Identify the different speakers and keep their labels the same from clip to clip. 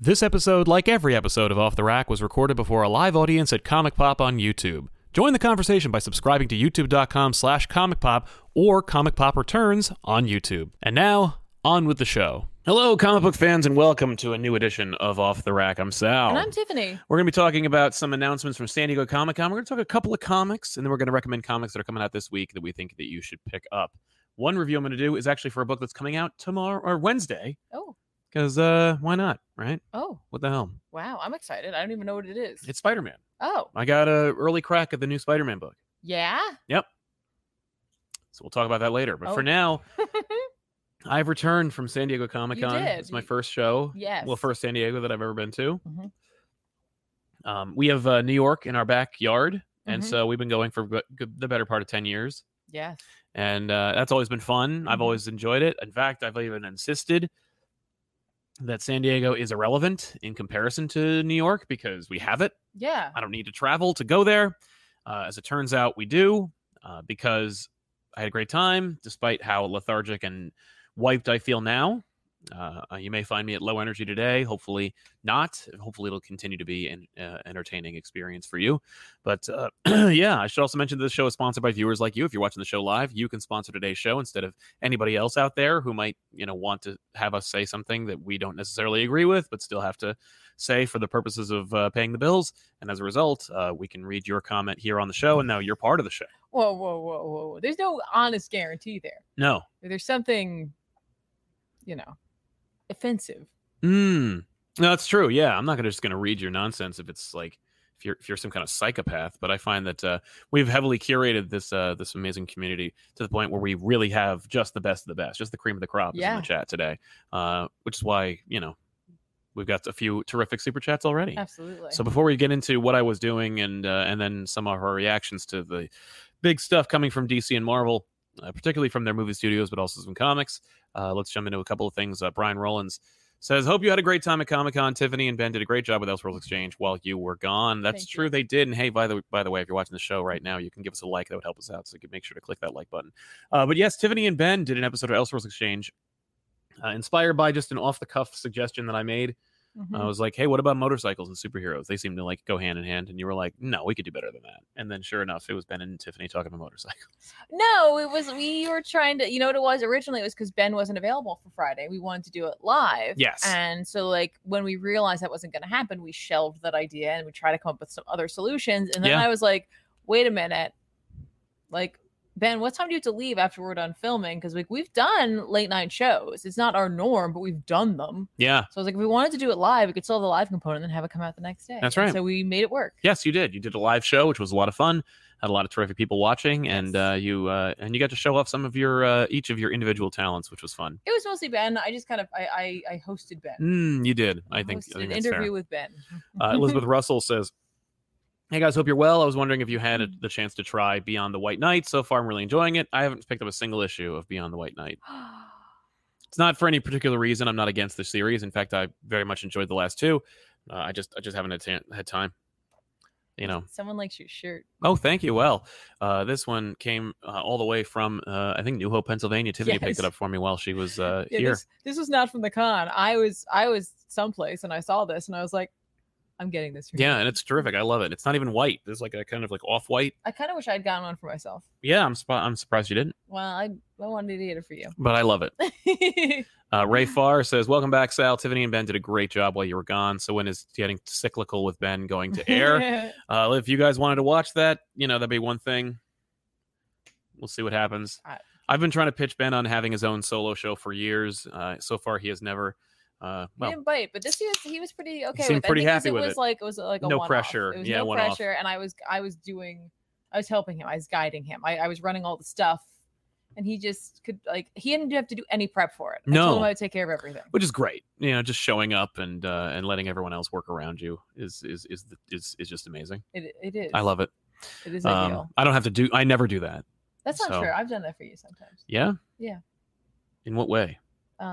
Speaker 1: This episode, like every episode of Off the Rack, was recorded before a live audience at Comic Pop on YouTube. Join the conversation by subscribing to youtube.com slash comic pop or comic pop returns on YouTube. And now, on with the show. Hello, comic book fans, and welcome to a new edition of Off the Rack. I'm Sal.
Speaker 2: And I'm Tiffany.
Speaker 1: We're going to be talking about some announcements from San Diego Comic Con. We're going to talk a couple of comics, and then we're going to recommend comics that are coming out this week that we think that you should pick up. One review I'm going to do is actually for a book that's coming out tomorrow or Wednesday,
Speaker 2: Oh,
Speaker 1: because uh, why not, right?
Speaker 2: oh,
Speaker 1: What the hell?
Speaker 2: wow. I'm excited. I don't even know what it is.
Speaker 1: It's Spider Man.
Speaker 2: oh,
Speaker 1: I got a early crack at the new Spider Man book,
Speaker 2: yeah.
Speaker 1: so we'll talk about that later. But
Speaker 2: Oh.
Speaker 1: for now, I've returned from San Diego Comic Con.
Speaker 2: did.
Speaker 1: It's my
Speaker 2: You-
Speaker 1: first show.
Speaker 2: yes.
Speaker 1: Well, first San Diego that I've ever been to.
Speaker 2: Mhm. Mm-hmm.
Speaker 1: Um, we have uh, New York in our backyard, and
Speaker 2: Mhm.
Speaker 1: so we've been going for g- g- the better part of ten years.
Speaker 2: Yes.
Speaker 1: and uh, that's always been fun. I've
Speaker 2: Mhm.
Speaker 1: always enjoyed it. In fact, I've even insisted that San Diego is irrelevant in comparison to New York because we have it.
Speaker 2: Yeah.
Speaker 1: I don't need to travel to go there. Uh, as it turns out, we do uh, because I had a great time, despite how lethargic and wiped I feel now. Uh, uh, you may find me at low energy today. Hopefully not. Hopefully it'll continue to be an uh, entertaining experience for you. But uh, yeah, I should also mention that the show is sponsored by viewers like you. If you're watching the show live, you can sponsor today's show instead of anybody else out there who might you know want to have us say something that we don't necessarily agree with, but still have to say for the purposes of uh, paying the bills. And as a result, uh, we can read your comment here on the show, and now you're part of the show.
Speaker 2: Whoa, whoa, whoa, whoa, whoa. There's no honest guarantee there.
Speaker 1: No.
Speaker 2: There's something, you know, offensive.
Speaker 1: Mm. No, that's true. Yeah, I'm not gonna just gonna read your nonsense if it's like if you're if you're some kind of psychopath. But I find that uh, we've heavily curated this uh, this amazing community to the point where we really have just the best of the best, just the cream of the crop is in
Speaker 2: Yeah.
Speaker 1: the chat today. Uh, which is why you know we've got a few terrific super chats already.
Speaker 2: Absolutely.
Speaker 1: So before we get into what I was doing and uh, and then some of our reactions to the big stuff coming from DC and Marvel, uh, particularly from their movie studios, but also some comics, uh, let's jump into a couple of things. Uh, Brian Rollins says, "Hope you had a great time at Comic Con. Tiffany and Ben did a great job with Elseworlds Exchange while you were gone. That's
Speaker 2: Thank
Speaker 1: true,
Speaker 2: you.
Speaker 1: they did. And hey, by the by the way, if you're watching the show right now, you can give us a like. That would help us out. So you can make sure to click that like button. Uh, but yes, Tiffany and Ben did an episode of Elseworlds Exchange." Uh, inspired by just an off the cuff suggestion that I made
Speaker 2: Mhm.
Speaker 1: I was like, hey, what about motorcycles and superheroes? They seem to like go hand in hand. And you were like, no, we could do better than that. And then sure enough, it was Ben and Tiffany talking about motorcycles.
Speaker 2: No, it was we were trying to. You know what it was originally? It was because Ben wasn't available for Friday. We wanted to do it live.
Speaker 1: Yes.
Speaker 2: And so, like, when we realized that wasn't going to happen, we shelved that idea and we tried to come up with some other solutions. And then
Speaker 1: Yeah.
Speaker 2: I was like, wait a minute. Like, Ben, what time do you have to leave after we're done filming? Because, like, we've done late night shows. It's not our norm, but we've done them.
Speaker 1: yeah.
Speaker 2: So I was like, if we wanted to do it live, we could still have the live component and have it come out the next day.
Speaker 1: That's
Speaker 2: And
Speaker 1: right.
Speaker 2: so we made it work.
Speaker 1: Yes, you did. You did a live show, which was a lot of fun. Had a lot of terrific people watching, and
Speaker 2: Yes.
Speaker 1: uh, you uh, and you got to show off some of your uh, each of your individual talents, which was fun.
Speaker 2: It was mostly Ben. I just kind of I I, I hosted Ben.
Speaker 1: Mm, you did. I think.
Speaker 2: hosted
Speaker 1: I think
Speaker 2: an
Speaker 1: that's
Speaker 2: interview
Speaker 1: fair.
Speaker 2: with Ben.
Speaker 1: Uh, Elizabeth Russell says, "Hey guys, hope you're well. I was wondering if you had
Speaker 2: Mm.
Speaker 1: a, the chance to try Beyond the White Knight. So far, I'm really enjoying it. I haven't picked up a single issue of Beyond the White Knight. it's not for any particular reason. I'm not against the series. In fact, I very much enjoyed the last two. Uh, I just I just haven't had, tan- had time. You know.
Speaker 2: someone likes your shirt.
Speaker 1: Oh, thank you. Well, uh, this one came uh, all the way from uh, I think New Hope, Pennsylvania. Tiffany picked it
Speaker 2: Yes.
Speaker 1: up for me while she was uh,
Speaker 2: Yeah,
Speaker 1: here.
Speaker 2: This, this was not from the con. I was I was someplace and I saw this and I was like, I'm getting this. for me."
Speaker 1: Yeah, and it's terrific. I love it. It's not even white. There's like a kind of like off white.
Speaker 2: I kind of wish I'd gotten one for myself.
Speaker 1: Yeah, I'm sp- I'm surprised you didn't,
Speaker 2: Well, I, I wanted to get it for you.
Speaker 1: but I love it. Uh, Ray Farr says, "Welcome back, Sal. Tiffany and Ben did a great job while you were gone. So when is getting cyclical with Ben going to air? Uh, if you guys wanted to watch that, you know, that'd be one thing. We'll see what happens.
Speaker 2: I-
Speaker 1: I've been trying to pitch Ben on having his own solo show for years. Uh, so far, he has never. Uh,
Speaker 2: he
Speaker 1: well,
Speaker 2: didn't bite, but this he was he was pretty okay.
Speaker 1: seemed
Speaker 2: with. I
Speaker 1: pretty
Speaker 2: think 'cause
Speaker 1: happy
Speaker 2: it
Speaker 1: with
Speaker 2: was
Speaker 1: it.
Speaker 2: like it was like a
Speaker 1: No
Speaker 2: one-off.
Speaker 1: pressure.
Speaker 2: It was
Speaker 1: Yeah,
Speaker 2: no
Speaker 1: one-off.
Speaker 2: pressure, and I was I was doing I was helping him. I was guiding him. I, I was running all the stuff, and he just could like he didn't have to do any prep for it. I
Speaker 1: No.
Speaker 2: told him I would take care of everything.
Speaker 1: which is great. You know, just showing up and uh, and letting everyone else work around you is is is the- is is just amazing.
Speaker 2: It, it is.
Speaker 1: I love it.
Speaker 2: it. Is ideal.
Speaker 1: Um, I don't have to do. I never do that.
Speaker 2: That's not
Speaker 1: so-
Speaker 2: true. I've done that for you sometimes.
Speaker 1: Yeah.
Speaker 2: Yeah.
Speaker 1: In what way?
Speaker 2: Uh,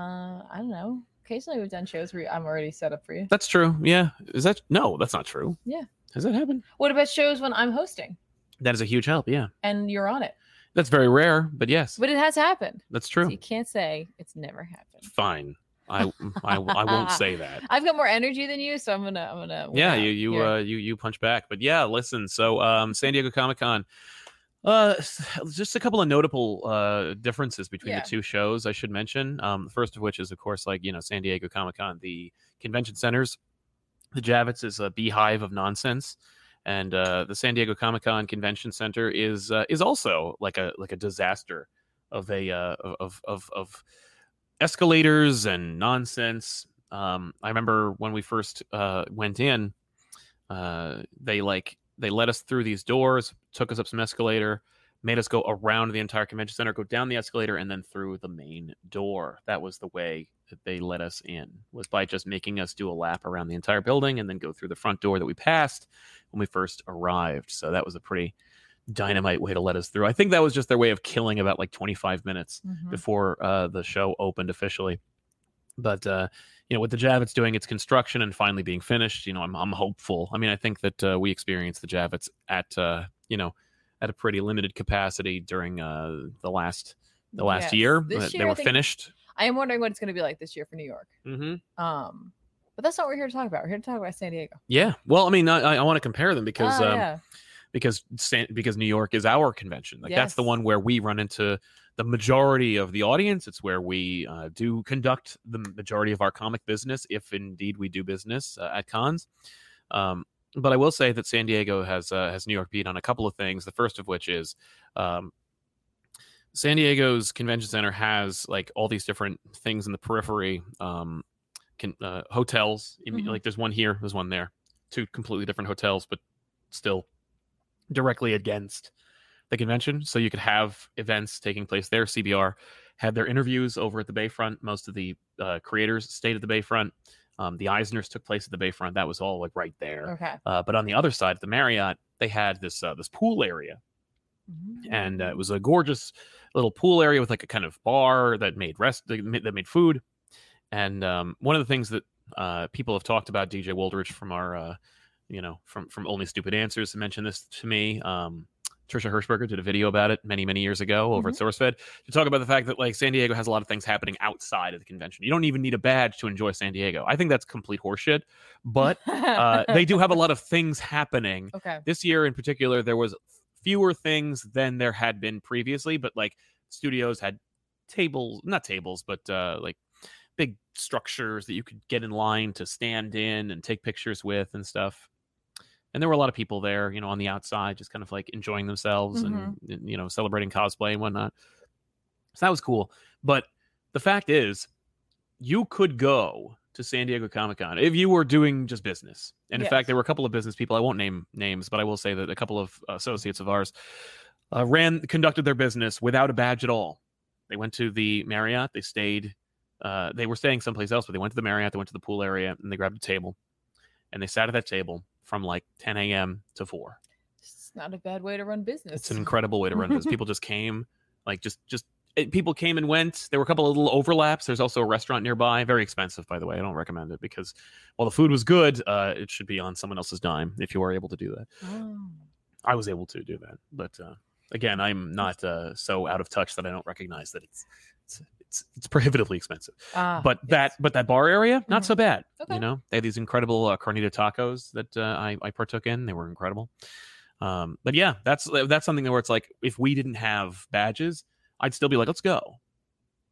Speaker 2: I don't know. Occasionally we've done shows where I'm already set up for you.
Speaker 1: That's true. Yeah. Is that no? That's not true.
Speaker 2: Yeah.
Speaker 1: Has that happened?
Speaker 2: What about shows when I'm hosting
Speaker 1: That is a huge help. Yeah.
Speaker 2: and you're on it?
Speaker 1: That's very rare, but yes,
Speaker 2: But it has happened.
Speaker 1: that's
Speaker 2: So
Speaker 1: true.
Speaker 2: you can't say it's never happened.
Speaker 1: Fine. I I, I won't say that.
Speaker 2: I've got more energy than you, so I'm gonna I'm gonna win
Speaker 1: Yeah,
Speaker 2: out
Speaker 1: you you
Speaker 2: here.
Speaker 1: uh you you punch back. But yeah, listen. So um, San Diego Comic Con. Uh, s- just a couple of notable uh differences between
Speaker 2: Yeah.
Speaker 1: the two shows I should mention. Um, the first of which is of course like you know San Diego Comic Con, the convention centers. The Javits is a beehive of nonsense, and uh, the San Diego Comic Con Convention Center is uh, is also like a like a disaster of a uh, of of of escalators and nonsense. Um, I remember when we first uh, went in, uh, they like they let us through these doors, took us up some escalator, made us go around the entire convention center, go down the escalator, and then through the main door. That was the way that they let us in was by just making us do a lap around the entire building and then go through the front door that we passed when we first arrived. So that was a pretty dynamite way to let us through. I think that was just their way of killing about like 25 minutes
Speaker 2: Mhm.
Speaker 1: before uh, the show opened officially. But uh, you know, with the Javits doing its construction and finally being finished, you know, I'm I'm hopeful. I mean, I think that uh, we experienced the Javits at uh, you know at a pretty limited capacity during uh, the last the last
Speaker 2: Yes.
Speaker 1: year.
Speaker 2: This
Speaker 1: uh,
Speaker 2: year,
Speaker 1: they
Speaker 2: I
Speaker 1: were
Speaker 2: think-
Speaker 1: finished.
Speaker 2: Mm-hmm. I am wondering what it's gonna be like this year for New York.
Speaker 1: Mm-hmm.
Speaker 2: Um, but that's not what we're here to talk about. We're here to talk about San Diego
Speaker 1: Yeah. Well, I mean, I, I- I want to compare them because
Speaker 2: Ah,
Speaker 1: um,
Speaker 2: yeah.
Speaker 1: because San, because New York is our convention. Like that's the
Speaker 2: Yes.
Speaker 1: one where we run into the majority of the audience. It's where we uh, do conduct the majority of our comic business, if indeed we do business uh, at cons. Um, but I will say that San Diego has uh, has New York beat on a couple of things. The first of which is um, San Diego's convention center has like all these different things in the periphery, um, can, uh, hotels. I mean,
Speaker 2: Mhm.
Speaker 1: Like there's one here, there's one there. Two completely different hotels, but still directly against the convention. So you could have events taking place there. CBR had their interviews over at the Bayfront. Most of the uh, creators stayed at the Bayfront. Um, the Eisners took place at the Bayfront. That was all like right there.
Speaker 2: okay.
Speaker 1: Uh, but on the other side, at the Marriott, they had this uh, this pool area and
Speaker 2: Mm-hmm.
Speaker 1: uh, it was a gorgeous little pool area with like a kind of bar that made rest that ma- that made food and um, one of the things that uh, people have talked about dj woldrich from our uh, you know from from only stupid answers mentioned this to me um, trisha hirschberger did a video about it many many years ago over at sourcefed to talk about the fact that like san diego has a lot of things happening outside of the convention you don't even need a badge to enjoy san diego i think that's complete horseshit but uh, they do have a lot of things happening
Speaker 2: okay.
Speaker 1: this year in particular there was fewer things than there had been previously but like studios had tables not tables but uh like big structures that you could get in line to stand in and take pictures with and stuff and there were a lot of people there you know on the outside just kind of like enjoying themselves and, and you know celebrating cosplay and whatnot so that was cool but the fact is you could go to San Diego Comic Con if you were doing just business. And in
Speaker 2: Yes.
Speaker 1: fact, there were a couple of business people. I won't name names, but I will say that a couple of associates of ours uh, ran conducted their business without a badge at all. They went to the Marriott. They stayed. Uh, they were staying someplace else, but they went to the Marriott. They went to the pool area and they grabbed a table, and they sat at that table from like 10 a.m. to four.
Speaker 2: It's not a bad way to run business.
Speaker 1: It's an incredible way to run this. People just came, like just just it, people came and went. There were a couple of little overlaps. There's also a restaurant nearby, very expensive, by the way. I don't recommend it because while the food was good, uh, it should be on someone else's dime if you are able to do that.
Speaker 2: Oh.
Speaker 1: I was able to do that, but uh, again, I'm not uh, so out of touch that I don't recognize that it's it's it's, it's prohibitively expensive.
Speaker 2: Ah,
Speaker 1: but that
Speaker 2: yes. Mm-hmm.
Speaker 1: but that bar area, not so bad.
Speaker 2: Okay.
Speaker 1: You know, they had these incredible uh, carnita tacos that uh, I I partook in. They were incredible. Um, but yeah, that's that's something where it's like if we didn't have badges, I'd still be like, let's go,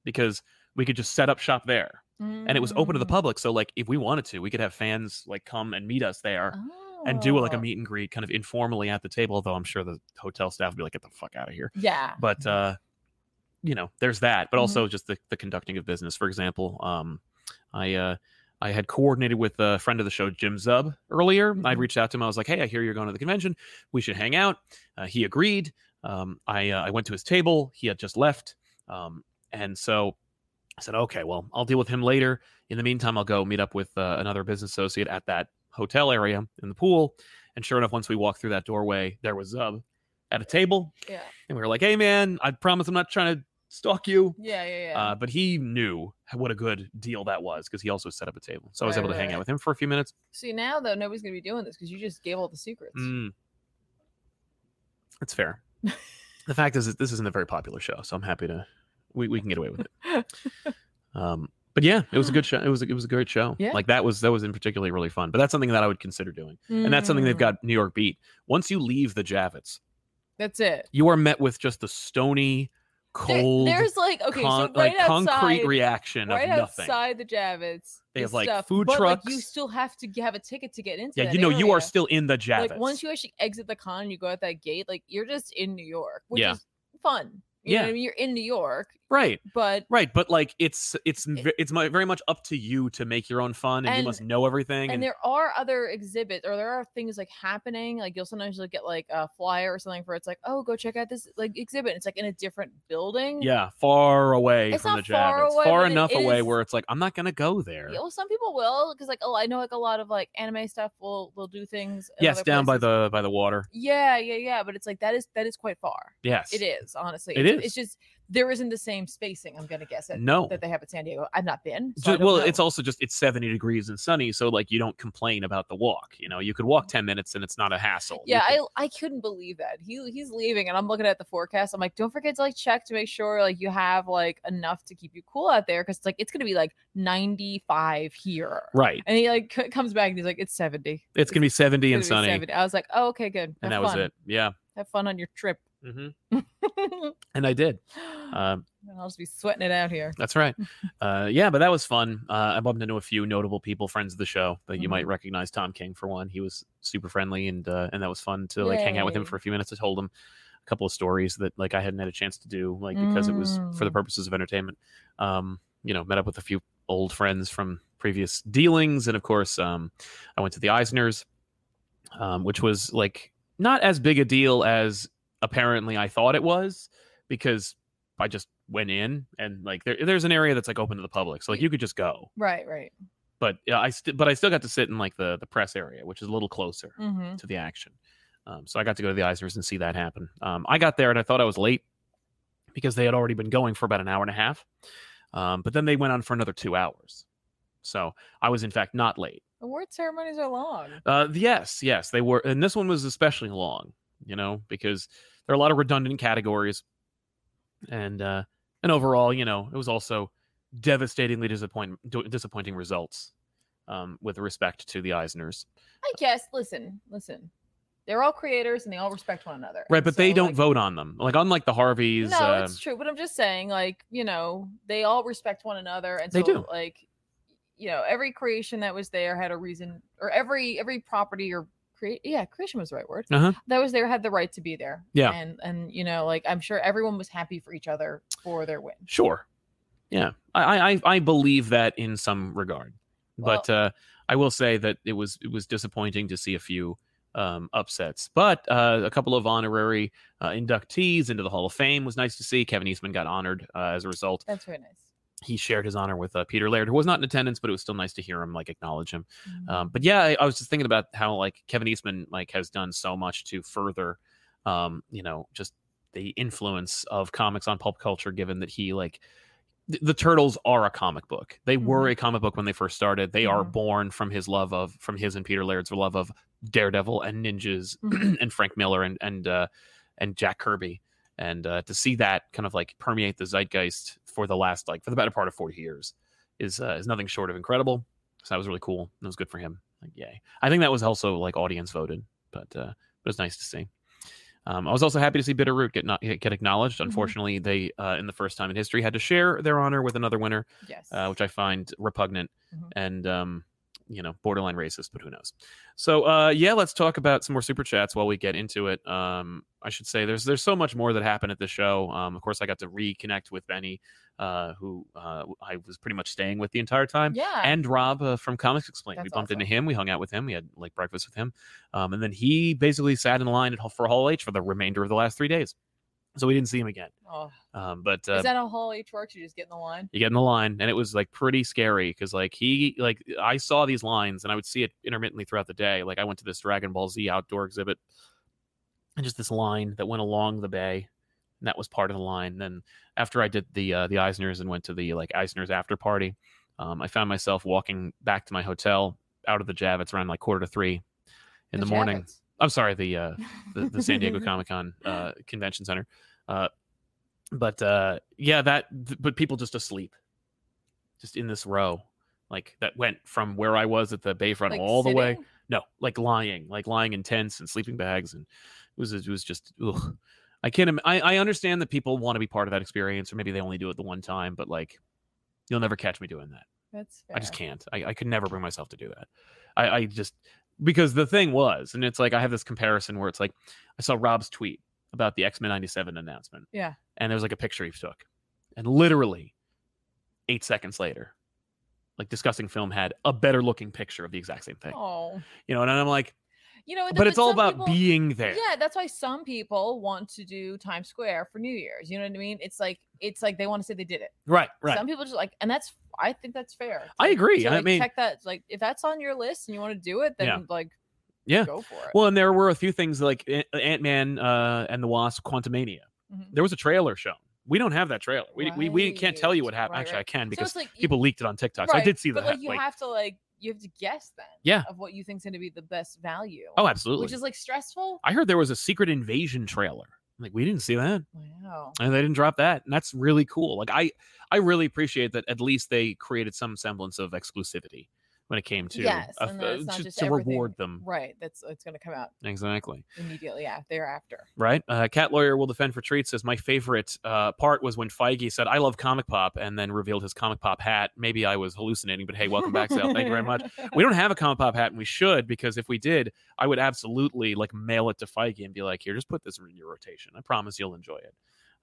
Speaker 1: because we could just set up shop there, and it was open to the
Speaker 2: Mm.
Speaker 1: public. So like, if we wanted to, we could have fans like come and meet us there and do like a
Speaker 2: Oh.
Speaker 1: meet and greet, kind of informally at the table. Though I'm sure the hotel staff would be like, get the fuck out of here
Speaker 2: Yeah.
Speaker 1: but uh you know there's that but
Speaker 2: Mhm.
Speaker 1: also just the, the conducting of business for example um i uh i had coordinated with a friend of the show jim zub earlier i'd
Speaker 2: Mhm.
Speaker 1: reached out to him i was like hey i hear you're going to the convention we should hang out uh, he agreed um i uh, i went to his table he had just left um and so i said okay well i'll deal with him later in the meantime i'll go meet up with uh, another business associate at that hotel area in the pool and sure enough once we walked through that doorway there was zub at a table
Speaker 2: Yeah.
Speaker 1: and we were like, hey, man, I promise I'm not trying to stalk you.
Speaker 2: Yeah. Yeah. Yeah.
Speaker 1: Uh, but he knew what a good deal that was because he also set up a table. So I was
Speaker 2: Right,
Speaker 1: able to
Speaker 2: right,
Speaker 1: hang
Speaker 2: right.
Speaker 1: out with him for a few minutes.
Speaker 2: See now though, nobody's gonna be doing this because you just gave all the secrets.
Speaker 1: Mm. That's fair. the fact is that this isn't a very popular show, so I'm happy to, we, we can get away with it. Um, But yeah, it was a good show. It was a, it was a great show.
Speaker 2: Yeah.
Speaker 1: Like that was that was in particularly really fun. But that's something that I would consider doing. And that's something they've
Speaker 2: Mm,
Speaker 1: got New York beat. Once you leave the Javits,
Speaker 2: That's it.
Speaker 1: you are met with just the stony,
Speaker 2: There-
Speaker 1: cold,
Speaker 2: there's like okay,
Speaker 1: con-
Speaker 2: so right
Speaker 1: like
Speaker 2: outside,
Speaker 1: concrete reaction
Speaker 2: right
Speaker 1: of nothing.
Speaker 2: outside the Javits,
Speaker 1: They
Speaker 2: is
Speaker 1: have, like,
Speaker 2: stuff,
Speaker 1: food
Speaker 2: but, like, you
Speaker 1: trucks.
Speaker 2: still have to g- have a ticket to get into.
Speaker 1: yeah,
Speaker 2: that
Speaker 1: you know you are
Speaker 2: area.
Speaker 1: still in the Javits.
Speaker 2: Like once you actually exit the con, and you go out that gate. Like you're just in New York, which
Speaker 1: Yeah.
Speaker 2: is fun. You know what
Speaker 1: Yeah.
Speaker 2: I mean? You're in New York,
Speaker 1: right,
Speaker 2: but
Speaker 1: right, but like it's it's ve- it's mu- very much up to you to make your own fun, and,
Speaker 2: And-
Speaker 1: you must know everything.
Speaker 2: and,
Speaker 1: And,
Speaker 2: there are other exhibits or there are things like happening. Like you'll sometimes like, get like a flyer or something for it's like, oh, go check out this like exhibit. It's like in a different building.
Speaker 1: yeah, far away
Speaker 2: It's
Speaker 1: from the
Speaker 2: not far
Speaker 1: Javits,
Speaker 2: away,
Speaker 1: far
Speaker 2: but it
Speaker 1: enough away
Speaker 2: is-
Speaker 1: where it's like I'm not gonna go there.
Speaker 2: Yeah, Well, some people will because like a lot, I know like a lot of like anime stuff will will do things. in
Speaker 1: Yes,
Speaker 2: other
Speaker 1: down by
Speaker 2: places.
Speaker 1: the by the water.
Speaker 2: Yeah, yeah, yeah. But it's like that is that is quite far.
Speaker 1: Yes,
Speaker 2: It is honestly.
Speaker 1: It is.
Speaker 2: it's, It's just there isn't the same spacing. I'm gonna guess it.
Speaker 1: No,
Speaker 2: That they have at San Diego. I've not been. so I
Speaker 1: Ju-
Speaker 2: don't
Speaker 1: well,
Speaker 2: know.
Speaker 1: it's also just it's 70 degrees and sunny, so like you don't complain about the walk. You know, you could walk 10 minutes and it's not a hassle. You
Speaker 2: Mm. Yeah,
Speaker 1: could-
Speaker 2: I I couldn't believe that he he's leaving, and I'm looking at the forecast. I'm like, don't forget to like check to make sure like you have like enough to keep you cool out there, because like it's gonna be like 95 here,
Speaker 1: right.
Speaker 2: and he like c- comes back and he's like, it's 70.
Speaker 1: It's gonna be 70 and
Speaker 2: It's gonna
Speaker 1: sunny,
Speaker 2: be 70. I was like, oh okay, good.
Speaker 1: and that
Speaker 2: Have
Speaker 1: was
Speaker 2: fun.
Speaker 1: it. Uh, Yeah,
Speaker 2: Have fun on your trip.
Speaker 1: hmm and I did. Um,
Speaker 2: I'll just be sweating it out here.
Speaker 1: that's right. Uh, yeah, but that was fun. Uh, I bumped into a few notable people, friends of the show that you might recognize. Tom King for one, he was super friendly, and uh, and that was fun to like hang out with him
Speaker 2: Yay.
Speaker 1: for a few minutes. I told him a couple of stories that like I hadn't had a chance to do, like because it was for the
Speaker 2: Mm.
Speaker 1: purposes of entertainment. Um, you know, met up with a few old friends from previous dealings, and of course, um, I went to the Eisners, um, which was like not as big a deal as apparently I thought it was because I just went in and like there, there's an area that's like open to the public, so like
Speaker 2: Y-
Speaker 1: you could just go.
Speaker 2: Right, right.
Speaker 1: But yeah, I st- but I still got to sit in like the the press area, which is a little closer
Speaker 2: Mm-hmm.
Speaker 1: to the action. Um, so I got to go to the Eisners and see that happen. Um, I got there and I thought I was late because they had already been going for about an hour and a half. Um, but then they went on for another two hours. So I was in fact not late.
Speaker 2: Award ceremonies are long.
Speaker 1: Uh, yes, yes, they were, and this one was especially long. You know, because there are a lot of redundant categories, and uh, and overall, you know, it was also devastatingly disappoint d- disappointing results um, with respect to the Eisners.
Speaker 2: I guess. Listen, listen. They're all creators and they all respect one another.
Speaker 1: Right,
Speaker 2: and
Speaker 1: but they
Speaker 2: so,
Speaker 1: don't
Speaker 2: like,
Speaker 1: vote on them. Like unlike the Harveys,
Speaker 2: no,
Speaker 1: uh,
Speaker 2: it's true. But I'm just saying, like, you know, they all respect one another, and so,
Speaker 1: They do.
Speaker 2: Like, you know, every creation that was there had a reason, or every every property or create, yeah, creation was the right word.
Speaker 1: Uh-huh.
Speaker 2: That was there had the right to be there.
Speaker 1: Yeah.
Speaker 2: and and you know, like, I'm sure everyone was happy for each other for their win.
Speaker 1: sure, yeah, I, I- I I believe that in some regard, but uh, I will say that it was it was disappointing to see a few um, upsets, but uh, a couple of honorary uh, inductees into the Hall of Fame was nice to see. Kevin Eastman got honored uh, as a result.
Speaker 2: That's very nice.
Speaker 1: He shared his honor with uh, Peter Laird, who was not in attendance, but it was still nice to hear him like acknowledge him.
Speaker 2: Mm-hmm.
Speaker 1: Um, but yeah, I, I was just thinking about how like Kevin Eastman like has done so much to further, um, you know, just the influence of comics on pulp culture. Given that he like th- the Turtles are a comic book, they were a comic book when they first started. They are
Speaker 2: Mhm.
Speaker 1: born from his love of from his and Peter Laird's love of Daredevil and ninjas
Speaker 2: Mhm.
Speaker 1: and Frank Miller and and uh, and Jack Kirby. And uh, to see that kind of like permeate the zeitgeist for the last like for the better part of forty years is uh, is nothing short of incredible. So that was really cool. That was good for him. Like, yay! I think that was also like audience voted, but uh, but it was nice to see. Um, I was also happy to see Bitterroot get not get acknowledged.
Speaker 2: Mhm.
Speaker 1: Unfortunately, they uh, in the first time in history had to share their honor with another winner,
Speaker 2: yes,
Speaker 1: uh, which I find repugnant
Speaker 2: Mhm.
Speaker 1: and um, you know borderline racist. But who knows? So uh, yeah, let's talk about some more super chats while we get into it. Um, I should say there's there's so much more that happened at the show. Um, of course, I got to reconnect with Benny, uh, who uh, I was pretty much staying with the entire time
Speaker 2: yeah,
Speaker 1: and Rob uh, from Comics Explained. we
Speaker 2: That's
Speaker 1: bumped into
Speaker 2: awesome.
Speaker 1: him. We hung out with him. We had like breakfast with him, um, and then he basically sat in line at, for Hall H for the remainder of the last three days. So we didn't see him again.
Speaker 2: oh,
Speaker 1: Um, but
Speaker 2: is
Speaker 1: uh,
Speaker 2: that a whole H works? You just get in the line.
Speaker 1: you get in the line, and it was like pretty scary because like he like I saw these lines, and I would see it intermittently throughout the day. Like I went to this Dragon Ball Z outdoor exhibit, and just this line that went along the bay. And that was part of the line. Then after I did the uh, the Eisners and went to the like Eisners after party, um, I found myself walking back to my hotel out of the Javits around like quarter to three in the, morning.
Speaker 2: Javits.
Speaker 1: I'm sorry, the uh, the, the San Diego Comic Con uh, Convention Center. Uh, but uh, yeah, that th- but people just asleep. just in this row, like that went from where I was at the Bayfront
Speaker 2: Like,
Speaker 1: all the way.
Speaker 2: sitting?
Speaker 1: No, like lying, like lying in tents and sleeping bags, and it was it was just. Ugh. I can't. im- I I understand that people want to be part of that experience, or maybe they only do it the one time, but like, you'll never catch me doing that.
Speaker 2: That's fair.
Speaker 1: I just can't. I, I could never bring myself to do that. I, I just because the thing was, and it's like I have this comparison where it's like I saw Rob's tweet about the X Men '97 announcement.
Speaker 2: Yeah.
Speaker 1: and there was like a picture he took, and literally eight seconds later, like discussing film had a better looking picture of the exact same thing.
Speaker 2: Oh,
Speaker 1: You know, and I'm like,
Speaker 2: you know,
Speaker 1: but it's all
Speaker 2: some
Speaker 1: about
Speaker 2: people-
Speaker 1: being there.
Speaker 2: Yeah, that's why some people want to do Times Square for New Year's. You know what I mean? It's like it's like they want to say they did it.
Speaker 1: Right, right.
Speaker 2: Some people just like, and that's I think that's fair.
Speaker 1: I
Speaker 2: to-
Speaker 1: agree.
Speaker 2: to,
Speaker 1: I
Speaker 2: like,
Speaker 1: mean-
Speaker 2: check that. Like, if that's on your list and you want to do it, then
Speaker 1: Yeah.
Speaker 2: like,
Speaker 1: Yeah.
Speaker 2: go for it.
Speaker 1: well, and there were a few things like Ant Man uh, and the Wasp, Quantumania.
Speaker 2: Mhm.
Speaker 1: There was a trailer shown. We don't have that trailer. We, we, we can't tell you
Speaker 2: Right,
Speaker 1: what happened.
Speaker 2: right,
Speaker 1: Actually,
Speaker 2: right.
Speaker 1: I can
Speaker 2: So
Speaker 1: because
Speaker 2: it's like you-
Speaker 1: people leaked it on TikTok. So I
Speaker 2: right,
Speaker 1: did see
Speaker 2: but
Speaker 1: that.
Speaker 2: Like, you
Speaker 1: like-
Speaker 2: have to like you have to guess then.
Speaker 1: Yeah.
Speaker 2: Of what you think's going to be the best value.
Speaker 1: oh, absolutely.
Speaker 2: Which is like stressful.
Speaker 1: I heard there was a secret invasion trailer. I'm Like we didn't see that,
Speaker 2: Wow.
Speaker 1: and they didn't drop that, and that's really cool. Like I, I really appreciate that. At least they created some semblance of exclusivity when it came to
Speaker 2: Yes,
Speaker 1: a-
Speaker 2: and that it's
Speaker 1: uh,
Speaker 2: not
Speaker 1: to,
Speaker 2: just
Speaker 1: to
Speaker 2: everything-
Speaker 1: reward them
Speaker 2: Right. That's it's going to come out
Speaker 1: exactly.
Speaker 2: immediately after thereafter.
Speaker 1: right? Uh, Cat lawyer will defend for treats says my favorite uh, part was when Feige said I love comic pop and then revealed his comic pop hat. Maybe I was hallucinating, but hey, welcome back, Sal. Thank you very much. We don't have a comic pop hat, and we should because if we did, I would absolutely like mail it to Feige and be like, here, just put this in your rotation. I promise you'll enjoy it.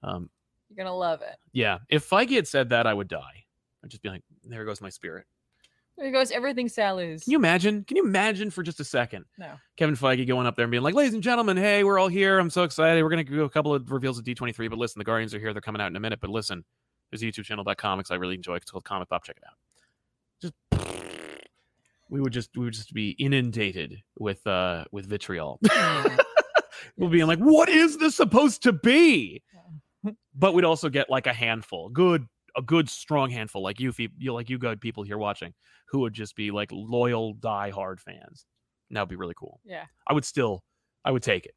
Speaker 1: Um,
Speaker 2: You're gonna love it.
Speaker 1: yeah, if Feige had said that, I would die. I'd just be like, there goes my spirit.
Speaker 2: There goes everything Sal is.
Speaker 1: Can you imagine? Can you imagine for just a second?
Speaker 2: No.
Speaker 1: Kevin Feige going up there and being like, ladies and gentlemen, hey, we're all here. I'm so excited. We're going to do a couple of reveals of D23, but listen, the Guardians are here. They're coming out in a minute. But listen, there's a YouTube channel about comics I really enjoy. It's called Comic Pop. Check it out. Just we would just we would just be inundated with uh with vitriol.
Speaker 2: Yeah.
Speaker 1: we'll
Speaker 2: Yes.
Speaker 1: be like, what is this supposed to be?
Speaker 2: Yeah.
Speaker 1: But we'd also get like a handful, good a good strong handful, like you, fe- you like you good people here watching, who would just be like loyal diehard fans. And That would be really cool.
Speaker 2: Yeah.
Speaker 1: I would still, I would take it.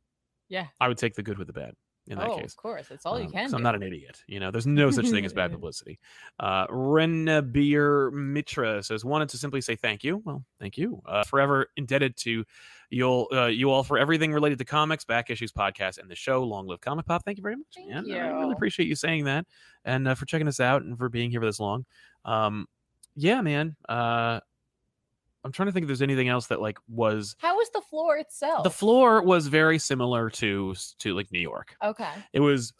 Speaker 2: Yeah.
Speaker 1: I would take the good with the bad in that
Speaker 2: oh,
Speaker 1: case.
Speaker 2: of course. That's all you
Speaker 1: Um,
Speaker 2: can.
Speaker 1: 'cause
Speaker 2: do.
Speaker 1: I'm not an idiot. You know, there's no such thing as bad publicity. Uh, Renabir Mitra says, wanted to simply say thank you. Well, thank you. Uh, forever indebted to you'll, uh, you all for everything related to comics, back issues, podcast, and the show. Long live Comic Pop. Thank you very much.
Speaker 2: Thank
Speaker 1: man. I really
Speaker 2: you.
Speaker 1: appreciate you saying that and uh, for checking us out and for being here for this long. Um, yeah, man. Uh, I'm trying to think if there's anything else that like was
Speaker 2: How was the floor itself?
Speaker 1: the floor was very similar to to like New York.
Speaker 2: Okay.
Speaker 1: It was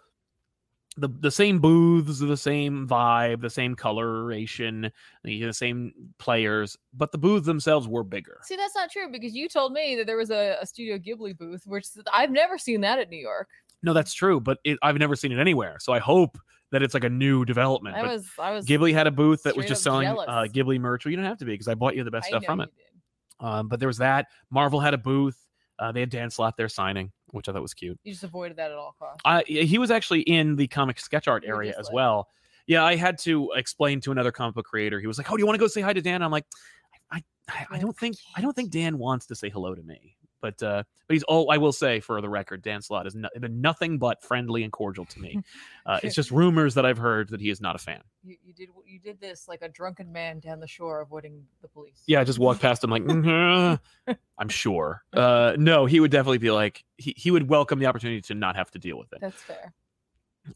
Speaker 1: the the same booths, the same vibe, the same coloration, the, the same players, but the booths themselves were bigger.
Speaker 2: See, that's not true because you told me that there was a, a Studio Ghibli booth, which s- I've never seen that at New York.
Speaker 1: No, that's true, but it, I've never seen it anywhere. So I hope that it's like a new development.
Speaker 2: I
Speaker 1: but
Speaker 2: was, I was.
Speaker 1: Ghibli had a booth that was
Speaker 2: straight
Speaker 1: just
Speaker 2: up
Speaker 1: selling uh,
Speaker 2: jealous.
Speaker 1: Ghibli merch. Well, you don't have to be because I bought you the best
Speaker 2: I
Speaker 1: stuff
Speaker 2: know
Speaker 1: from
Speaker 2: you
Speaker 1: it.
Speaker 2: did.
Speaker 1: Um, but there was that. Marvel had a booth. Uh, they had Dan Slott there signing, which I thought was cute.
Speaker 2: You just avoided that at all costs.
Speaker 1: I yeah, he was actually in the comic sketch art
Speaker 2: You were
Speaker 1: area
Speaker 2: just
Speaker 1: as
Speaker 2: like-
Speaker 1: well. Yeah, I had to explain to another comic book creator. He was like, "Oh, do you want to go say hi to Dan?" I'm like, "I, I, I
Speaker 2: Yeah,
Speaker 1: don't
Speaker 2: I
Speaker 1: think I don't
Speaker 2: can't.
Speaker 1: think Dan wants to say hello to me." But uh, but he's oh, I will say for the record, Dan Slott has no, been nothing but friendly and cordial to me. Uh, it's just rumors that I've heard that he is not a fan.
Speaker 2: You, you did you did this like a drunken man down the shore avoiding the police.
Speaker 1: Yeah, I just walked past him like, "Mhm." I'm sure. Uh, no, he would definitely be like he, he would welcome the opportunity to not have to deal with it.
Speaker 2: That's fair.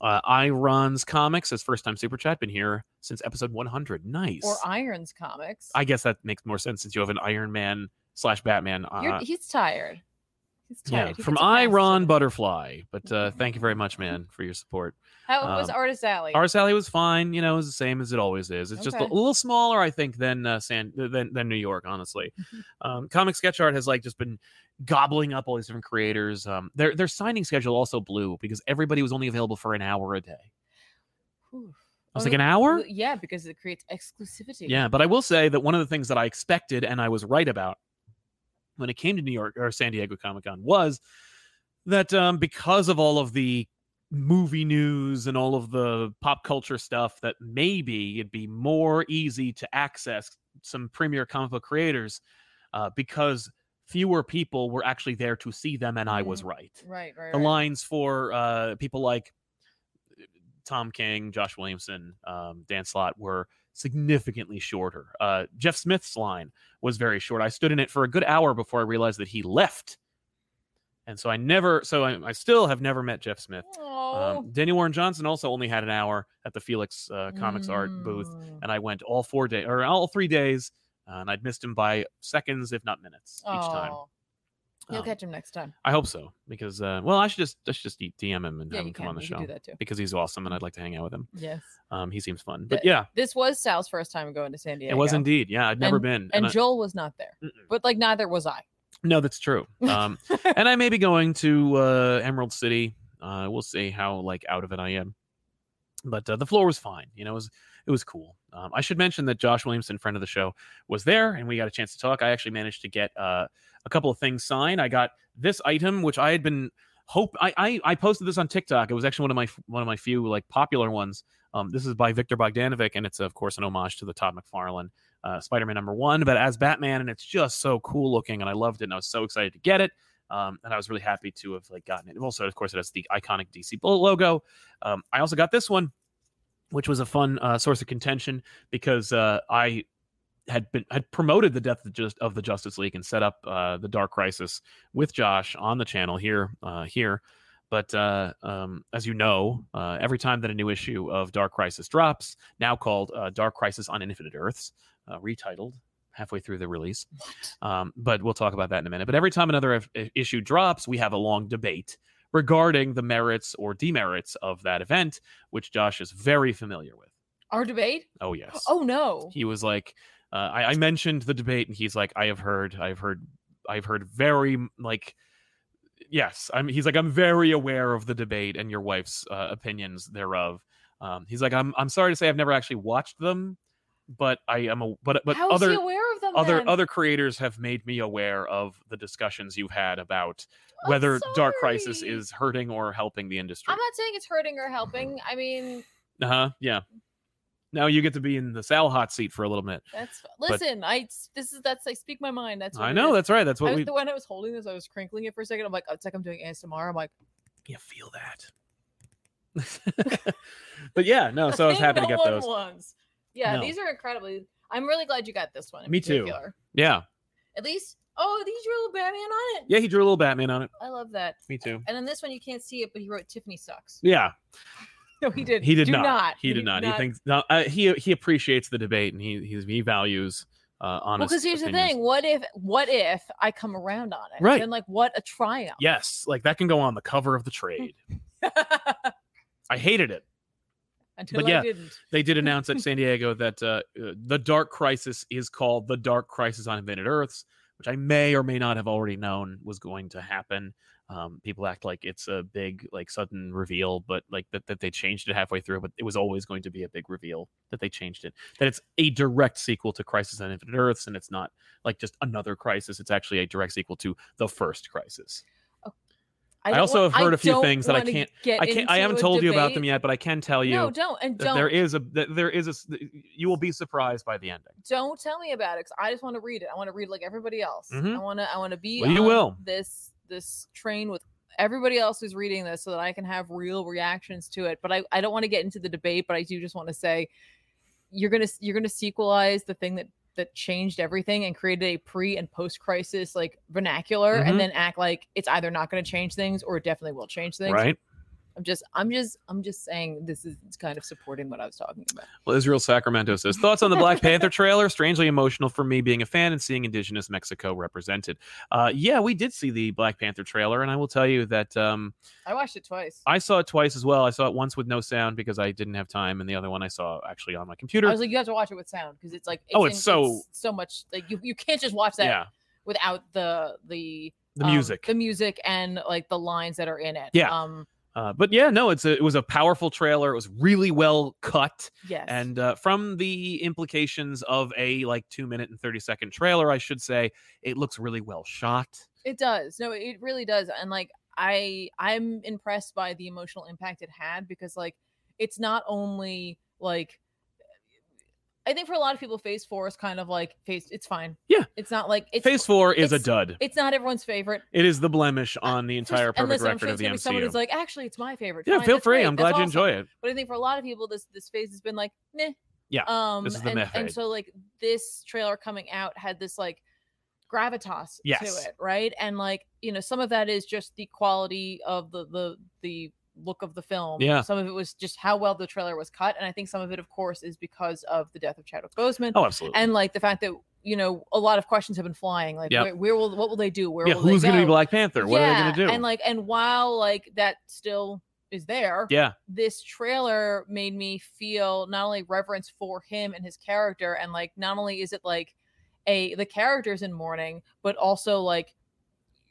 Speaker 1: Uh, I runs comics as first time super chat. Been here since episode 100. Nice.
Speaker 2: Or Irons comics.
Speaker 1: I guess that makes more sense since you have an Iron Man slash Batman.
Speaker 2: You're,
Speaker 1: Uh,
Speaker 2: he's tired. He's tired.
Speaker 1: yeah,
Speaker 2: He
Speaker 1: from
Speaker 2: gets a
Speaker 1: I
Speaker 2: pass
Speaker 1: Ron
Speaker 2: today.
Speaker 1: Butterfly. But uh,
Speaker 2: Mm-hmm.
Speaker 1: thank you very much, man, for your support.
Speaker 2: How was
Speaker 1: um,
Speaker 2: Artist Alley?
Speaker 1: Our Sally was fine. You know, it was the same as it always is. It's just a
Speaker 2: Okay.
Speaker 1: little smaller, I think, than uh, San than than New York. Honestly, um, comic sketch art has like just been gobbling up all these different creators. Um, their their signing schedule also blew because everybody was only available for an hour a day. I
Speaker 2: Whew.
Speaker 1: was
Speaker 2: Oh,
Speaker 1: like
Speaker 2: no-
Speaker 1: an hour.
Speaker 2: well, Yeah, because it creates exclusivity.
Speaker 1: Yeah, but I will say that one of the things that I expected and I was right about when it came to New York or San Diego Comic Con was that um, because of all of the movie news and all of the pop culture stuff, that maybe it'd be more easy to access some premier comic book creators uh, because fewer people were actually there to see them, and I was right.
Speaker 2: Right, right.
Speaker 1: The
Speaker 2: right.
Speaker 1: lines for uh, people like Tom King, Josh Williamson, um, Dan Slott were significantly shorter. Uh, Jeff Smith's line was very short. I stood in it for a good hour before I realized that he left. And so I never, so I, I still have never met Jeff Smith.
Speaker 2: Oh.
Speaker 1: Um, Danny Warren Johnson also only had an hour at the Felix uh, Comics Art booth,
Speaker 2: Mm.
Speaker 1: and I went all four days or all three days, uh, and I'd missed him by seconds, if not minutes, each time.
Speaker 2: Oh. You'll
Speaker 1: Um,
Speaker 2: catch him next time.
Speaker 1: I hope so because uh, well, I should just I should just D- DM him and
Speaker 2: Yeah,
Speaker 1: have him
Speaker 2: you
Speaker 1: come
Speaker 2: can.
Speaker 1: on the
Speaker 2: you
Speaker 1: show
Speaker 2: can do that too.
Speaker 1: because he's awesome and I'd like to hang out with him.
Speaker 2: Yes.
Speaker 1: Um, he seems fun, but
Speaker 2: The-
Speaker 1: yeah,
Speaker 2: This was Sal's first time going to San Diego.
Speaker 1: it was indeed. Yeah, I'd never been.
Speaker 2: And
Speaker 1: I-
Speaker 2: Joel was not there,
Speaker 1: Mm-mm.
Speaker 2: but like neither was I.
Speaker 1: no, that's true. Um, and I may be going to uh, Emerald City. Uh, we'll see how like out of it I am. But uh, the floor was fine. You know, it was it was cool. Um, I should mention that Josh Williamson, friend of the show, was there, and we got a chance to talk. I actually managed to get uh, a couple of things signed. I got this item, which I had been hope I, I I posted this on TikTok. It was actually one of my one of my few like popular ones. Um, this is by Victor Bogdanovic, and it's of course an homage to the Todd McFarlane uh, Spider-Man number one, but as Batman, and it's just so cool looking, and I loved it, and I was so excited to get it. Um, and I was really happy to have like gotten it. Also, of course, it has the iconic DC Bullet logo. Um, I also got this one, which was a fun uh, source of contention because uh, I had been had promoted the death of, just, of the Justice League and set up uh, the Dark Crisis with Josh on the channel here uh, here. But uh, um, as you know, uh, every time that a new issue of Dark Crisis drops, now called uh, Dark Crisis on Infinite Earths, uh, retitled halfway through the release. Um, but we'll talk about that in a minute. But every time another if- i- issue drops, we have a long debate regarding the merits or demerits of that event, which Josh is very familiar with.
Speaker 2: Our debate?
Speaker 1: Oh yes.
Speaker 2: Oh no.
Speaker 1: He was like, uh, I, I mentioned the debate, and he's like, I have heard, I've heard, I've heard very like, yes, I'm. He's like, I'm very aware of the debate and your wife's uh, opinions thereof. Um, he's like, I'm, I'm sorry to say, I've never actually watched them, but I am a, but but
Speaker 2: How is
Speaker 1: other
Speaker 2: he aware of them?
Speaker 1: other
Speaker 2: then?
Speaker 1: other creators have made me aware of the discussions you've had about whether Dark Crisis
Speaker 2: Oh, sorry.
Speaker 1: is hurting or helping the industry.
Speaker 2: I'm not saying it's hurting or helping. I mean,
Speaker 1: Uh huh. Yeah. Now you get to be in the Sal hot seat for a little bit.
Speaker 2: that's listen. I this is that's I speak my mind. That's what
Speaker 1: I
Speaker 2: it
Speaker 1: know.
Speaker 2: is.
Speaker 1: That's right. That's
Speaker 2: I
Speaker 1: what
Speaker 2: was,
Speaker 1: we.
Speaker 2: the when I was holding this, I was crinkling it for a second. I'm like, "Oh, it's like I'm doing ASMR. I'm like,
Speaker 1: You feel that. but yeah, no. So I was
Speaker 2: "Thing
Speaker 1: happy to
Speaker 2: no
Speaker 1: get
Speaker 2: one
Speaker 1: those.
Speaker 2: wants." Yeah,
Speaker 1: No.
Speaker 2: these are incredibly. I'm really glad you got this one. in
Speaker 1: Me too.
Speaker 2: particular.
Speaker 1: Yeah.
Speaker 2: At least, oh, these drew a Batman on it.
Speaker 1: Yeah. He drew a little Batman on it.
Speaker 2: I love that.
Speaker 1: Me too.
Speaker 2: And then this one, you can't see it, but he wrote Tiffany sucks.
Speaker 1: Yeah.
Speaker 2: No, he did.
Speaker 1: He did
Speaker 2: Do
Speaker 1: not. He did not. He thinks no, uh, he he appreciates the debate and he he's, he values uh, honest.
Speaker 2: Well, because here's
Speaker 1: opinions.
Speaker 2: the thing: what if, what if I come around on it?
Speaker 1: Right.
Speaker 2: Then, like, what a triumph!
Speaker 1: Yes, like that can go on the cover of
Speaker 2: Mm-hmm.
Speaker 1: the trade. I hated it.
Speaker 2: Until
Speaker 1: yeah,
Speaker 2: I didn't.
Speaker 1: they did announce at San Diego that uh, uh, the Dark Crisis is called the Dark Crisis on Invented Earths, which I may or may not have already known was going to happen. Um, people act like it's a big, like sudden reveal, but like that, that they changed it halfway through. But it was always going to be a big reveal that they changed it. That it's a direct sequel to Crisis on Infinite Earths, and it's not like just another crisis. It's actually a direct sequel to the first crisis. I
Speaker 2: don't
Speaker 1: also
Speaker 2: want-
Speaker 1: have heard a few
Speaker 2: don't
Speaker 1: things that I
Speaker 2: wanna
Speaker 1: can't-
Speaker 2: Get
Speaker 1: I can't. I
Speaker 2: into
Speaker 1: haven't
Speaker 2: a
Speaker 1: told you about
Speaker 2: debate.
Speaker 1: them yet, but I can tell you.
Speaker 2: No, don't and
Speaker 1: that
Speaker 2: don't.
Speaker 1: there is a that there is a s- that you will be surprised by the ending.
Speaker 2: don't tell me about it because I just want to read it. I want to read like everybody else. I
Speaker 1: Mhm.
Speaker 2: want to. I want to be.
Speaker 1: Well, you
Speaker 2: on
Speaker 1: will.
Speaker 2: This this train with everybody else who's reading this so that I can have real reactions to it. But I I don't want to get into the debate. But I do just want to say, you're gonna s- you're gonna sequelize the thing that that changed everything and created a pre and post crisis like vernacular
Speaker 1: Mhm.
Speaker 2: and then act like it's either not going to change things or it definitely will change things
Speaker 1: Right?
Speaker 2: i'm just i'm just i'm just saying this is it's kind of supporting what i was talking about
Speaker 1: Well, Israel Sacramento says thoughts on the Black Panther trailer. Strangely emotional for me, being a fan and seeing Indigenous Mexico represented. Uh, yeah, we did see the Black Panther trailer, and I will tell you that um,
Speaker 2: i watched it twice
Speaker 1: I saw it twice as well. I saw it once with no sound because I didn't have time, and the other one I saw actually on my computer.
Speaker 2: I was like, you have to watch it with sound because it's like
Speaker 1: Oh, it's so-
Speaker 2: so much like you, you can't just watch that
Speaker 1: yeah,
Speaker 2: without the the
Speaker 1: the
Speaker 2: um,
Speaker 1: music.
Speaker 2: the music and like the lines that are in it.
Speaker 1: Yeah.
Speaker 2: Um.
Speaker 1: uh, but yeah, no, it's a, it was a powerful trailer. It was really well cut.
Speaker 2: Yes.
Speaker 1: And uh, from the implications of a like two minute and 30 second trailer, I should say, it looks really well shot.
Speaker 2: it does. No, it really does. And like I I'm impressed by the emotional impact it had because like it's not only like I think for a lot of people, Phase Four is kind of like Phase. It's fine.
Speaker 1: Yeah.
Speaker 2: It's not like it's
Speaker 1: Phase four is a
Speaker 2: it's-
Speaker 1: dud.
Speaker 2: It's not everyone's favorite.
Speaker 1: It is the blemish on the
Speaker 2: First-
Speaker 1: entire
Speaker 2: and
Speaker 1: perfect
Speaker 2: listen, I'm
Speaker 1: record
Speaker 2: sure
Speaker 1: of
Speaker 2: it's
Speaker 1: the
Speaker 2: gonna be someone
Speaker 1: MCU.
Speaker 2: who's like, actually, it's my favorite.
Speaker 1: yeah,
Speaker 2: Fine,
Speaker 1: feel
Speaker 2: that's
Speaker 1: free.
Speaker 2: great.
Speaker 1: I'm
Speaker 2: That's
Speaker 1: glad you
Speaker 2: awesome."
Speaker 1: enjoy it.
Speaker 2: But I think for a lot of people, this this phase has been like, meh.
Speaker 1: Yeah,
Speaker 2: Um,
Speaker 1: this is the
Speaker 2: and,
Speaker 1: method.
Speaker 2: and so like this trailer coming out had this like gravitas
Speaker 1: Yes.
Speaker 2: to it, right? And like you know, some of that is just the quality of the the the look of the film.
Speaker 1: Yeah.
Speaker 2: Some of it was just how well the trailer was cut, and I think some of it, of course, is because of the death of Chadwick Boseman
Speaker 1: Oh, absolutely.
Speaker 2: and like the fact that you know a lot of questions have been flying. Like,
Speaker 1: Yep.
Speaker 2: where, where will what will they do? Where
Speaker 1: yeah,
Speaker 2: will they
Speaker 1: who's going to be
Speaker 2: go?
Speaker 1: Black Panther? What are they going to do?
Speaker 2: And like, and while like that still is there,
Speaker 1: yeah,
Speaker 2: this trailer made me feel not only reverence for him and his character, and like not only is it like a the characters in mourning, but also like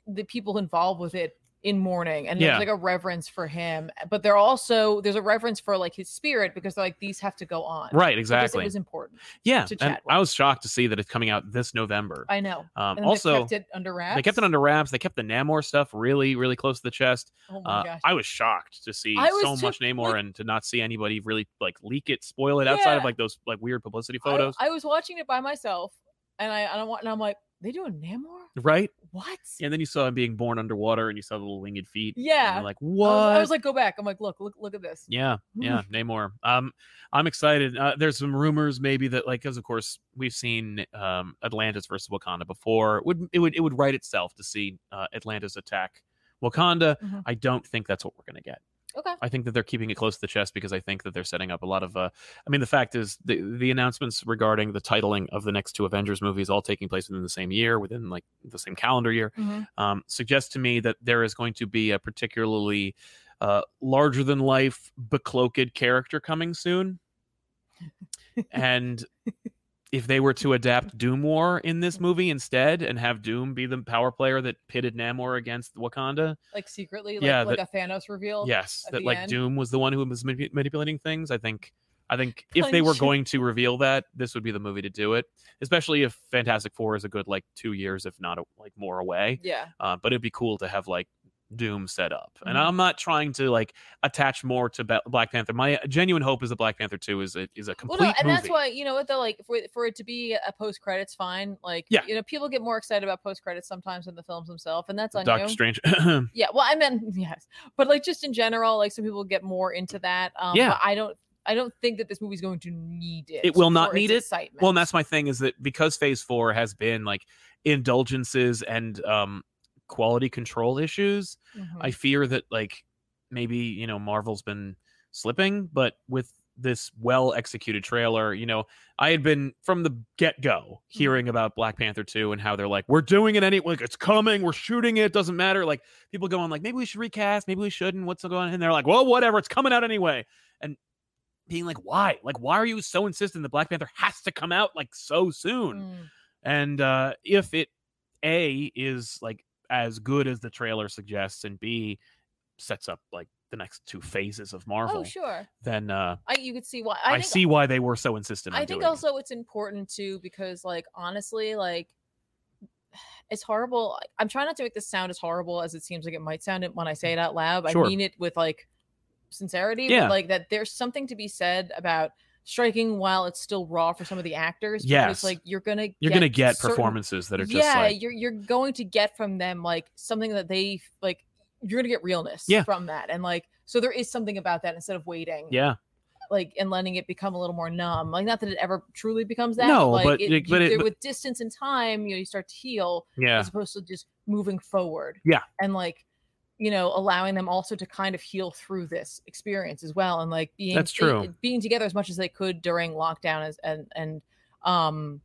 Speaker 2: the people involved with it in mourning, and
Speaker 1: Yeah.
Speaker 2: there's like a reverence for him. But there also there's a reverence for like his spirit because they're like these have to go on.
Speaker 1: right,
Speaker 2: Because
Speaker 1: exactly.
Speaker 2: It was important.
Speaker 1: yeah,
Speaker 2: to
Speaker 1: and
Speaker 2: chat with.
Speaker 1: I was shocked to see that it's coming out this November.
Speaker 2: I know.
Speaker 1: Um,
Speaker 2: And
Speaker 1: also,
Speaker 2: they kept it under wraps.
Speaker 1: They kept it under wraps. They kept the Namor stuff really, really close to the chest.
Speaker 2: Oh my
Speaker 1: Uh,
Speaker 2: gosh.
Speaker 1: I was shocked to see
Speaker 2: I was
Speaker 1: so
Speaker 2: too,
Speaker 1: much Namor
Speaker 2: like-
Speaker 1: and to not see anybody really like leak it, spoil it outside of
Speaker 2: Yeah.
Speaker 1: like those like weird publicity
Speaker 2: I-
Speaker 1: photos,
Speaker 2: I, was watching it by myself, and I and I want and I'm like, they doing Namor?
Speaker 1: right?
Speaker 2: What?
Speaker 1: And then you saw him being born underwater, and you saw the little winged feet. and
Speaker 2: Yeah.
Speaker 1: you're like
Speaker 2: I
Speaker 1: what?
Speaker 2: was, I was like, go back. I'm like, look, look, look at this.
Speaker 1: yeah, yeah, Namor. Um, I'm excited. Uh, there's some rumors maybe that like, because of course we've seen um Atlantis versus Wakanda before. It would it would it would write itself to see uh, Atlantis attack Wakanda?
Speaker 2: Mhm.
Speaker 1: I don't think that's what we're gonna get.
Speaker 2: Okay.
Speaker 1: I think that they're keeping it close to the chest because I think that they're setting up a lot of. Uh, I mean, the fact is the the announcements regarding the titling of the next two Avengers movies all taking place within the same year, within like the same calendar year,
Speaker 2: Mhm.
Speaker 1: um, suggests to me that there is going to be a particularly uh, larger than life becloaked character coming soon, and. If they were to adapt Doom War in this movie instead and have Doom be the power player that pitted Namor against Wakanda,
Speaker 2: Like secretly, like,
Speaker 1: Yeah,
Speaker 2: like a Thanos reveal.
Speaker 1: yes
Speaker 2: at
Speaker 1: that
Speaker 2: the
Speaker 1: like
Speaker 2: end.
Speaker 1: doom was the one who was manip- manipulating things i think i think if they were
Speaker 2: Punch.
Speaker 1: going to reveal that this would be the movie to do it especially if fantastic four is a good like two years if not a, like more away
Speaker 2: Yeah.
Speaker 1: uh, but it'd be cool to have like doom set up and
Speaker 2: Mhm.
Speaker 1: i'm not trying to like attach more to Ba- black panther my genuine hope is that black panther 2 is a, is a
Speaker 2: Well,
Speaker 1: complete
Speaker 2: no, and
Speaker 1: movie
Speaker 2: that's why you know what though, like for for it to be a post credits, fine. Like,
Speaker 1: Yeah.
Speaker 2: you know, people get more excited about post credits sometimes than the films themselves, and that's on
Speaker 1: doctor
Speaker 2: you.
Speaker 1: strange
Speaker 2: Yeah, well, I mean, yes, but like just in general, like some people get more into that. Um,
Speaker 1: Mm. Yeah.
Speaker 2: but I don't, I don't think that this movie's going to need it.
Speaker 1: It will not
Speaker 2: for its
Speaker 1: need it.
Speaker 2: Excitement.
Speaker 1: Well, and that's my thing is that because Phase Four has been like indulgences and um, quality control issues,
Speaker 2: Mhm.
Speaker 1: I fear that like maybe you know Marvel's been slipping, but with this well executed trailer, you know, I had been from the get go hearing about Black Panther 2 and how they're like, we're doing it anyway, like it's coming, we're shooting it, doesn't matter. Like people go on like maybe we should recast, maybe we shouldn't, what's going on? And they're like, well, whatever, it's coming out anyway. And being like, why? Like, why are you so insistent that Black Panther has to come out like so soon?
Speaker 2: Mm.
Speaker 1: And uh, if it A is like as good as the trailer suggests, and B sets up like the next two phases of Marvel,
Speaker 2: Oh, sure.
Speaker 1: then uh,
Speaker 2: I you could see why.
Speaker 1: I,
Speaker 2: I, think,
Speaker 1: see why they were so insistent. On
Speaker 2: I
Speaker 1: doing
Speaker 2: think
Speaker 1: it.
Speaker 2: also it's important too because like honestly, like it's horrible. I- I'm trying not to make this sound as horrible as it seems like it might sound it when I say it out loud.
Speaker 1: Sure.
Speaker 2: I mean it with like sincerity.
Speaker 1: Yeah.
Speaker 2: But, like that there's something to be said about striking while it's still raw for some of the actors.
Speaker 1: Yes.
Speaker 2: Because, like you're gonna
Speaker 1: you're gonna get
Speaker 2: certain-
Speaker 1: performances that are just
Speaker 2: yeah,
Speaker 1: like
Speaker 2: you're you're going to get from them like something that they like. You're gonna get realness
Speaker 1: Yeah.
Speaker 2: from that, and like so there is something about that instead of waiting.
Speaker 1: yeah,
Speaker 2: like and letting it become a little more numb. Like not that it ever truly becomes that.
Speaker 1: No,
Speaker 2: like,
Speaker 1: but it- but it-
Speaker 2: there-
Speaker 1: but-
Speaker 2: with distance and time, you know, you start to heal
Speaker 1: yeah,
Speaker 2: as opposed to just moving forward.
Speaker 1: Yeah.
Speaker 2: and like you know, allowing them also to kind of heal through this experience as well, and like being
Speaker 1: That's true.
Speaker 2: it- being together as much as they could during lockdown as and and um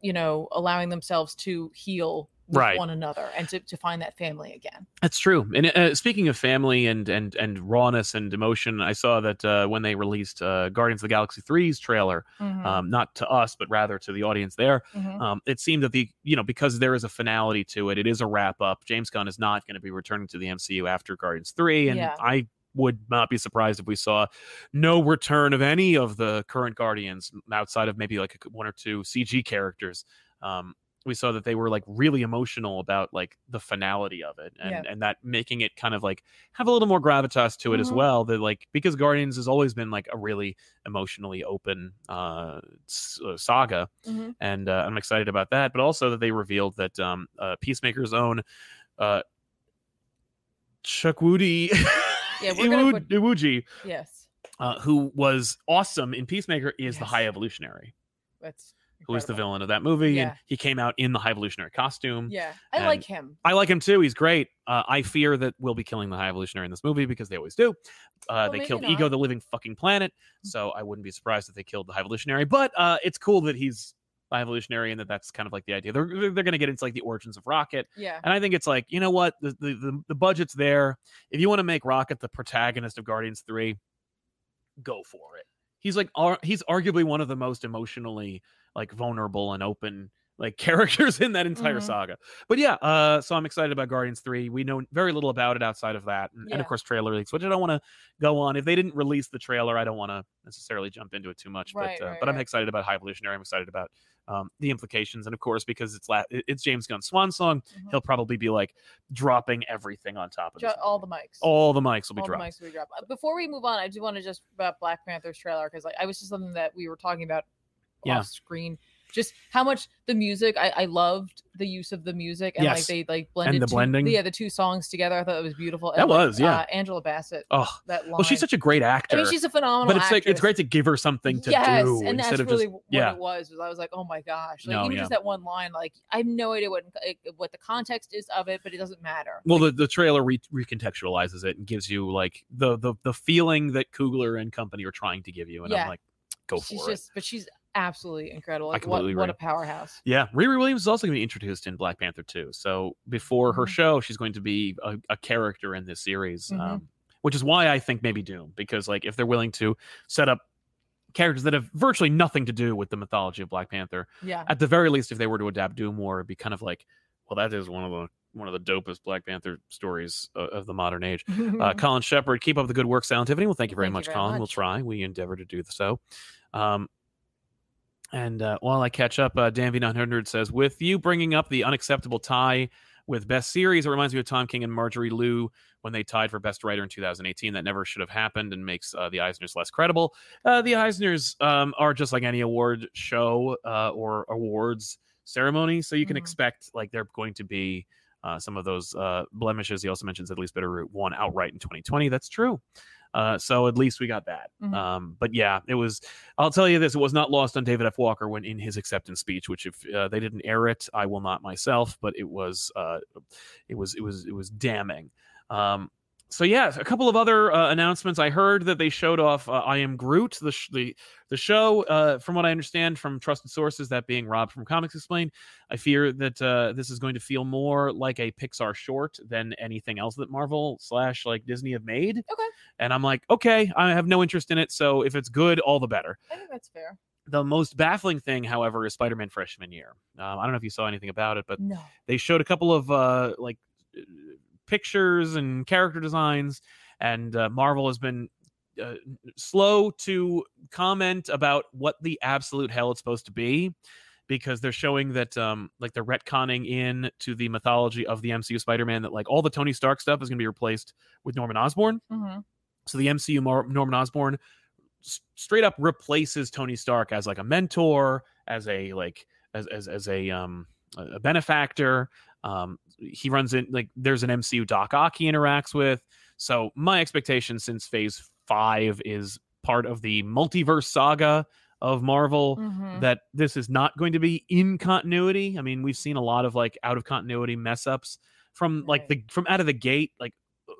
Speaker 2: you know allowing themselves to heal with
Speaker 1: Right.
Speaker 2: one another and to, to find that family again.
Speaker 1: that's true. And uh, speaking of family and and and rawness and emotion, I saw that uh, when they released uh, Guardians of the Galaxy 3's trailer,
Speaker 2: Mm-hmm, Mm.
Speaker 1: um, not to us but rather to the audience there,
Speaker 2: Mhm.
Speaker 1: um, it seemed that the you know because there is a finality to it, it is a wrap up. James Gunn is not going to be returning to the MCU after Guardians three, and
Speaker 2: Yeah.
Speaker 1: I would not be surprised if we saw no return of any of the current Guardians outside of maybe like a- one or two CG characters. Um, we saw that they were like really emotional about like the finality of it and and that making it kind of like have a little more gravitas to it as
Speaker 2: Mhm.
Speaker 1: well that like because guardians has always been like a really emotionally open uh s- uh, saga
Speaker 2: Mhm.
Speaker 1: and uh, I'm excited about that. But also that they revealed that um, uh, Peacemaker's own uh, Chukwudi
Speaker 2: Yeah, we're gonna
Speaker 1: Iwu- Iwuji
Speaker 2: Yes.
Speaker 1: uh, who was awesome in Peacemaker, is the
Speaker 2: Yes.
Speaker 1: High Evolutionary,
Speaker 2: That's
Speaker 1: who is the
Speaker 2: incredible.
Speaker 1: villain of that movie, and
Speaker 2: Yeah.
Speaker 1: he came out in the High Evolutionary costume.
Speaker 2: Yeah, I
Speaker 1: And-
Speaker 2: like him.
Speaker 1: I like him too. He's great. Uh, I fear that we'll be killing the High Evolutionary in this movie because they always do. Uh,
Speaker 2: Well,
Speaker 1: they
Speaker 2: maybe
Speaker 1: killed
Speaker 2: not. Mm.
Speaker 1: Ego, the living fucking planet. So I wouldn't be surprised if they killed the High Evolutionary. But uh, it's cool that he's High Evolutionary and that that's kind of like the idea. They're, they're going to get into like the origins of Rocket.
Speaker 2: Yeah,
Speaker 1: And I think it's like, you know what? The, the, the, the budget's there. If you want to make Rocket the protagonist of Guardians 3, go for it. He's like, ar- he's arguably one of the most emotionally like vulnerable and open like characters in that entire
Speaker 2: Mhm.
Speaker 1: saga. But yeah, uh, so I'm excited about Guardians 3. We know very little about it outside of that. And, and
Speaker 2: Yeah.
Speaker 1: of course, trailer leaks, which I don't want to go on. If they didn't release the trailer, I don't want to necessarily jump into it too much.
Speaker 2: Right,
Speaker 1: but uh,
Speaker 2: right,
Speaker 1: but I'm
Speaker 2: right.
Speaker 1: excited about High Evolutionary. I'm excited about um, the implications. And of course, because it's la- it- it's James Gunn's swan song,
Speaker 2: Mhm.
Speaker 1: he'll probably be like dropping everything on top of
Speaker 2: Ju-
Speaker 1: this
Speaker 2: all the
Speaker 1: movie.
Speaker 2: mics.
Speaker 1: all the mics will be
Speaker 2: all the
Speaker 1: dropped.
Speaker 2: mics will be dropped. Uh, Before we move on, I do want to just about Black Panther's trailer because like I was just something that we were talking about
Speaker 1: Yeah.
Speaker 2: off screen. Just how much the music I, I loved the use of the music and
Speaker 1: Yes.
Speaker 2: like they like blended
Speaker 1: the
Speaker 2: two-
Speaker 1: blending.
Speaker 2: yeah the two songs together. I thought it was beautiful.
Speaker 1: That
Speaker 2: And, like,
Speaker 1: was, yeah.
Speaker 2: uh, Angela Bassett
Speaker 1: Oh,
Speaker 2: that line.
Speaker 1: well, she's such a great
Speaker 2: I
Speaker 1: actor.
Speaker 2: mean she's a phenomenal.
Speaker 1: but it's like it's
Speaker 2: actress.
Speaker 1: great to give her something to
Speaker 2: yes,
Speaker 1: do
Speaker 2: and that's
Speaker 1: instead of just
Speaker 2: really what
Speaker 1: yeah.
Speaker 2: it was. Was I was like, oh my gosh, like
Speaker 1: No,
Speaker 2: even
Speaker 1: yeah.
Speaker 2: just that one line, like I have no idea what like, what the context is of it, but it doesn't matter.
Speaker 1: Well, the, the trailer re- recontextualizes it and gives you like the, the the feeling that Kugler and company are trying to give you, and I'm
Speaker 2: Yeah.
Speaker 1: like, go
Speaker 2: she's
Speaker 1: for it.
Speaker 2: just, but she's absolutely incredible.
Speaker 1: I
Speaker 2: Like what,
Speaker 1: completely
Speaker 2: what
Speaker 1: agree.
Speaker 2: a powerhouse.
Speaker 1: Yeah, Riri Williams is also going to be introduced in Black Panther 2. So before her
Speaker 2: Mhm.
Speaker 1: show, she's going to be a, a character in this series,
Speaker 2: Mhm.
Speaker 1: um, which is why I think maybe Doom, because like if they're willing to set up characters that have virtually nothing to do with the mythology of Black Panther,
Speaker 2: Yeah,
Speaker 1: at the very least, if they were to adapt Doom War, it'd be kind of like, well, that is one of the one of the dopest Black Panther stories of, of the modern age.
Speaker 2: Mm-hmm,
Speaker 1: Uh, Colin Shepard, keep up the good work, Sound Tiffany. Well, thank you very
Speaker 2: Thank you
Speaker 1: much,
Speaker 2: very
Speaker 1: Colin. We'll
Speaker 2: much.
Speaker 1: try. We endeavor to do so. Um, and uh, while I catch up, uh, Danv900 says, with you bringing up the unacceptable tie with Best Series, it reminds me of Tom King and Marjorie Liu when they tied for Best Writer in 2018. That never should have happened and makes uh, the Eisners less credible. Uh, the Eisners um, are just like any award show uh, or awards ceremony, so you can
Speaker 2: Mhm.
Speaker 1: expect like they're going to be uh, some of those uh, blemishes. He also mentions at least Bitterroot won outright in 2020. That's true. Uh, so at least we got that.
Speaker 2: Mhm.
Speaker 1: Um, but yeah, it was. I'll tell you this: it was not lost on David F. Walker when in his acceptance speech. Which, if uh, they didn't air it, I will not myself. But it was, uh, it was, it was, it was damning. Um, so yeah, a couple of other uh, announcements. I heard that they showed off uh, "I Am Groot," the sh- the the show. Uh, from what I understand from trusted sources, that being Rob from Comics Explained. I fear that uh, this is going to feel more like a Pixar short than anything else that Marvel slash like Disney have made.
Speaker 2: Okay.
Speaker 1: And I'm like, okay, I have no interest in it. So if it's good, all the better.
Speaker 2: I think that's fair.
Speaker 1: The most baffling thing, however, is Spider-Man freshman year. Um, I don't know if you saw anything about it, but
Speaker 2: No,
Speaker 1: they showed a couple of uh, like uh, pictures and character designs, and uh, Marvel has been uh, slow to comment about what the absolute hell it's supposed to be because they're showing that um like they're retconning in to the mythology of the MCU Spider-Man that like all the Tony Stark stuff is going to be replaced with Norman Osborn.
Speaker 2: Mhm.
Speaker 1: So the MCU Mar- Norman Osborn s- straight up replaces Tony Stark as like a mentor, as a like as as as a um a a benefactor. Um, he runs in like there's an MCU Doc Ock he interacts with. So my expectation since Phase Five is part of the multiverse saga of Marvel
Speaker 2: Mhm.
Speaker 1: that this is not going to be in continuity. I mean, we've seen a lot of like out of continuity mess ups from like the from out of the gate. Like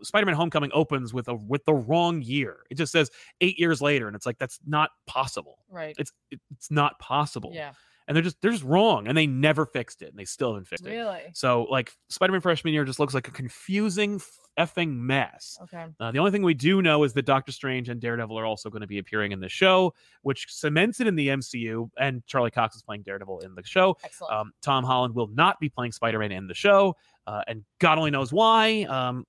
Speaker 1: Spider-Man: Homecoming opens with a with the wrong year. It just says eight years later, and it's like that's not possible.
Speaker 2: right.
Speaker 1: It's it- it's not possible.
Speaker 2: Yeah,
Speaker 1: and they're just they're just wrong, and they never fixed it, and they still haven't fixed it.
Speaker 2: really.
Speaker 1: So like Spider-Man freshman year just looks like a confusing effing mess.
Speaker 2: Okay.
Speaker 1: Uh, the only thing we do know is that Doctor Strange and Daredevil are also going to be appearing in the show, which cements it in the MCU. And Charlie Cox is playing Daredevil in the show.
Speaker 2: Excellent.
Speaker 1: Um, Tom Holland will not be playing Spider Man in the show, uh, and God only knows why. Um,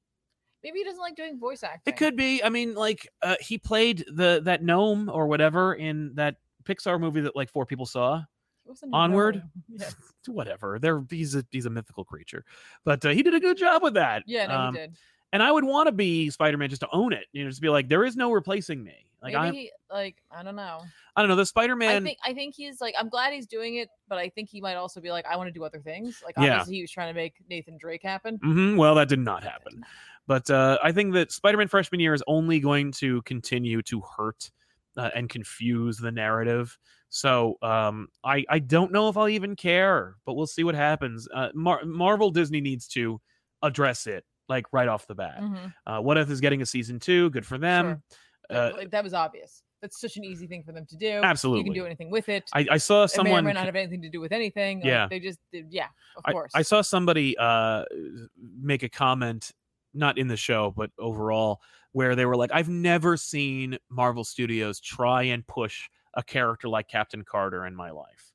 Speaker 2: Maybe he doesn't like doing voice acting.
Speaker 1: it could be. I mean, like uh, he played the that gnome or whatever in that Pixar movie that like four people saw.
Speaker 2: It wasn't
Speaker 1: Onward?
Speaker 2: known. Yeah.
Speaker 1: Whatever. There, he's a he's a mythical creature, but uh, he did a good job with that.
Speaker 2: Yeah. No,
Speaker 1: Um,
Speaker 2: he did.
Speaker 1: and I would want to be Spider Man just to own it. You know, just be like, there is no replacing me. Like
Speaker 2: Maybe
Speaker 1: I'm,
Speaker 2: he like I don't know.
Speaker 1: I don't know. The Spider
Speaker 2: I
Speaker 1: Man.
Speaker 2: think I think he's like I'm glad he's doing it, but I think he might also be like I want to do other things. Like
Speaker 1: Yeah. Mm-hmm,
Speaker 2: obviously he was trying to make Nathan Drake happen.
Speaker 1: hmm well, that did not happen. But uh, I think that Spider-Man freshman year is only going to continue to hurt uh, and confuse the narrative. So um, I I don't know if I'll even care, but we'll see what happens. Uh, Mar- Marvel Disney needs to address it like right off the bat.
Speaker 2: Mhm.
Speaker 1: Uh, what if is getting a season two? Good for them. Uh,
Speaker 2: Like, that was obvious. That's such an easy thing for them to do. You
Speaker 1: absolutely.
Speaker 2: can do anything with it.
Speaker 1: I, I saw
Speaker 2: it may or
Speaker 1: someone.
Speaker 2: may not have anything to do with anything. Like,
Speaker 1: Yeah.
Speaker 2: they just, did- yeah, of
Speaker 1: I,
Speaker 2: course.
Speaker 1: I saw somebody uh, make a comment, not in the show, but overall, where they were like, "I've never seen Marvel Studios try and push a character like Captain Carter in my life,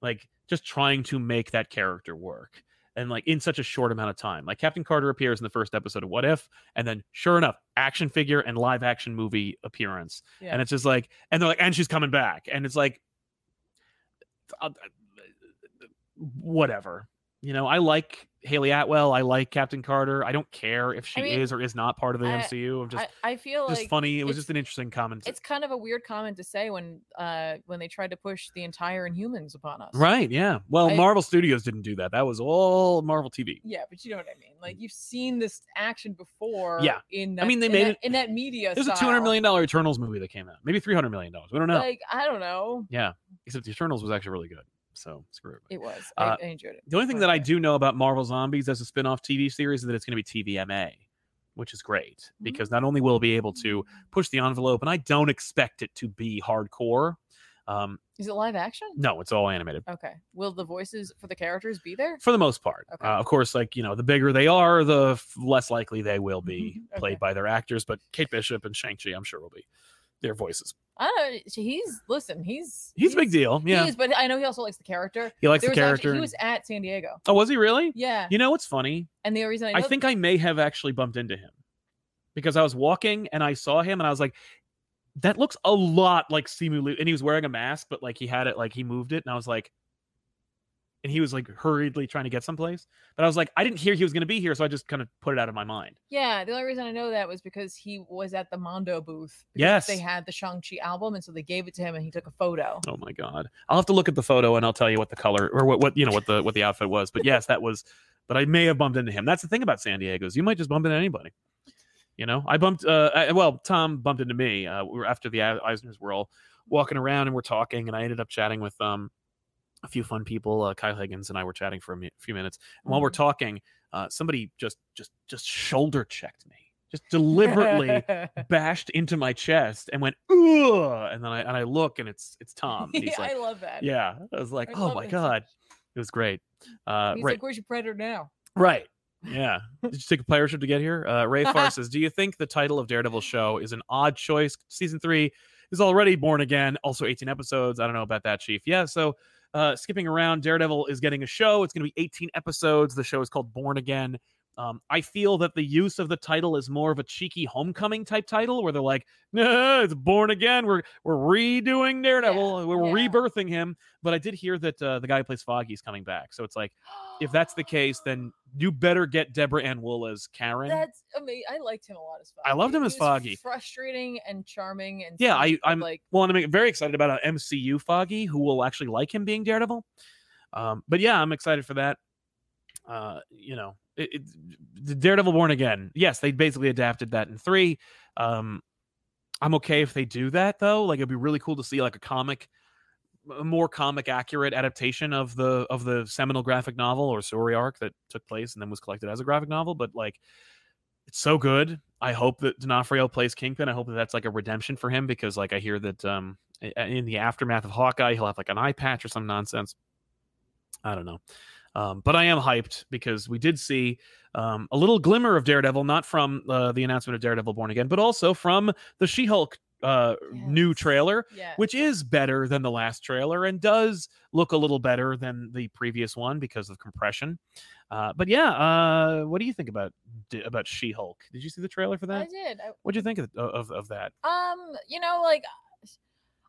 Speaker 1: like just trying to make that character work." And like in such a short amount of time, like Captain Carter appears in the first episode of What If, and then sure enough, action figure and live action movie appearance,
Speaker 2: Yeah.
Speaker 1: and it's just like, and they're like, and she's coming back, and it's like, I'll- whatever. You know, I like Haley Atwell. I like Captain Carter. I don't care if she
Speaker 2: mean,
Speaker 1: is or is not part of the
Speaker 2: I-
Speaker 1: MCU. I'm just
Speaker 2: I, I feel
Speaker 1: just
Speaker 2: like
Speaker 1: funny. It was
Speaker 2: it's-
Speaker 1: just an interesting comment.
Speaker 2: it's kind of a weird comment to say when uh when they tried to push the entire Inhumans upon us.
Speaker 1: Right, yeah. Well,
Speaker 2: I-
Speaker 1: Marvel Studios didn't do that. That was all Marvel TV.
Speaker 2: Yeah, but you know what I mean. Like you've seen this action before.
Speaker 1: Yeah.
Speaker 2: In
Speaker 1: I
Speaker 2: that,
Speaker 1: mean, they
Speaker 2: in
Speaker 1: made
Speaker 2: that,
Speaker 1: it-
Speaker 2: in that media.
Speaker 1: There's a two
Speaker 2: style.
Speaker 1: hundred million dollar Eternals movie that came out. Maybe three hundred million dollars. We don't know.
Speaker 2: Like I don't know.
Speaker 1: yeah, except the Eternals was actually really good. So screw everybody.
Speaker 2: It was.
Speaker 1: Uh,
Speaker 2: I, I enjoyed it.
Speaker 1: The only thing that I
Speaker 2: Okay.
Speaker 1: do know about Marvel Zombies as a spin-off TV series is that it's going to be TVMA, which is great
Speaker 2: Mm-hmm.
Speaker 1: because not only will it be able to push the envelope, and I don't expect it to be hardcore. Um,
Speaker 2: Is it live action?
Speaker 1: no, it's all animated
Speaker 2: Okay. Will the voices for the characters be there?
Speaker 1: for the most part.
Speaker 2: Okay.
Speaker 1: Uh, of course, like you know, the bigger they are, the f- less likely they will be
Speaker 2: Mm-hmm. Okay.
Speaker 1: played by their actors. But Kate Bishop and Shang Chi, I'm sure, will be their voices.
Speaker 2: I don't. He's listen. He's
Speaker 1: He's, a big deal.
Speaker 2: He
Speaker 1: Yeah,
Speaker 2: is, but I know he also likes the character.
Speaker 1: he likes
Speaker 2: There
Speaker 1: the
Speaker 2: was actually-
Speaker 1: character.
Speaker 2: he was at San Diego.
Speaker 1: oh, was he really?
Speaker 2: Yeah.
Speaker 1: You know what's funny?
Speaker 2: And the reason I, know
Speaker 1: I think I may have actually bumped into him because I was walking and I saw him and I was like, that looks a lot like Simu Liu. And he was wearing a mask, but like he had it, like he moved it. And I was like, and he was like hurriedly trying to get someplace. But I was like, I didn't hear he was going to be here. So I just kind of put it out of my mind.
Speaker 2: Yeah, the only reason I know that was because he was at the Mondo booth. because
Speaker 1: Yes.
Speaker 2: They had the Shang-Chi album, and so they gave it to him and he took a photo.
Speaker 1: Oh my God. I'll have to look at the photo and I'll tell you what the color or what, what you know, what the, what the outfit was. But yes, that was, but I may have bumped into him. That's the thing about San Diego's. You might just bump into anybody. You know, I bumped. Uh, I, well, Tom bumped into me. Uh, we were after the Eisners were all walking around and we're talking, and I ended up chatting with um a few fun people. Uh, Kyle Higgins and I were chatting for a mi- few minutes, and while we're
Speaker 2: Mm-hmm.
Speaker 1: talking, uh, somebody just just just shoulder checked me, just deliberately bashed into my chest and went ugh, and then I and I look and it's it's Tom. And um, he's
Speaker 2: Yeah,
Speaker 1: like,
Speaker 2: I love that.
Speaker 1: yeah, I was like,
Speaker 2: I
Speaker 1: oh
Speaker 2: love
Speaker 1: my
Speaker 2: it so
Speaker 1: god, it was great. Uh,
Speaker 2: He's
Speaker 1: right,
Speaker 2: like, "Where's your predator now?"
Speaker 1: Right. Yeah. Did you take a pirate ship to get here? Uh, Ray Farr says, Do you think the title of Daredevil show is an odd choice? Season three is already born again, also 18 episodes. I don't know about that, Chief. Yeah. So uh, skipping around, Daredevil is getting a show. It's going to be 18 episodes. The show is called Born Again. Um, I feel that the use of the title is more of a cheeky homecoming type title where they're like, no, it's born again. We're we're redoing Daredevil. We're
Speaker 2: yeah.
Speaker 1: rebirthing him. But I did hear that uh, the guy who plays Foggy's coming back. So it's like, if that's the case, then you better get Deborah Ann Wool as Karen.
Speaker 2: that's amazing. I liked him a lot as Foggy.
Speaker 1: I loved him
Speaker 2: He
Speaker 1: as
Speaker 2: was
Speaker 1: Foggy.
Speaker 2: Frustrating and charming and
Speaker 1: Yeah, I-
Speaker 2: sweet, but,
Speaker 1: I'm-
Speaker 2: like
Speaker 1: well, and I'm very excited about uh, an MCU Foggy who will actually like him being Daredevil. Um, but yeah, I'm excited for that. Uh, you know, it, it, the Daredevil Born Again. Yes, they basically adapted that in three. Um, I'm okay if they do that though. Like it'd be really cool to see like a comic, a more comic accurate adaptation of the of the seminal graphic novel or story arc that took place and then was collected as a graphic novel. But like, it's so good. I hope that D'Onofrio plays Kingpin. I hope that that's like a redemption for him because like I hear that um i- in the aftermath of Hawkeye he'll have like an eye patch or some nonsense. I don't know. Um, but I am hyped because we did see um, a little glimmer of Daredevil, not from uh, the announcement of Daredevil Born Again, but also from the She Hulk uh, new
Speaker 2: Yes.
Speaker 1: trailer,
Speaker 2: yeah.
Speaker 1: which is better than the last trailer and does look a little better than the previous one because of compression. Uh, but yeah, uh, what do you think about d- about She Hulk? Did you see the trailer for
Speaker 2: I
Speaker 1: that?
Speaker 2: did. I,
Speaker 1: What'd you think of of, of that?
Speaker 2: um, you know, like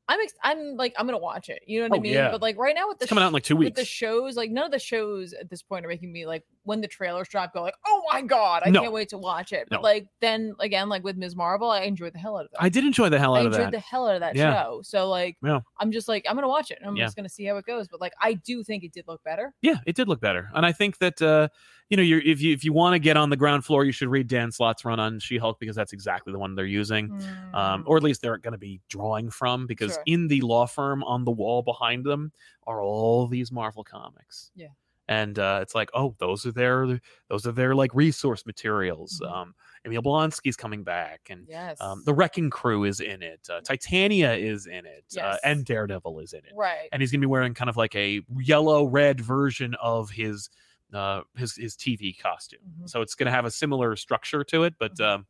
Speaker 2: I'm, ex- I'm like I'm gonna watch it. You know what
Speaker 1: Oh,
Speaker 2: I mean?
Speaker 1: yeah.
Speaker 2: But like right now with the
Speaker 1: It's coming out in like two
Speaker 2: with
Speaker 1: weeks.
Speaker 2: the shows, like none of the shows at this point are making me like when the trailers drop go like, oh my god, I
Speaker 1: No.
Speaker 2: can't wait to watch it. But
Speaker 1: No.
Speaker 2: like then again, like with Ms. Marvel, I enjoyed the hell out of it.
Speaker 1: I did enjoy the hell
Speaker 2: I
Speaker 1: out of
Speaker 2: enjoyed
Speaker 1: that.
Speaker 2: the hell out of that
Speaker 1: Yeah.
Speaker 2: show. So like,
Speaker 1: Yeah.
Speaker 2: I'm just like, I'm gonna watch it. and I'm
Speaker 1: Yeah.
Speaker 2: just gonna see how it goes. But like, I do think it did look better.
Speaker 1: yeah, it did look better, and I think that uh, you know, you're, if you if you want to get on the ground floor, you should read Dan Slott's run on She-Hulk because that's exactly the one they're using.
Speaker 2: Mm,
Speaker 1: um, or at least they're going to be drawing from because
Speaker 2: Sure.
Speaker 1: in the law firm on the wall behind them are all these Marvel comics.
Speaker 2: Yeah.
Speaker 1: and uh, it's like, oh, those are their those are their like resource materials.
Speaker 2: Mhm.
Speaker 1: Um, Emil Blonsky's coming back, and
Speaker 2: yes,
Speaker 1: um, the Wrecking Crew is in it. Uh, Titania is in it, uh,
Speaker 2: Yes.
Speaker 1: and Daredevil is in it.
Speaker 2: right.
Speaker 1: And he's going to be wearing kind of like a yellow red version of his uh, his his TV costume.
Speaker 2: Mhm.
Speaker 1: So it's going to have a similar structure to it. But,
Speaker 2: Mhm.
Speaker 1: um,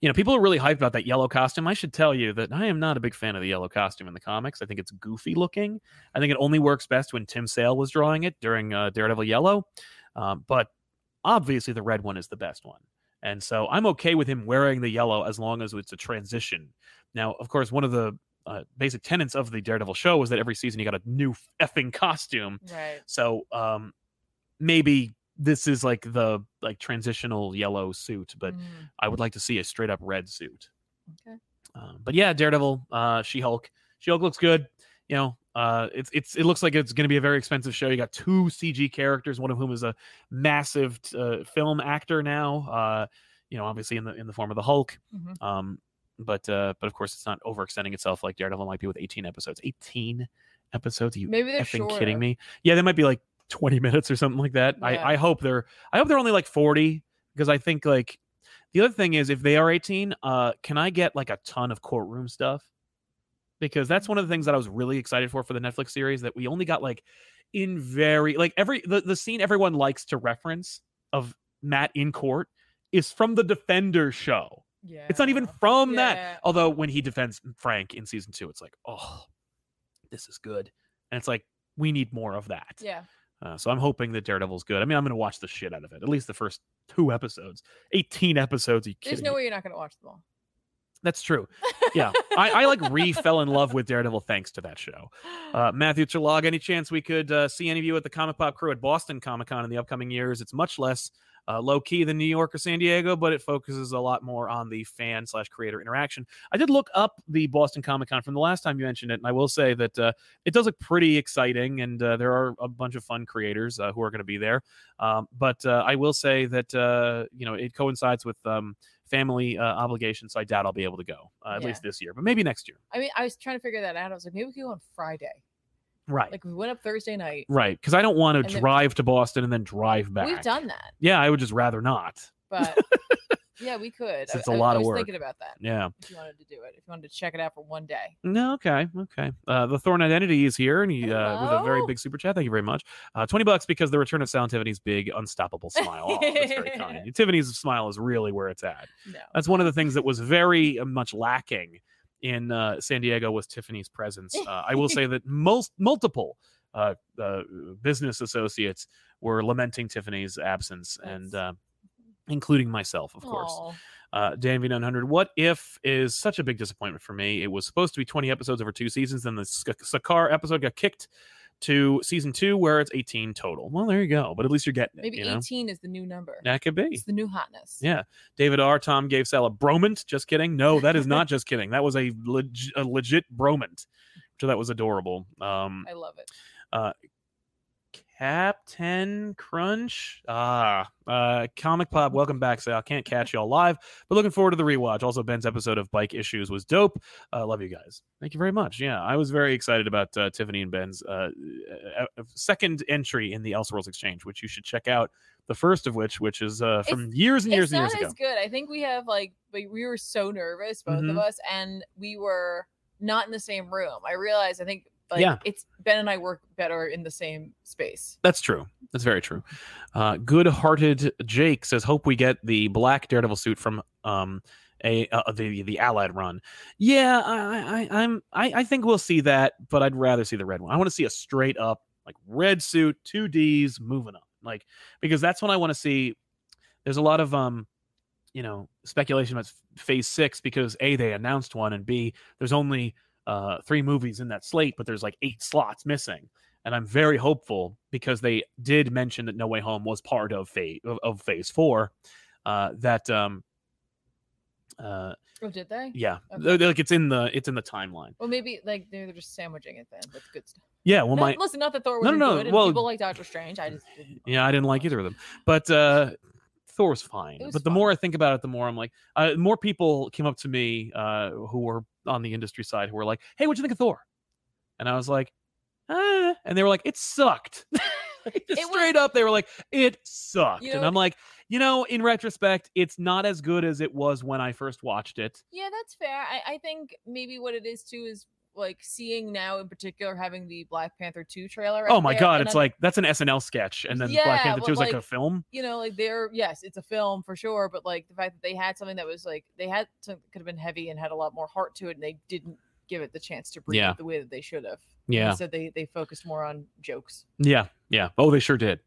Speaker 1: you know, people are really hyped about that yellow costume. I should tell you that I am not a big fan of the yellow costume in the comics. I think it's goofy looking. I think it only works best when Tim Sale was drawing it during uh, Daredevil Yellow. Um, but obviously, the red one is the best one. And so I'm okay with him wearing the yellow as long as it's a transition. Now, of course, one of the uh, basic tenets of the Daredevil show was that every season you got a new effing costume.
Speaker 2: right.
Speaker 1: So um maybe this is like the like transitional yellow suit, but
Speaker 2: Mm,
Speaker 1: I would like to see a straight up red suit.
Speaker 2: okay.
Speaker 1: Um, but yeah, Daredevil, uh, She Hulk, She Hulk looks good. You know, uh, it's it's it looks like it's going to be a very expensive show. You got two CG characters, one of whom is a massive t- uh, film actor now. Uh, you know, obviously in the in the form of the Hulk.
Speaker 2: Mhm.
Speaker 1: Um, but uh, but of course, it's not overextending itself like Daredevil might be with 18 episodes. 18 episodes. Are you
Speaker 2: Maybe they're
Speaker 1: effing
Speaker 2: shorter.
Speaker 1: kidding me? Yeah, they might be like 20 minutes or something like that.
Speaker 2: Yeah.
Speaker 1: I, I hope they're I hope they're only like 40 because I think like the other thing is if they are 18, uh, can I get like a ton of courtroom stuff? Because that's one of the things that I was really excited for for the Netflix series that we only got like in very like every the, the scene everyone likes to reference of Matt in court is from the Defender show.
Speaker 2: Yeah.
Speaker 1: It's not even from that.
Speaker 2: Yeah.
Speaker 1: Although when he defends Frank in season two, it's like, oh, this is good, and it's like we need more of that.
Speaker 2: Yeah.
Speaker 1: Uh, so I'm hoping that Daredevil's good. I mean, I'm going to watch the shit out of it. At least the first two episodes, 18 episodes. Are you
Speaker 2: There's
Speaker 1: kidding
Speaker 2: no
Speaker 1: me?
Speaker 2: way you're not gonna watch them all.
Speaker 1: That's true. Yeah, I, I like re fell in love with Daredevil thanks to that show. Uh, Matthew Terlog, any chance we could uh, see any of you at the Comic Pop crew at Boston Comic Con in the upcoming years? It's much less uh, low key than New York or San Diego, but it focuses a lot more on the fan slash creator interaction. I did look up the Boston Comic Con from the last time you mentioned it, and I will say that uh, it does look pretty exciting, and uh, there are a bunch of fun creators uh, who are going to be there. Um, but uh, I will say that uh, you know it coincides with um, family uh, obligations, so I doubt I'll be able to go uh, at
Speaker 2: Yeah.
Speaker 1: least this year, but maybe next year.
Speaker 2: I mean, I was trying to figure that out. I was like, maybe we could go on Friday.
Speaker 1: Right.
Speaker 2: Like we went up Thursday night.
Speaker 1: Right, because I don't want
Speaker 2: And
Speaker 1: to
Speaker 2: then-
Speaker 1: drive to Boston and then drive back.
Speaker 2: We've done that,
Speaker 1: Yeah, I would just rather not.
Speaker 2: but yeah, we could.
Speaker 1: It's-
Speaker 2: I-
Speaker 1: it's a
Speaker 2: I-
Speaker 1: lot
Speaker 2: I
Speaker 1: of
Speaker 2: was
Speaker 1: work.
Speaker 2: Thinking about that,
Speaker 1: Yeah.
Speaker 2: if you wanted to do it, if you wanted to check it out for one day.
Speaker 1: No. Okay. Okay. Uh, the Thorn Identity is here, and he, uh, with a very
Speaker 2: Hello.
Speaker 1: big super chat. Thank you very much. Uh, Twenty bucks because the return of Sound Tiffany's big unstoppable smile. Oh, that's very kind. Tiffany's smile is really where it's at.
Speaker 2: No.
Speaker 1: That's one of the things that was very uh, much lacking in uh, San Diego was Tiffany's presence. Uh, I will say that most multiple uh, uh, business associates were lamenting Tiffany's absence, and
Speaker 2: That's-
Speaker 1: uh, including myself, of course.
Speaker 2: Aw.
Speaker 1: Uh, Dan V900, what if is such a big disappointment for me? It was supposed to be 20 episodes over two seasons, then the Sk- Sakar episode got kicked to season two, where it's 18 total. Well, there you go. But at least you're getting it.
Speaker 2: Maybe
Speaker 1: you know?
Speaker 2: 18 is the new number.
Speaker 1: That could be.
Speaker 2: It's the new hotness.
Speaker 1: Yeah. David R. Tom gave Sal a bromant. Just kidding. No, that is not just kidding. That was a, leg- a legit bromant. So that was adorable. Um,
Speaker 2: I love it.
Speaker 1: Captain Crunch. Ah, uh, Comic Pop, welcome back, Sal. Can't catch y'all live, but looking forward to the rewatch. Also, Ben's episode of Bike Issues was dope. Uh, love you guys. Thank you very much. Yeah, I was very excited about uh, Tiffany and Ben's uh, uh, uh, second entry in the Elseworlds Exchange, which you should check out. The first of which, which is uh, from years and years
Speaker 2: It's
Speaker 1: and years
Speaker 2: not
Speaker 1: ago.
Speaker 2: as good. I think we have like we we were so nervous, both
Speaker 1: Mhm.
Speaker 2: of us, and we were not in the same room. I realized I think like
Speaker 1: Yeah.
Speaker 2: it's Ben and I work better in the same space.
Speaker 1: That's true. That's very true. Uh, Good hearted Jake says, "Hope we get the black Daredevil suit from um a uh, the the Allied run." Yeah, I, I I'm I, I think we'll see that, but I'd rather see the red one. I want to see a straight up like red suit, two D's, moving up, like because that's when I want to see. There's a lot of um, you know, speculation about Phase Six because a they announced one and b there's only uh three movies in that slate, but there's like eight slots missing and I'm very hopeful because they did mention that No Way Home was part of phase of, of phase four. Uh, that um, uh,
Speaker 2: Oh, did they?
Speaker 1: yeah,
Speaker 2: Okay.
Speaker 1: They're- they're like it's in the it's in the timeline.
Speaker 2: Well, maybe like they're just sandwiching it then with good stuff.
Speaker 1: Yeah, well,
Speaker 2: No,
Speaker 1: my
Speaker 2: listen, not that Thor was
Speaker 1: No,
Speaker 2: no,
Speaker 1: no,
Speaker 2: no,
Speaker 1: no,
Speaker 2: good. and
Speaker 1: well-
Speaker 2: people like Doctor Strange. I just didn't.
Speaker 1: yeah, I didn't like either of them, but uh, Thor was fine.
Speaker 2: It was
Speaker 1: but the
Speaker 2: fine.
Speaker 1: more I think about it, the more I'm like, uh, more people came up to me uh, who were on the industry side who were like, "Hey, what'd you think of Thor?" And I was like, "Ah," and they were like, "It sucked." Like, just
Speaker 2: It was-
Speaker 1: straight up, they were like, "It sucked,"
Speaker 2: You
Speaker 1: and
Speaker 2: know-
Speaker 1: I'm like, you know, in retrospect, it's not as good as it was when I first watched it.
Speaker 2: Yeah, that's fair. I, I think maybe what it is too is like seeing now in particular having the Black Panther 2 trailer.
Speaker 1: oh
Speaker 2: out
Speaker 1: my
Speaker 2: there,
Speaker 1: god,
Speaker 2: and
Speaker 1: it's
Speaker 2: I'm-
Speaker 1: like that's an SNL sketch, and then
Speaker 2: Yeah,
Speaker 1: Black Panther
Speaker 2: but,
Speaker 1: Two is like, a
Speaker 2: like,
Speaker 1: film.
Speaker 2: you know, like they're yes, it's a film for sure, but like the fact that they had something that was like they had something that could have been heavy and had a lot more heart to it, and they didn't give it the chance to breathe
Speaker 1: Yeah.
Speaker 2: the way that they should have.
Speaker 1: Yeah.
Speaker 2: So they they focused more on jokes.
Speaker 1: Yeah, yeah. Oh, they sure did.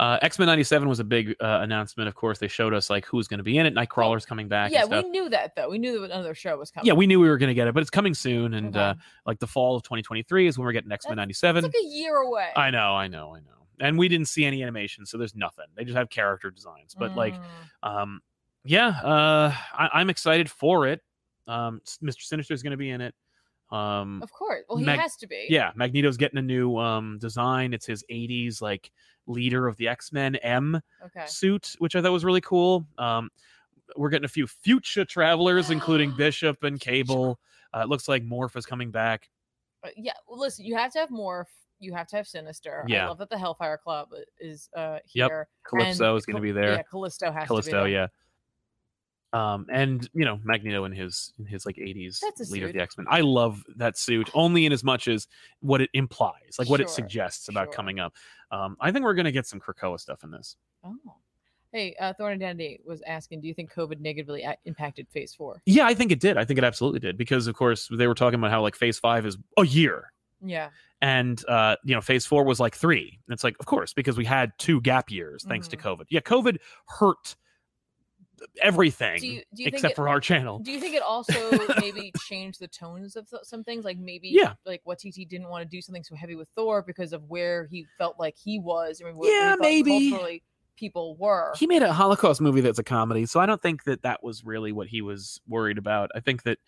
Speaker 1: Uh, X Men '97 was a big uh, announcement. Of course, they showed us like who's going to be in it. Nightcrawler's coming back.
Speaker 2: yeah,
Speaker 1: and stuff.
Speaker 2: we knew that though. We knew that another show was coming.
Speaker 1: yeah, we knew we were going to get it, but it's coming soon. And
Speaker 2: Okay.
Speaker 1: uh, like the fall of 2023 is when we're getting X Men
Speaker 2: That's-
Speaker 1: '97.
Speaker 2: it's like a year away.
Speaker 1: I know, I know, I know. And we didn't see any animation, so there's nothing. They just have character designs. But like,
Speaker 2: Mm.
Speaker 1: um, yeah, uh, I- I'm excited for it. Um, S- Mr. Sinister is going to be in it. Um,
Speaker 2: of course, well, he
Speaker 1: Mag-
Speaker 2: has to be.
Speaker 1: yeah, Magneto's getting a new um design. It's his 80s like leader of the X Men M.
Speaker 2: Okay.
Speaker 1: suit, which I thought was really cool. Um, we're getting a few future travelers, including Bishop and Cable. Uh, it looks like Morph is coming back.
Speaker 2: Uh, yeah well, listen you have to have morph you have to have sinister
Speaker 1: Yeah.
Speaker 2: i love that the hellfire club i- is uh
Speaker 1: Yep.
Speaker 2: here and
Speaker 1: Calypso is going to
Speaker 2: Cal-
Speaker 1: be there.
Speaker 2: yeah callisto has to be
Speaker 1: Callisto,
Speaker 2: there.
Speaker 1: yeah. Um, and you know Magneto in his in his like 80s
Speaker 2: That's a
Speaker 1: leader of
Speaker 2: suit.
Speaker 1: the X Men. I love that suit only in as much as what it implies, like what it
Speaker 2: Sure,
Speaker 1: suggests about
Speaker 2: sure.
Speaker 1: coming up. Um, I think we're going to get some Krakoa stuff in this.
Speaker 2: oh hey uh thorn identity was asking do you think covid negatively a- impacted phase four
Speaker 1: Yeah, I think it did. I think it absolutely did because of course they were talking about how like Phase Five is a year,
Speaker 2: yeah
Speaker 1: and uh, you know phase four was like three and it's like of course because we had two gap years thanks
Speaker 2: Mm-hmm.
Speaker 1: to covid yeah covid hurt everything
Speaker 2: do you do you
Speaker 1: except
Speaker 2: think it,
Speaker 1: for our channel
Speaker 2: do you think it also maybe changed the tones of th- some things like maybe
Speaker 1: Yeah.
Speaker 2: like what tt didn't want to do something so heavy with thor because of where he felt like he was and where
Speaker 1: Yeah,
Speaker 2: he thought
Speaker 1: maybe.
Speaker 2: culturally people were
Speaker 1: he made a holocaust movie that's a comedy so i don't think that that was really what he was worried about i think that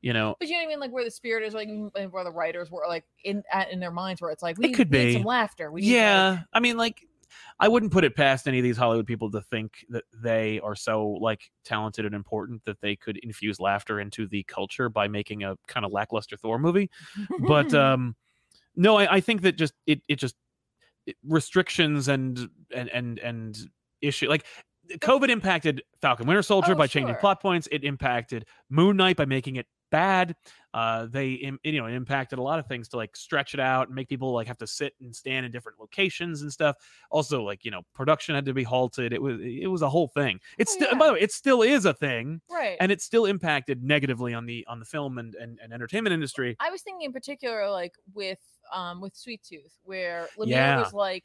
Speaker 1: you know
Speaker 2: But you know what I mean, like where the spirit is, like m- and where the writers were, like in at, in their minds, where it's like we
Speaker 1: It
Speaker 2: need,
Speaker 1: could
Speaker 2: we need
Speaker 1: be.
Speaker 2: some laughter. We need to, like-
Speaker 1: yeah i mean like i wouldn't put it past any of these hollywood people to think that they are so like talented and important that they could infuse laughter into the culture by making a kind of lackluster thor movie
Speaker 2: Hmm.
Speaker 1: but um no I, I think that just it it just it, restrictions and and and and issue like covid impacted falcon winter soldier
Speaker 2: Oh,
Speaker 1: by changing
Speaker 2: sure.
Speaker 1: plot points it impacted moon knight by making it bad uh they im- you know it impacted a lot of things to like stretch it out and make people like have to sit and stand in different locations and stuff also like you know production had to be halted it was it was a whole thing it's
Speaker 2: Oh,
Speaker 1: still
Speaker 2: yeah.
Speaker 1: by the way it still is a thing
Speaker 2: right.
Speaker 1: and it still impacted negatively on the on the film and and, and entertainment industry
Speaker 2: I was thinking in particular, like with um with Sweet Tooth, where Lemire
Speaker 1: Yeah.
Speaker 2: was like,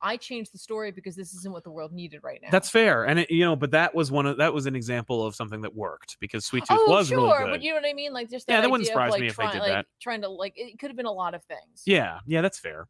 Speaker 2: I changed the story because this isn't what the world needed right now.
Speaker 1: That's fair, and it, you know, but that was one of that was an example of something that worked because Sweet Tooth
Speaker 2: oh
Speaker 1: was
Speaker 2: sure,
Speaker 1: really
Speaker 2: but
Speaker 1: good.
Speaker 2: you know what I mean, like just
Speaker 1: Yeah,
Speaker 2: that
Speaker 1: that wouldn't
Speaker 2: idea
Speaker 1: surprise
Speaker 2: of, like,
Speaker 1: me if they
Speaker 2: trying,
Speaker 1: did
Speaker 2: like,
Speaker 1: that.
Speaker 2: Trying to like it could have been a lot of things.
Speaker 1: yeah, yeah, that's fair.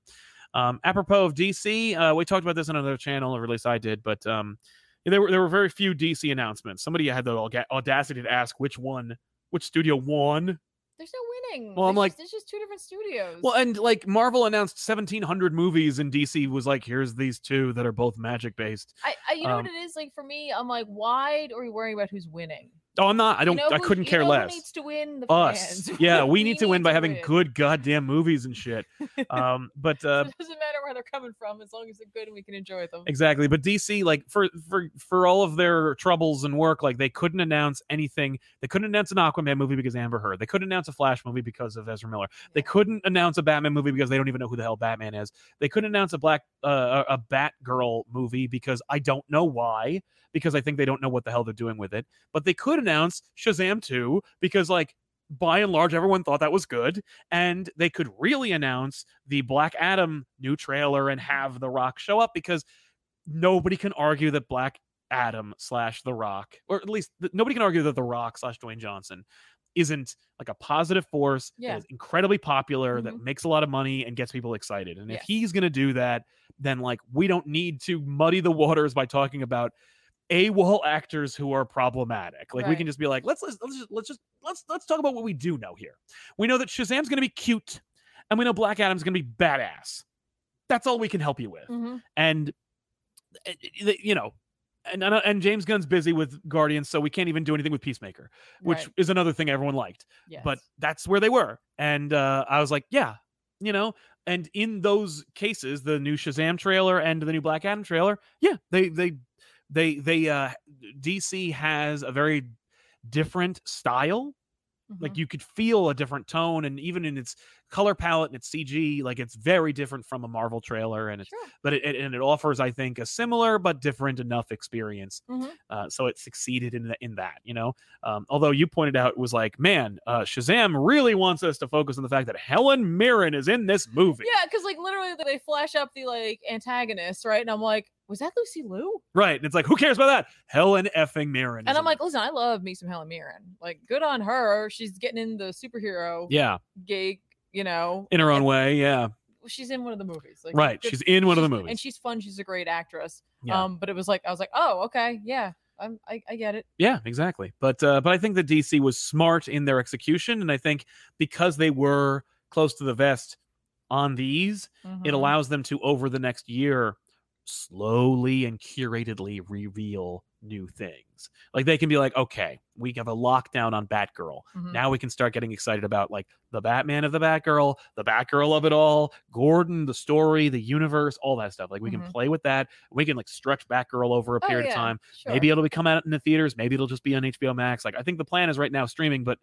Speaker 1: Um, apropos of DC, uh, we talked about this on another channel, or at least I did, but um, there were there were very few DC announcements. Somebody had the auga- audacity to ask which one, which studio won.
Speaker 2: There's no winning.
Speaker 1: Well, I'm
Speaker 2: There's
Speaker 1: like-
Speaker 2: just- there's just two different studios.
Speaker 1: Well, and like Marvel announced seventeen hundred movies, and DC was like, "Here's these two that are both magic based."
Speaker 2: I, I you know
Speaker 1: um,
Speaker 2: what it is like for me. I'm like, why are you worrying about who's winning?
Speaker 1: Oh, I'm not. I
Speaker 2: You
Speaker 1: don't.
Speaker 2: know
Speaker 1: I
Speaker 2: who-
Speaker 1: couldn't
Speaker 2: you
Speaker 1: care
Speaker 2: know who
Speaker 1: less.
Speaker 2: needs to win the
Speaker 1: Us,
Speaker 2: fans.
Speaker 1: yeah, we need to win by having
Speaker 2: win.
Speaker 1: good goddamn movies and shit. Um, but uh,
Speaker 2: it doesn't matter where they're coming from, as long as they're good and we can enjoy them.
Speaker 1: Exactly. But DC, like for for for all of their troubles and work, like they couldn't announce anything. They couldn't announce an Aquaman movie because Amber Heard. They couldn't announce a Flash movie because of Ezra Miller. They
Speaker 2: Yeah.
Speaker 1: couldn't announce a Batman movie because they don't even know who the hell Batman is. They couldn't announce a black uh, a a Batgirl movie because I don't know why. Because I think they don't know what the hell they're doing with it. But they could announce Shazam 2 because like by and large everyone thought that was good and they could really announce the Black Adam new trailer and have The Rock show up because nobody can argue that Black Adam slash The Rock, or at least th- nobody can argue that The Rock slash Dwayne Johnson isn't like a positive force that
Speaker 2: Yeah.
Speaker 1: is incredibly popular that makes a lot of money and gets people excited. And if
Speaker 2: Mm-hmm. Yes.
Speaker 1: he's going to do that, then like we don't need to muddy the waters by talking about AWOL actors who are problematic. Like we can
Speaker 2: Right.
Speaker 1: just be like, let's let's let's just let's just let's let's talk about what we do know here. We know that Shazam's going to be cute, and we know Black Adam's going to be badass. That's all we can help you with
Speaker 2: Mhm.
Speaker 1: and uh, uh, you know and and- and James Gunn's busy with Guardians so we can't even do anything with Peacemaker which
Speaker 2: Right.
Speaker 1: is another thing everyone liked but
Speaker 2: Yes.
Speaker 1: that's where they were and uh, I was like yeah you know and in those cases the new Shazam trailer and the new Black Adam trailer yeah they they they they uh DC has a very different style like
Speaker 2: Mhm.
Speaker 1: you could feel a different tone and even in its color palette and its CG like it's very different from a Marvel trailer and it's
Speaker 2: Sure.
Speaker 1: but it, it- and it offers i think a similar but different enough experience
Speaker 2: Mhm.
Speaker 1: uh, so it succeeded in, th- in that you know um, although you pointed out it was like man uh, shazam really wants us to focus on the fact that helen mirren is in this movie
Speaker 2: Yeah, because like literally they flash up the like antagonist, right? And I'm like, was that Lucy Liu?
Speaker 1: right and it's like who cares about that helen effing mirren is
Speaker 2: And I'm
Speaker 1: in
Speaker 2: like,
Speaker 1: it.
Speaker 2: listen, I love me some Helen Mirren. Like, good on her. She's getting in the superhero
Speaker 1: yeah
Speaker 2: gig, you know.
Speaker 1: in her own way yeah
Speaker 2: She's in one of the movies. Like,
Speaker 1: right
Speaker 2: good-
Speaker 1: she's in one of the
Speaker 2: she's-
Speaker 1: movies
Speaker 2: And she's fun. She's a great actress.
Speaker 1: Yeah.
Speaker 2: Um, but it was like I was like, oh, okay, yeah, I'm, I, I get it.
Speaker 1: Yeah, exactly. But uh, but I think the DC was smart in their execution, and I think because they were close to the vest on these, it
Speaker 2: Mhm.
Speaker 1: allows them to over the next year slowly and curatedly reveal new things. Like they can be like, okay, we have a lockdown on Batgirl.
Speaker 2: Mhm.
Speaker 1: Now we can start getting excited about like the Batman of the Batgirl, the Batgirl of it all, Gordon, the story, the universe, all that stuff. Like we can
Speaker 2: Mhm.
Speaker 1: play with that. We can like stretch Batgirl over a
Speaker 2: Oh,
Speaker 1: period
Speaker 2: yeah,
Speaker 1: of time.
Speaker 2: sure.
Speaker 1: Maybe it'll be come out in the theaters. Maybe it'll just be on HBO Max. Like I think the plan is right now streaming, but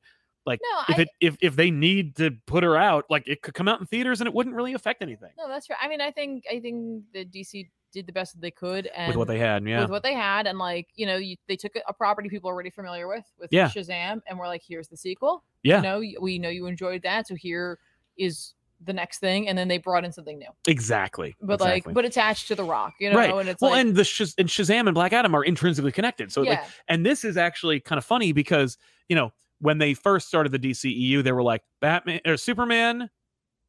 Speaker 2: no,
Speaker 1: if
Speaker 2: I,
Speaker 1: it if if they need to put her out, like it could come out in theaters and it wouldn't really affect anything
Speaker 2: no, that's right. I mean, I think I think the DC did the best that they could, and
Speaker 1: with what they had. Yeah,
Speaker 2: with what they had and like you know you, they took a- a property people are already familiar with with
Speaker 1: Yeah.
Speaker 2: shazam and we're like here's the sequel
Speaker 1: Yeah.
Speaker 2: you know y- we know you enjoyed that so here is the next thing and then they brought in something new
Speaker 1: exactly.
Speaker 2: but
Speaker 1: exactly.
Speaker 2: like but attached to the rock you know
Speaker 1: Right.
Speaker 2: and it's
Speaker 1: well,
Speaker 2: like
Speaker 1: and the Shaz- and Shazam and Black Adam are intrinsically connected. So
Speaker 2: yeah
Speaker 1: like, and this is actually kind of funny because you know when they first started the DCEU, they were like Batman or Superman,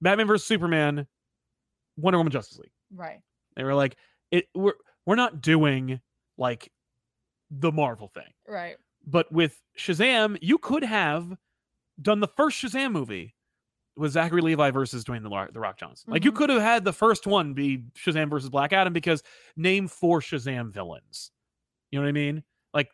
Speaker 1: Batman versus Superman, Wonder Woman, Justice League.
Speaker 2: right
Speaker 1: They were like, it we're we're not doing like the Marvel thing.
Speaker 2: right
Speaker 1: But with Shazam, you could have done the first Shazam movie with Zachary Levi versus Dwayne the, Lar- the Rock Johnson. Like you
Speaker 2: Mhm.
Speaker 1: could have had the first one be Shazam versus Black Adam because name four Shazam villains. You know what I mean? Like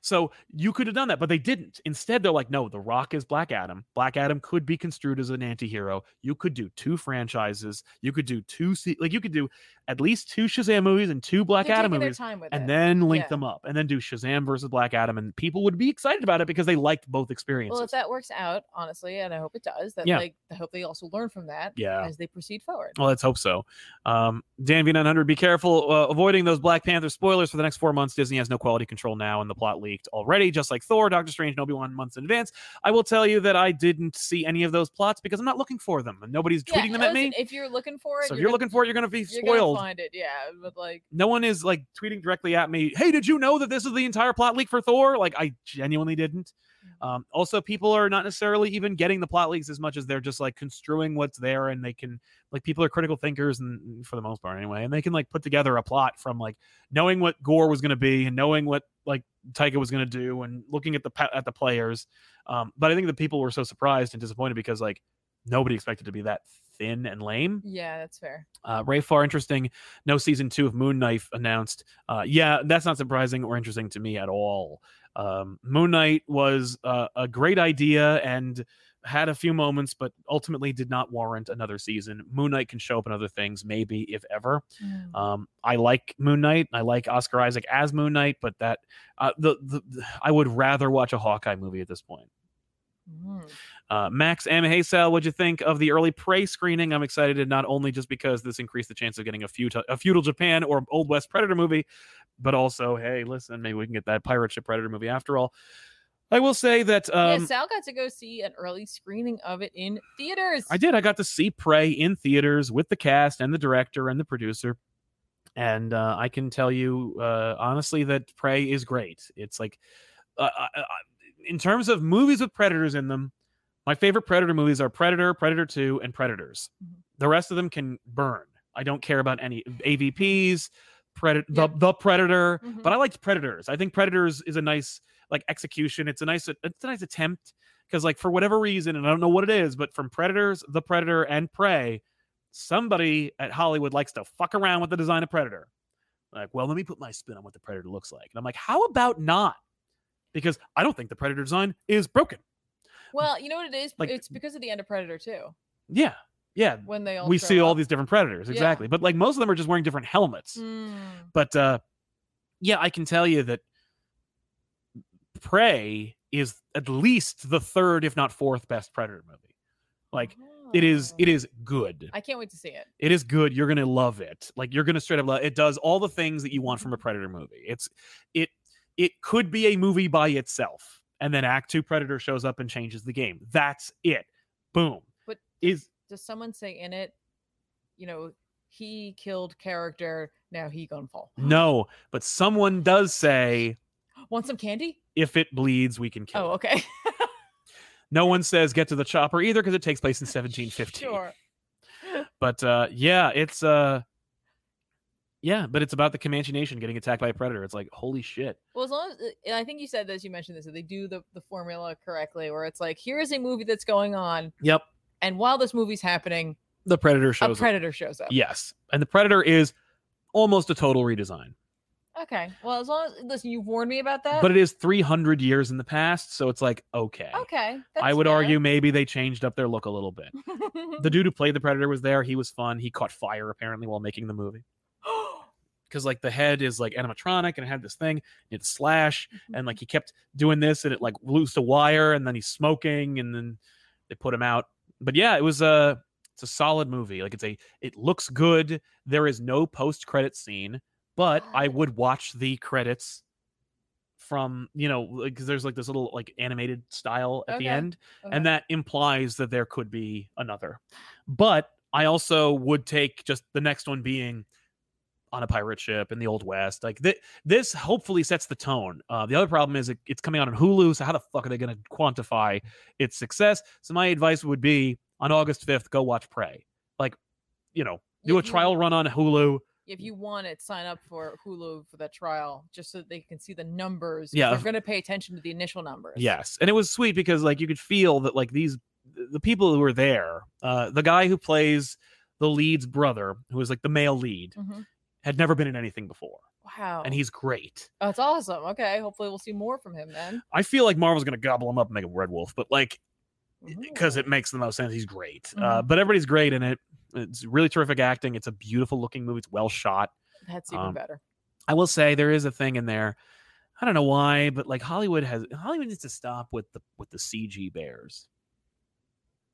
Speaker 1: so you could have done that, but they didn't. Instead, they're like, no, The Rock is Black Adam. Black Adam could be construed as an anti-hero. You could do two franchises. You could do two se- like you could do at least two Shazam movies and two Black
Speaker 2: They're
Speaker 1: Adam
Speaker 2: taking their
Speaker 1: movies
Speaker 2: time with it.
Speaker 1: and then link
Speaker 2: Yeah.
Speaker 1: them up and then do Shazam versus Black Adam and people would be excited about it because they liked both experiences.
Speaker 2: well if that works out honestly and i hope it does that
Speaker 1: Yeah.
Speaker 2: like i hope they also learn from that
Speaker 1: yeah.
Speaker 2: as they proceed forward
Speaker 1: Well, let's hope so. Um, Dan V900, be careful uh, avoiding those Black Panther spoilers for the next four months. Disney has no quality control now, and the plot leaked already, just like Thor, Doctor Strange, and Obi Wan months in advance. I will tell you that I didn't see any of those plots because I'm not looking for them, and nobody's
Speaker 2: Yeah,
Speaker 1: tweeting them at
Speaker 2: listen,
Speaker 1: me.
Speaker 2: if you're looking for it
Speaker 1: So if you're
Speaker 2: gonna-
Speaker 1: looking for it, you're going to be
Speaker 2: you're gonna
Speaker 1: spoiled.
Speaker 2: find it yeah but like
Speaker 1: no one is like tweeting directly at me hey did you know that this is the entire plot leak for thor like i genuinely didn't um, also people are not necessarily even getting the plot leaks as much as they're just like construing what's there and they can like people are critical thinkers and mm, for the most part anyway and they can like put together a plot from like knowing what gore was going to be and knowing what like taika was going to do and looking at the pa- at the players um, but i think the people were so surprised and disappointed because like nobody expected to be that thin and lame
Speaker 2: yeah that's fair
Speaker 1: uh, Ray Far, interesting. No season two of Moon Knight announced. Uh, yeah, that's not surprising or interesting to me at all. Um, Moon Knight was uh, a great idea and had a few moments, but ultimately did not warrant another season. Moon Knight can show up in other things, maybe if ever.
Speaker 2: Mm.
Speaker 1: Um, I like Moon Knight. I like Oscar Isaac as Moon Knight, but that uh, the, the, the I would rather watch a Hawkeye movie at this point.
Speaker 2: Mm.
Speaker 1: Uh, Max M. Hey, Sal, what'd you think of the early Prey screening? I'm excited not only just because this increased the chance of getting a, feudal a feudal Japan or Old West Predator movie, but also, hey, listen, maybe we can get that pirate ship Predator movie after all. I will say that um,
Speaker 2: yeah, Sal got to go see an early screening of it in theaters.
Speaker 1: I did. I got to see Prey in theaters with the cast and the director and the producer. And uh, I can tell you uh, honestly that Prey is great. It's like, uh, I, I, in terms of movies with predators in them, my favorite predator movies are Predator, Predator 2, and Predators.
Speaker 2: Mhm.
Speaker 1: The rest of them can burn. I don't care about any AVPs, Predator,
Speaker 2: Yep.
Speaker 1: the, the Predator,
Speaker 2: Mhm.
Speaker 1: but I liked Predators. I think Predators is a nice like execution. It's a nice it's a nice attempt because like for whatever reason, and I don't know what it is, but from Predators, The Predator, and Prey, somebody at Hollywood likes to fuck around with the design of Predator. Like, well, let me put my spin on what the Predator looks like, and I'm like, how about not? Because I don't think the Predator design is broken.
Speaker 2: well, you know what it is?
Speaker 1: like-
Speaker 2: it's because of the end of Predator too.
Speaker 1: Yeah, yeah.
Speaker 2: When they all
Speaker 1: we
Speaker 2: show
Speaker 1: see all
Speaker 2: up.
Speaker 1: these different predators
Speaker 2: Yeah.
Speaker 1: exactly but like most of them are just wearing different helmets
Speaker 2: Mm,
Speaker 1: but uh yeah i can tell you that prey is at least the third if not fourth best predator movie like it is it
Speaker 2: oh.
Speaker 1: is good
Speaker 2: I can't wait to see it.
Speaker 1: it is good you're gonna love it like you're gonna straight up love it does all the things that you want from a predator movie it's it it could be a movie by itself and then act two predator shows up and changes the game that's it boom
Speaker 2: But-
Speaker 1: is
Speaker 2: Does someone say in it, you know, he killed character, now he gonna fall.
Speaker 1: no but someone does say
Speaker 2: Want some candy?
Speaker 1: if it bleeds, we can kill.
Speaker 2: Oh,
Speaker 1: it.
Speaker 2: okay.
Speaker 1: No one says get to the chopper either because it takes place in 1715.
Speaker 2: Sure.
Speaker 1: But uh, yeah, it's uh, yeah, but it's about the Comanche Nation getting attacked by a predator. It's like holy shit.
Speaker 2: Well, as long as uh, and I think you said this, you mentioned this, that they do the, the formula correctly, where it's like, here is a movie that's going on,
Speaker 1: Yep,
Speaker 2: and while this movie's happening,
Speaker 1: the predator
Speaker 2: a
Speaker 1: shows. up.
Speaker 2: predator shows up.
Speaker 1: Yes, and the predator is almost a total redesign,
Speaker 2: Okay. Well, as long as listen, you warned me about that.
Speaker 1: but it is 300 years in the past, so it's like okay.
Speaker 2: okay,
Speaker 1: I
Speaker 2: that's
Speaker 1: would
Speaker 2: fair. Mm-hmm.
Speaker 1: argue maybe they changed up their look a little bit. The dude who played the predator was there. He was fun. He caught fire apparently while making the movie. because like the head is like animatronic and it had this thing it slash and
Speaker 2: Mm-hmm.
Speaker 1: like he kept doing this and it like loosed a wire and then he's smoking and then they put him out but yeah it was a it's a solid movie like it's a it looks good there is no post credit scene but i
Speaker 2: God.
Speaker 1: would watch the credits from you know because there's like this little like animated style at
Speaker 2: Okay.
Speaker 1: the end
Speaker 2: Okay.
Speaker 1: and that implies that there could be another. But I also would take just the next one being on a pirate ship in the old west. Like th- this, hopefully sets the tone. Uh, the other problem is it, it's coming out on Hulu, so how the fuck are they going to quantify its success? So my advice would be on August fifth, go watch Prey. Like, you know, do a
Speaker 2: If you-
Speaker 1: trial run on Hulu.
Speaker 2: if you want it, sign up for Hulu for that trial, just so that they can see the numbers. 'cause
Speaker 1: Yeah,
Speaker 2: they're
Speaker 1: if-
Speaker 2: going to pay attention to the initial numbers.
Speaker 1: Yes, and it was sweet because like you could feel that like these the people who were there, uh, the guy who plays the lead's brother, who is like the male lead,
Speaker 2: Mhm.
Speaker 1: had never been in anything before,
Speaker 2: Wow.
Speaker 1: and he's great.
Speaker 2: oh, it's awesome. Okay, hopefully we'll see more from him then.
Speaker 1: I feel like Marvel's gonna gobble him up and make him Red Wolf, but like because it
Speaker 2: Ooh.
Speaker 1: makes the most sense. He's great, uh, but everybody's great in it. It's really terrific acting. It's a beautiful looking movie. It's well shot.
Speaker 2: Mm-hmm. that's even
Speaker 1: um,
Speaker 2: better.
Speaker 1: I will say there is a thing in there. I don't know why, but like Hollywood has Hollywood needs to stop with the with the CG bears.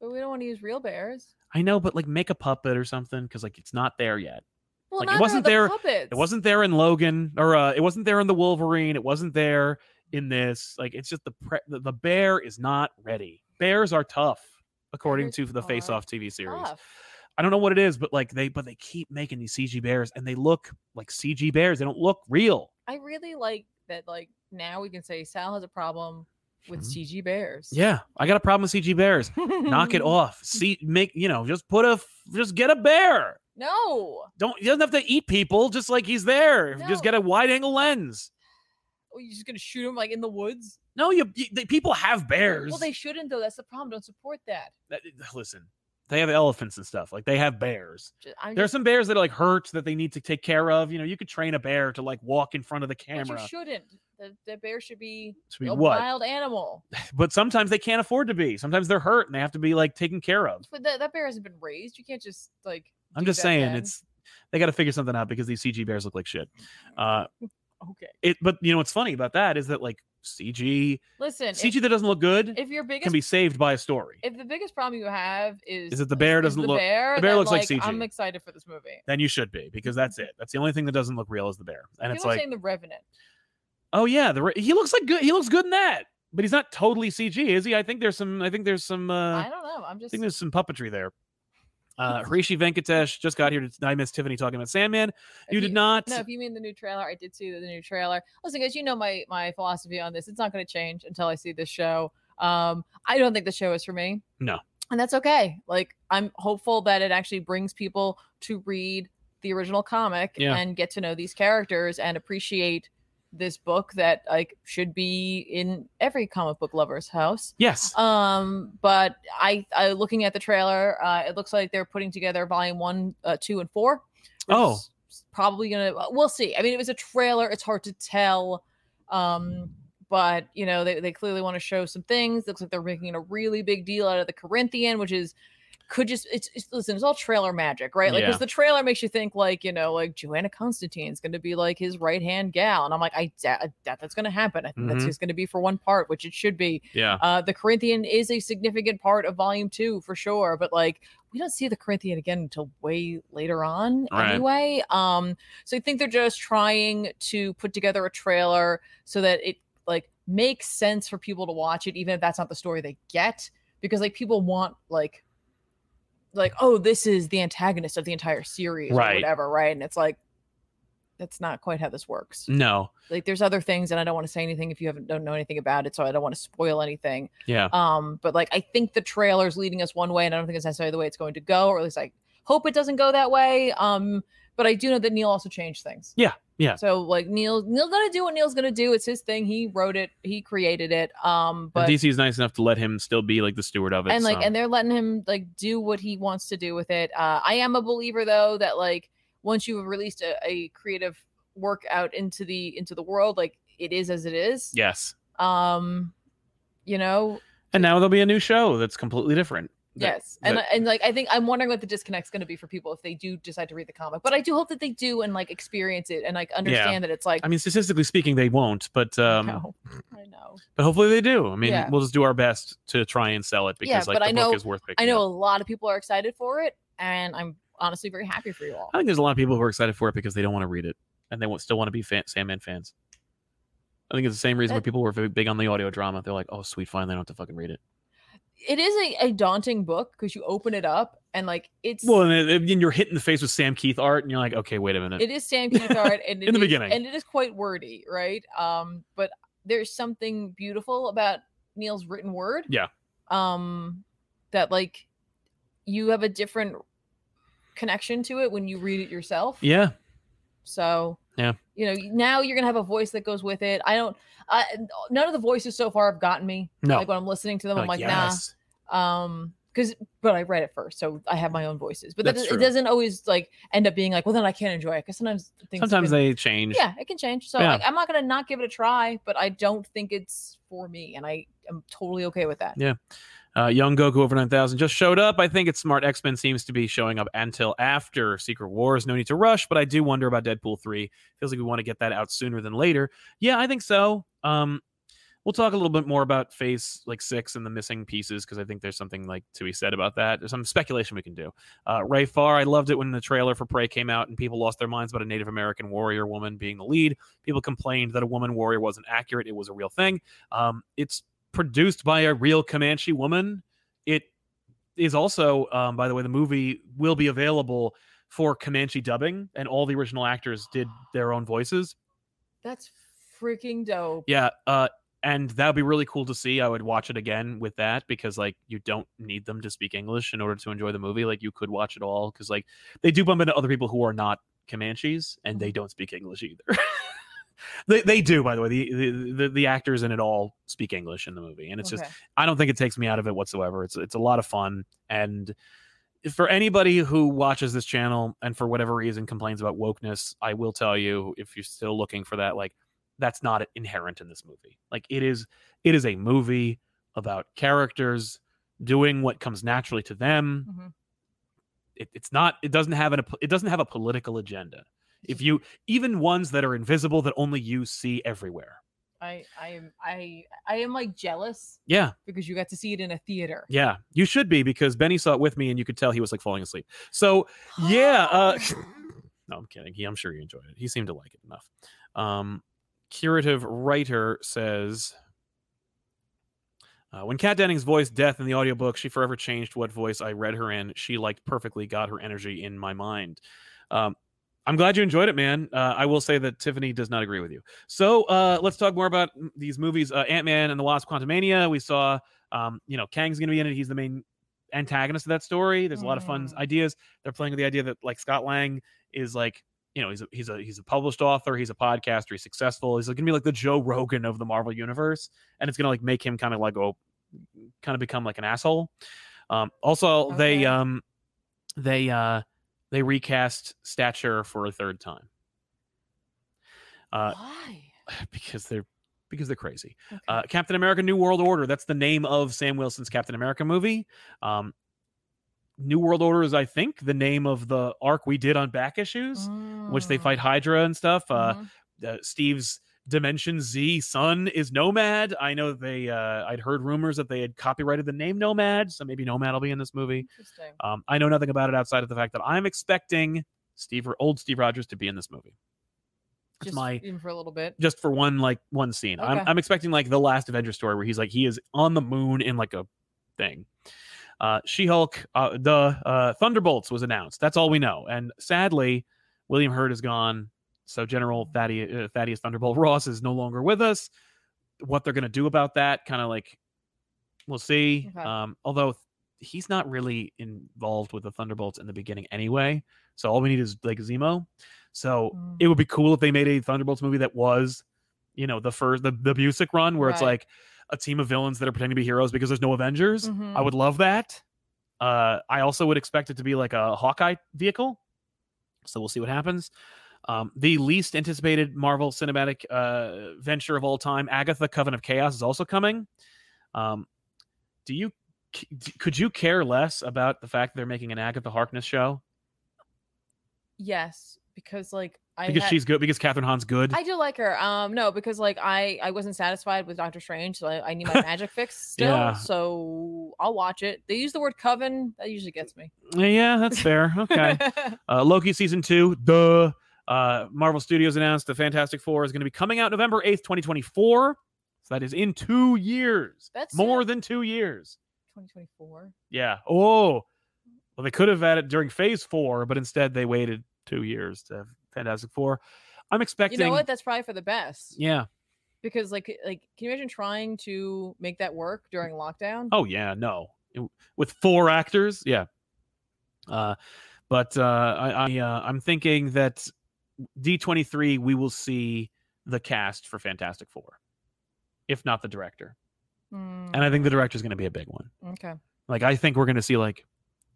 Speaker 2: But we don't want to use real bears.
Speaker 1: I know, but like make a puppet or something because like it's not there yet.
Speaker 2: Well,
Speaker 1: Like, it
Speaker 2: neither are
Speaker 1: wasn't
Speaker 2: the
Speaker 1: there- it
Speaker 2: Puppets.
Speaker 1: It wasn't there in Logan, or uh, it wasn't there in the Wolverine. It wasn't there in this. Like it's just the pre- the, the bear is not ready. Bears are tough, according
Speaker 2: Bears
Speaker 1: to the
Speaker 2: are
Speaker 1: Face Off TV series.
Speaker 2: Tough.
Speaker 1: I don't know what it is, but like they but they keep making these CG bears, and they look like CG bears. They don't look real.
Speaker 2: I really like that. Like now we can say Sal has a problem with
Speaker 1: Mhm.
Speaker 2: CG bears.
Speaker 1: Yeah, I got a problem with CG bears. Knock it off. See, make you know, just put a f- just get a bear.
Speaker 2: No, Oh,
Speaker 1: Don't he doesn't have to eat people. Just like he's there. Just
Speaker 2: No.
Speaker 1: get a wide angle lens.
Speaker 2: oh, you're just gonna shoot him like in the woods.
Speaker 1: No, you, you they, people have bears.
Speaker 2: Well, they shouldn't though. That's the problem. Don't support that.
Speaker 1: that- listen, they have elephants and stuff. Like they have bears.
Speaker 2: Just, I'm
Speaker 1: There's
Speaker 2: just,
Speaker 1: some bears that are like hurt that they need to take care of. You know, you could train a bear to like walk in front of the
Speaker 2: but
Speaker 1: camera.
Speaker 2: You shouldn't. The, the bear should be
Speaker 1: To be
Speaker 2: a
Speaker 1: what?
Speaker 2: wild animal.
Speaker 1: But sometimes they can't afford to be. Sometimes they're hurt and they have to be like taken care of.
Speaker 2: But that, that bear hasn't been raised. You can't just like.
Speaker 1: I'm
Speaker 2: do
Speaker 1: just
Speaker 2: that
Speaker 1: saying
Speaker 2: then.
Speaker 1: it's they got to figure something out because these CG bears look like shit.
Speaker 2: Mm-hmm.
Speaker 1: Uh,
Speaker 2: okay.
Speaker 1: it but you know what's funny about that is that like CG
Speaker 2: Listen, if-
Speaker 1: CG that doesn't look good
Speaker 2: if, your biggest
Speaker 1: can be saved by a story.
Speaker 2: if the biggest problem you have is
Speaker 1: Is that the bear doesn't
Speaker 2: the
Speaker 1: look-
Speaker 2: bear,
Speaker 1: the bear
Speaker 2: then,
Speaker 1: looks like
Speaker 2: I'm
Speaker 1: CG.
Speaker 2: excited for this movie.
Speaker 1: Then you should be because that's it. That's the only thing that doesn't look real is the bear. And
Speaker 2: People
Speaker 1: it's
Speaker 2: are
Speaker 1: like
Speaker 2: saying the Revenant.
Speaker 1: Oh yeah, the ra- he looks like good. He looks good in that, but he's not totally CG, is he? I think there's some. I think there's some. Uh,
Speaker 2: I
Speaker 1: I
Speaker 2: don't know. I'm just
Speaker 1: think there's some puppetry there. Uh, Harishi Venkatesh just got here. I missed Tiffany talking about Sandman. You
Speaker 2: If
Speaker 1: did not.
Speaker 2: No, if you mean the new trailer, I did see the new trailer. Listen, guys, you know my my philosophy on this. It's not going to change until I see this show. Um, I don't think the show is for me.
Speaker 1: No.
Speaker 2: and that's okay. Like I'm hopeful that it actually brings people to read the original comic
Speaker 1: Yeah.
Speaker 2: and get to know these characters and appreciate this book that like should be in every comic book lover's house
Speaker 1: Yes.
Speaker 2: um but i i looking at the trailer uh it looks like they're putting together volume one uh two and four We're
Speaker 1: Oh.
Speaker 2: s- s- probably gonna uh, we'll see i mean it was a trailer it's hard to tell um but you know they, they clearly want to show some things looks like they're making a really big deal out of the corinthian which is could just it's, it's listen it's all trailer magic right like because
Speaker 1: Yeah.
Speaker 2: the trailer makes you think like you know like joanna constantine's gonna be like his right hand gal and i'm like i doubt that that's gonna happen i think that's
Speaker 1: Mhm.
Speaker 2: just gonna be for one part which it should be
Speaker 1: Yeah.
Speaker 2: uh, the Corinthian is a significant part of Volume Two for sure, but like we don't see the Corinthian again until way later on
Speaker 1: Right.
Speaker 2: anyway. Um, so I think they're just trying to put together a trailer so that it like makes sense for people to watch it, even if that's not the story they get, because like people want like like oh this is the antagonist of the entire series
Speaker 1: Right.
Speaker 2: or whatever, right? And it's like that's not quite how this works
Speaker 1: No.
Speaker 2: like there's other things and i don't want to say anything if you haven't don't know anything about it so i don't want to spoil anything
Speaker 1: Yeah.
Speaker 2: um but like i think the trailer's leading us one way and i don't think it's necessarily the way it's going to go or at least i hope it doesn't go that way um but i do know that neil also changed things
Speaker 1: Yeah, yeah.
Speaker 2: so like neil neil gonna do what neil's gonna do it's his thing he wrote it he created it um
Speaker 1: And
Speaker 2: but
Speaker 1: DC is nice enough to let him still be like the steward of it.
Speaker 2: and like
Speaker 1: so-
Speaker 2: and they're letting him like do what he wants to do with it uh i am a believer though that like once you've released a, a creative work out into the into the world like it is as it is
Speaker 1: yes.
Speaker 2: um you know
Speaker 1: And now there'll be a new show that's completely different. That-
Speaker 2: yes and
Speaker 1: that-
Speaker 2: I- and like i think i'm wondering what the disconnect's going to be for people if they do decide to read the comic but i do hope that they do and like experience it and like understand that it's like
Speaker 1: I mean, statistically speaking, they won't, but um,
Speaker 2: I know, I know
Speaker 1: but hopefully they do. I mean,
Speaker 2: Yeah.
Speaker 1: we'll just do our best to try and sell it because
Speaker 2: Yeah,
Speaker 1: like
Speaker 2: but
Speaker 1: the
Speaker 2: I
Speaker 1: book
Speaker 2: know-
Speaker 1: is worth picking.
Speaker 2: i know
Speaker 1: up.
Speaker 2: a lot of people are excited for it and i'm honestly very happy for you all
Speaker 1: I think there's a lot of people who are excited for it because they don't want to read it and they want, still want to be fan, Sandman fans. I think it's the same reason why
Speaker 2: That-
Speaker 1: people were very big on the audio drama. They're like, "Oh, sweet, fine, they don't have to fucking read it."
Speaker 2: it is a, a daunting book because you open it up and like it's
Speaker 1: Well, and, it, and you're hit in the face with Sam Keith art, and you're like, "Okay, wait a minute."
Speaker 2: it is Sam Keith art and
Speaker 1: In
Speaker 2: it
Speaker 1: the
Speaker 2: is-
Speaker 1: beginning.
Speaker 2: and it is quite wordy, right? Um, but there's something beautiful about Neil's written word.
Speaker 1: Yeah.
Speaker 2: Um, that like you have a different connection to it when you read it yourself.
Speaker 1: yeah,
Speaker 2: So
Speaker 1: Yeah.
Speaker 2: you know now you're gonna have a voice that goes with it. I don't. I, none of the voices so far have gotten me.
Speaker 1: no,
Speaker 2: Like when I'm listening to them, I'm like, nah
Speaker 1: yes.
Speaker 2: um because but i read it first so i have my own voices but that,
Speaker 1: That's
Speaker 2: does-
Speaker 1: true.
Speaker 2: it doesn't always like end up being like well then i can't enjoy it because sometimes things
Speaker 1: Sometimes
Speaker 2: can-
Speaker 1: they change.
Speaker 2: yeah it can change so
Speaker 1: Yeah.
Speaker 2: like, i'm not gonna not give it a try but i don't think it's for me and i am totally okay with that
Speaker 1: Yeah. Uh, young Goku over 9000 just showed up. I think it's smart. X Men seems to be showing up until after Secret Wars. No need to rush, but I do wonder about Deadpool 3. Feels like we want to get that out sooner than later. Yeah, I think so. Um, we'll talk a little bit more about Phase like six and the missing pieces because I think there's something like to be said about that. There's some speculation we can do. Uh, Ray Farr, I loved it when the trailer for Prey came out and people lost their minds about a Native American warrior woman being the lead. People complained that a woman warrior wasn't accurate. It was a real thing. Um, it's produced by a real Comanche woman. It is also, um, by the way, the movie will be available for Comanche dubbing, and all the original actors did their own voices.
Speaker 2: that's freaking dope
Speaker 1: Yeah, uh, and that would be really cool to see. I would watch it again with that because, like, you don't need them to speak English in order to enjoy the movie. Like, you could watch it all because, like, they do bump into other people who are not Comanches and they don't speak English either. They, they do, by the way. The, the the the actors in it all speak English in the movie, and it's just
Speaker 2: Okay.
Speaker 1: I don't think it takes me out of it whatsoever. It's it's a lot of fun and for anybody who watches this channel and for whatever reason complains about wokeness, I will tell you if you're still looking for that like that's not inherent in this movie. Like it is it is a movie about characters doing what comes naturally to them.
Speaker 2: Mhm.
Speaker 1: It, it's not it doesn't have an it doesn't have a political agenda. If you even ones that are invisible that only you see everywhere.
Speaker 2: i i am i i am like jealous
Speaker 1: Yeah.
Speaker 2: because you got to see it in a theater
Speaker 1: Yeah, you should be because Benny saw it with me, and you could tell he was like falling asleep. So yeah, uh, no, I'm kidding. He, I'm sure he enjoyed it. He seemed to like it enough. Um, curative writer says, Uh, when Kat Dennings voiced Death in the audiobook, she forever changed what voice I read her in. She liked perfectly, got her energy in my mind. Um, I'm glad you enjoyed it, man. Uh, I will say that Tiffany does not agree with you. So uh, let's talk more about m- these movies. Uh, Ant Man and the Wasp: Quantumania. We saw, um, you know, Kang's going to be in it. He's the main antagonist of that story. There's a lot of fun
Speaker 2: Mm.
Speaker 1: ideas. They're playing with the idea that like Scott Lang is like, you know, he's a, he's a he's a published author. He's a podcaster. He's successful. He's going to be like the Joe Rogan of the Marvel universe, and it's going to like make him kind of like go, kind of become like an asshole. Um, also,
Speaker 2: Okay.
Speaker 1: they um, they uh, they recast Stature for a third time uh,
Speaker 2: Why?
Speaker 1: because they're because they're crazy.
Speaker 2: Okay.
Speaker 1: Uh, Captain America: New World Order. That's the name of Sam Wilson's Captain America movie. Um, New World Order is, I think, the name of the arc we did on back issues, which they
Speaker 2: Mm.
Speaker 1: fight Hydra and stuff. Uh,
Speaker 2: Mhm.
Speaker 1: uh, Steve's Dimension Z son is Nomad. I know they. Uh, I'd heard rumors that they had copyrighted the name Nomad, so maybe Nomad will be in this movie.
Speaker 2: Interesting.
Speaker 1: Um, I know nothing about it outside of the fact that I'm expecting Steve or old Steve Rogers to be in this movie. That's
Speaker 2: Just
Speaker 1: my
Speaker 2: even for a little bit.
Speaker 1: just for one like one scene. I'm,
Speaker 2: Okay.
Speaker 1: I'm expecting like the last Avengers story where he's like he is on the moon in like a thing. Uh, she Hulk, uh, the uh, Thunderbolts was announced. That's all we know. And sadly, William Hurt is gone. So General Thaddeus, uh, Thaddeus Thunderbolt Ross is no longer with us. What they're gonna do about that? Kind of like we'll see.
Speaker 2: Okay.
Speaker 1: Um, although he's not really involved with the Thunderbolts in the beginning anyway. So all we need is like Zemo. So
Speaker 2: Mm.
Speaker 1: it would be cool if they made a Thunderbolts movie that was, you know, the first the, the Busick run where it's
Speaker 2: Right.
Speaker 1: like a team of villains that are pretending to be heroes because there's no Avengers.
Speaker 2: Mhm.
Speaker 1: I would love that. Uh, I also would expect it to be like a Hawkeye vehicle. So we'll see what happens. Um, the least anticipated Marvel cinematic uh, venture of all time, Agatha Coven of Chaos, is also coming. Um, do you c- d- could you care less about the fact that they're making an Agatha Harkness show
Speaker 2: Yes, because like I
Speaker 1: because
Speaker 2: had-
Speaker 1: she's good because Catherine Hahn's good?
Speaker 2: I do like her. Um, no, because like I I wasn't satisfied with Doctor Strange, so I, I need my magic fix still.
Speaker 1: Yeah.
Speaker 2: So I'll watch it. They use the word coven. That usually gets me.
Speaker 1: Uh, yeah, that's fair. Okay. Uh, Loki season two, duh. Uh, Marvel Studios announced the Fantastic Four is going to be coming out November 8th, 2024. So that is in two years.
Speaker 2: That's
Speaker 1: more than two years.
Speaker 2: 2024.
Speaker 1: Yeah. Oh, well, they could have had it during phase four, but instead they waited two years to have Fantastic Four. I'm
Speaker 2: You
Speaker 1: expecting.
Speaker 2: know what? That's probably for the best
Speaker 1: Yeah.
Speaker 2: because like like can you imagine trying to make that work during lockdown?
Speaker 1: Oh, yeah. No. It- with four actors. Yeah. Uh, but uh, I, I uh, I'm thinking that D23 we will see the cast for Fantastic Four, if not the director. And I think
Speaker 2: Mm-hmm.
Speaker 1: the director is going to be a big one.
Speaker 2: Hmm, okay.
Speaker 1: Like I think we're going to see like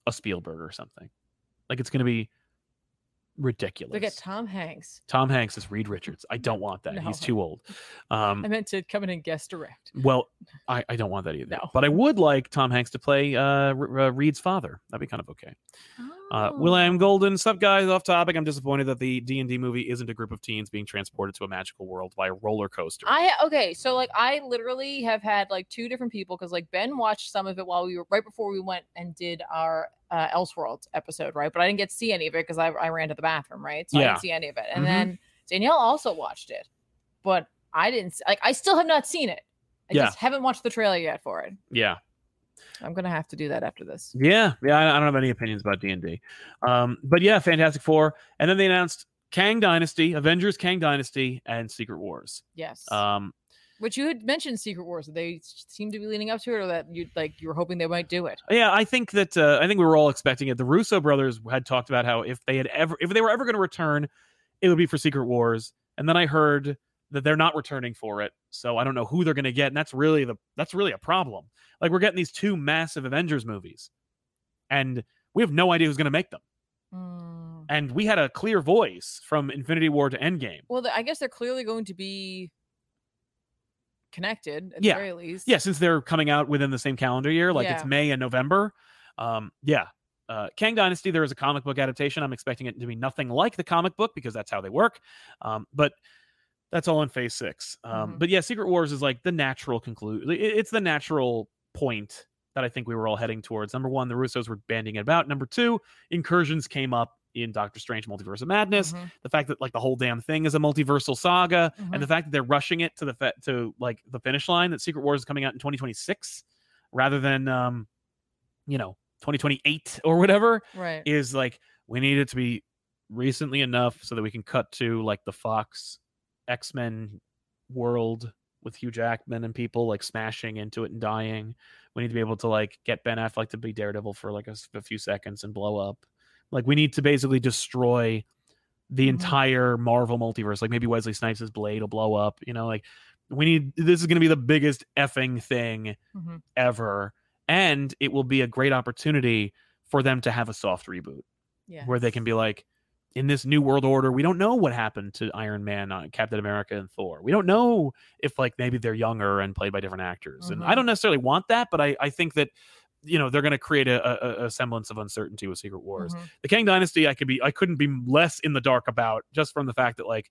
Speaker 1: a Spielberg or something. Like it's going to be ridiculous.
Speaker 2: Look at Tom Hanks.
Speaker 1: Tom Hanks is Reed Richards. I don't want that. He's
Speaker 2: No.
Speaker 1: too old. Um,
Speaker 2: I meant to come in and guest direct.
Speaker 1: well, I, I don't want that either.
Speaker 2: No.
Speaker 1: But I would like Tom Hanks to play uh, R- uh, Reed's father. That'd be kind of okay. Uh,
Speaker 2: Oh.
Speaker 1: William Golden, sup guys, off topic. I'm disappointed that the D and D movie isn't a group of teens being transported to a magical world by a roller coaster.
Speaker 2: I ha- okay, so like I literally have had like two different people because like Ben watched some of it while we were right before we went and did our uh, Elseworlds episode, right? But I didn't get to see any of it because I, I ran to the bathroom, right? So I
Speaker 1: Yeah.
Speaker 2: didn't see any of it. And
Speaker 1: Mhm.
Speaker 2: then Danielle also watched it, but I didn't s- like I still have not seen it. I
Speaker 1: Yeah.
Speaker 2: just haven't watched the trailer yet for it.
Speaker 1: yeah,
Speaker 2: I'm gonna have to do that after this.
Speaker 1: yeah, yeah. I, I don't have any opinions about D and D, Um, but yeah, Fantastic Four. And then they announced Kang Dynasty, Avengers, Kang Dynasty, and Secret Wars.
Speaker 2: Yes.
Speaker 1: Um,
Speaker 2: Which you had mentioned Secret Wars. that They s- seemed to be leading up to it or that you like you were hoping they might do it.
Speaker 1: Yeah, I think that uh, I think we were all expecting it. The Russo brothers had talked about how if they had ever if they were ever going to return, it would be for Secret Wars. And then I heard that they're not returning for it, so I don't know who they're going to get. And that's really the that's really a problem. Like we're getting these two massive Avengers movies, and we have no idea who's going to make them.
Speaker 2: Mm.
Speaker 1: And we had a clear voice from Infinity War to Endgame.
Speaker 2: Well, th- I guess they're clearly going to be connected at
Speaker 1: Yeah.
Speaker 2: the very least.
Speaker 1: yeah, since they're coming out within the same calendar year, like it's
Speaker 2: Yeah.
Speaker 1: May and November. Um, yeah. Uh, Kang Dynasty, there is a comic book adaptation. I'm expecting it to be nothing like the comic book because that's how they work. Um, but that's all in phase six. Um,
Speaker 2: Mhm.
Speaker 1: But yeah, Secret Wars is like the natural conclusion. It's the natural point that I think we were all heading towards. Number one, the Russos were banding it about. Number two, incursions came up in Doctor Strange Multiverse of Madness,
Speaker 2: Mhm.
Speaker 1: the fact that like the whole damn thing is a multiversal saga,
Speaker 2: Mhm.
Speaker 1: and the fact that they're rushing it to the fe- to like the finish line that Secret Wars is coming out in 2026 rather than um you know 2028 or whatever
Speaker 2: Right.
Speaker 1: is like we need it to be recently enough so that we can cut to like the Fox X Men world with Hugh Jackman and people like smashing into it and dying. We need to be able to like get Ben Affleck to be Daredevil for like a, s- a few seconds and blow up. Like we need to basically destroy the
Speaker 2: Mhm.
Speaker 1: entire Marvel multiverse. Like maybe Wesley Snipes' Blade will blow up. You know, like we need this is going to be the biggest effing thing
Speaker 2: Mhm.
Speaker 1: ever, and it will be a great opportunity for them to have a soft reboot
Speaker 2: Yeah.
Speaker 1: where they can be like in this new world order we don't know what happened to iron man uh, captain america and thor we don't know if like maybe they're younger and played by different actors and i
Speaker 2: Mhm.
Speaker 1: don't necessarily want that but i, I think that you know they're going to create a, a, a semblance of uncertainty with secret wars
Speaker 2: Mhm.
Speaker 1: the kang dynasty i could be i couldn't be less in the dark about just from the fact that like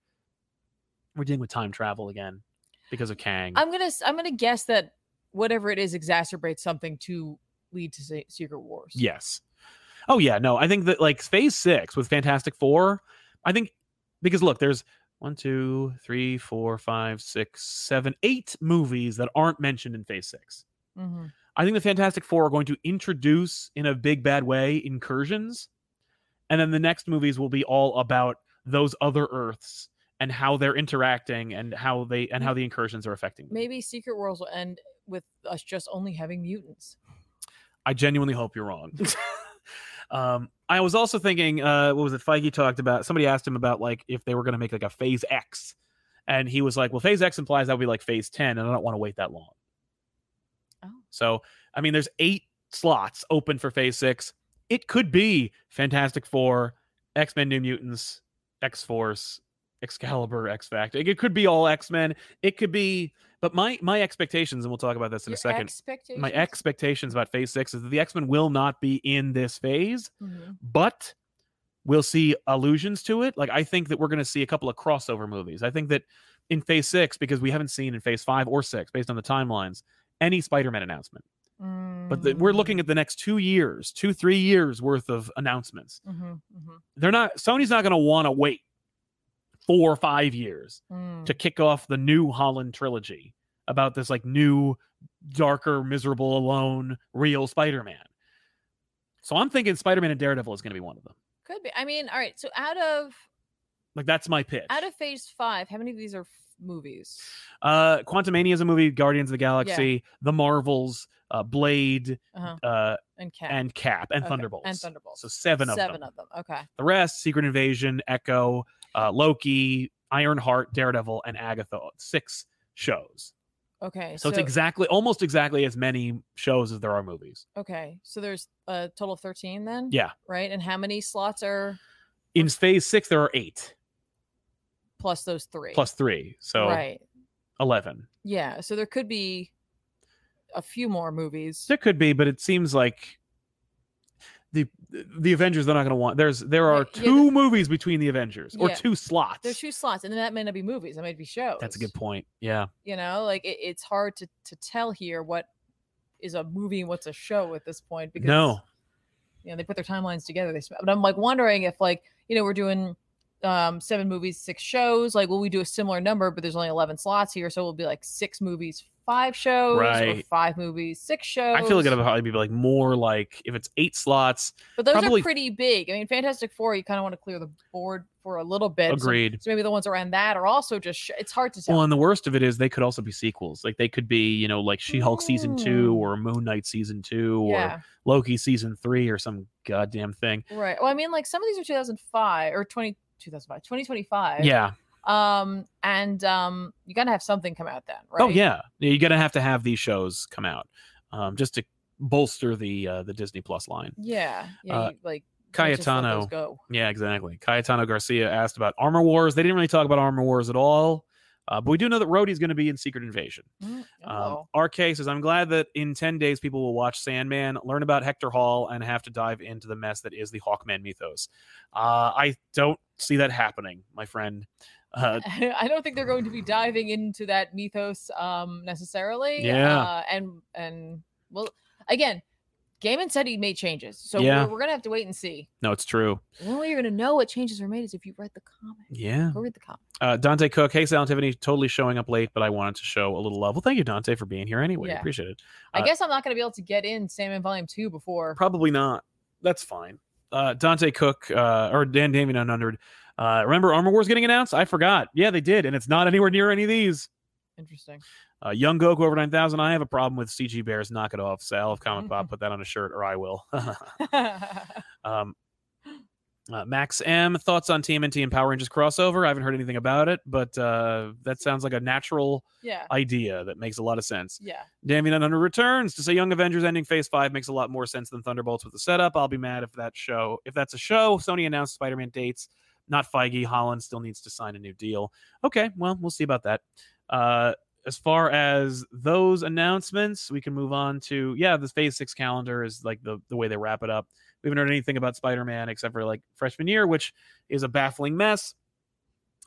Speaker 1: we're dealing with time travel again because of kang
Speaker 2: I'm gonna s- I'm gonna guess that whatever it is exacerbates something to lead to se- Secret Wars.
Speaker 1: Yes. Oh yeah, no, I think that like phase six with Fantastic Four, I think because look, there's one, two, three, four, five, six, seven, eight movies that aren't mentioned in phase six.
Speaker 2: hmm
Speaker 1: I think the Fantastic Four are going to introduce in a big bad way incursions. And then the next movies will be all about those other Earths and how they're interacting and how they and how the incursions are affecting them.
Speaker 2: Maybe Secret Wars will end with us just only having mutants.
Speaker 1: I genuinely hope you're wrong. um, I was also thinking, uh, what was it? Feige talked about. Somebody asked him about like if they were going to make like a Phase X, and he was like, "Well, Phase X implies that would be like Phase Ten, and I don't want to wait that long."
Speaker 2: Oh.
Speaker 1: So, I mean, there's eight slots open for Phase Six. It could be Fantastic Four, X Men, New Mutants, X Force, Excalibur, X Factor. It could be all X Men. It could be. But my my expectations, and we'll talk about this in
Speaker 2: Your
Speaker 1: a second
Speaker 2: Expectations.
Speaker 1: my expectations about phase six is that the x-men will not be in this phase
Speaker 2: Mhm.
Speaker 1: but we'll see allusions to it like i think that we're going to see a couple of crossover movies i think that in phase six because we haven't seen in phase five or six based on the timelines any spider-man announcement
Speaker 2: Mm-hmm,
Speaker 1: but the, we're looking at the next two years two three years worth of announcements
Speaker 2: Mhm, mhm,
Speaker 1: they're not sony's not going to want to wait four or five years
Speaker 2: mhm,
Speaker 1: to kick off the new Holland trilogy about this like new, darker, miserable, alone, real Spider-Man. So I'm thinking Spider-Man and Daredevil is going to be one of them.
Speaker 2: Could be. I mean, all right. So out of
Speaker 1: Like that's my pitch.
Speaker 2: out of Phase Five, how many of these are f- movies?
Speaker 1: uh, Quantumania is a movie, Guardians of the Galaxy, The Marvels, uh, Blade,
Speaker 2: Uh-huh.
Speaker 1: uh,
Speaker 2: And Cap.
Speaker 1: and Cap, and
Speaker 2: Okay, and
Speaker 1: Thunderbolts.
Speaker 2: Thunderbolts.
Speaker 1: So seven of
Speaker 2: seven
Speaker 1: them.
Speaker 2: of them. Okay.
Speaker 1: The rest: Secret Invasion, Echo, uh, Loki, Ironheart, Daredevil, and Agatha. Six shows.
Speaker 2: Okay.
Speaker 1: So, it's exactly, almost exactly as many shows as there are movies.
Speaker 2: Okay. So there's a total of 13 then?
Speaker 1: Yeah.
Speaker 2: Right. And how many slots are
Speaker 1: in phase six there are eight
Speaker 2: plus those three?
Speaker 1: plus three so
Speaker 2: Right.
Speaker 1: 11
Speaker 2: Yeah. So there could be a few more movies.
Speaker 1: there could be but it seems like the the avengers they're not going to want there's there are
Speaker 2: Right, yeah,
Speaker 1: two movies between the avengers or
Speaker 2: Yeah.
Speaker 1: two slots
Speaker 2: There's two slots, and then that may not be movies. That might be shows.
Speaker 1: that's a good point yeah
Speaker 2: You know, like it, it's hard to to tell here what is a movie and what's a show at this point because
Speaker 1: no
Speaker 2: you know they put their timelines together. They, sm- but I'm like wondering if like you know we're doing um seven movies, six shows. Like, will we do a similar number? But there's only 11 slots here, so we'll be like six movies, five shows, or
Speaker 1: Right.
Speaker 2: five movies, six shows.
Speaker 1: i feel like it'll probably be like more like if it's eight slots
Speaker 2: But those
Speaker 1: Probably-
Speaker 2: are pretty big. I mean, Fantastic Four, you kind of want to clear the board for a little bit. so-
Speaker 1: Agreed.
Speaker 2: So, maybe the ones around that are also just. Sh- it's hard to tell.
Speaker 1: well and the worst of it is they could also be sequels like they could be you know like she-hulk season two
Speaker 2: Mm.
Speaker 1: or moon knight season two
Speaker 2: yeah,
Speaker 1: or loki season three or some goddamn thing
Speaker 2: right. Well, I mean, like some of these are 2005 or 20, 2005, 2025.
Speaker 1: yeah
Speaker 2: Um, and um, you gotta have something come out then, right?
Speaker 1: Oh yeah, Yeah, you're gonna have to have these shows come out um, just to bolster the uh, the Disney Plus line.
Speaker 2: Yeah. Yeah.
Speaker 1: Uh,
Speaker 2: you, like can't just let those
Speaker 1: Cayetano,
Speaker 2: Go.
Speaker 1: yeah, exactly. Cayetano Garcia asked about Armor Wars. They didn't really talk about Armor Wars at all, uh, but we do know that Rhodey's going to be in Secret Invasion.
Speaker 2: Mm,
Speaker 1: Um,
Speaker 2: oh,
Speaker 1: RK says, "I'm glad that in ten days people will watch Sandman, learn about Hector Hall, and have to dive into the mess that is the Hawkman mythos." Uh, I don't see that happening, my friend. Uh,
Speaker 2: I don't think they're going to be diving into that mythos um necessarily.
Speaker 1: Yeah.
Speaker 2: Uh, and and well, again, Gaiman said he made changes, so
Speaker 1: Yeah.
Speaker 2: we're, we're gonna have to wait and see.
Speaker 1: No, it's true.
Speaker 2: The only way you're gonna know what changes were made is if you read the comic.
Speaker 1: Yeah.
Speaker 2: Go read the comic.
Speaker 1: Uh, Dante Cook, hey, Silent Tiffany, totally showing up late, but I wanted to show a little love. Well, thank you, Dante, for being here anyway.
Speaker 2: Yeah.
Speaker 1: Appreciate it.
Speaker 2: I
Speaker 1: Uh,
Speaker 2: guess I'm not gonna be able to get in Salmon Volume Two before.
Speaker 1: Probably not. That's fine. Uh, Dante Cook uh, or Dan Damien 900. Uh, remember Armor Wars getting announced? I forgot. Yeah, they did, and it's not anywhere near any of these.
Speaker 2: Interesting.
Speaker 1: Uh, Young Goku over 9000. I have a problem with CG Bears. Knock it off. Sal of Comic Pop, put that on a shirt, or I will. Um, uh, Max M, thoughts on TMNT and Power Rangers crossover? I haven't heard anything about it, but uh, that sounds like a natural
Speaker 2: yeah.
Speaker 1: idea that makes a lot of sense.
Speaker 2: Yeah.
Speaker 1: Damien Under returns to say Young Avengers ending Phase Five makes a lot more sense than Thunderbolts with the setup. I'll be mad if that show if that's a show. Sony announced Spider-Man dates. Not Feige. Holland still needs to sign a new deal. Okay, well we'll see about that. Uh, as far as those announcements, we can move on to yeah, the Phase Six calendar is like the the way they wrap it up. We haven't heard anything about Spider-Man except for like freshman year, which is a baffling mess.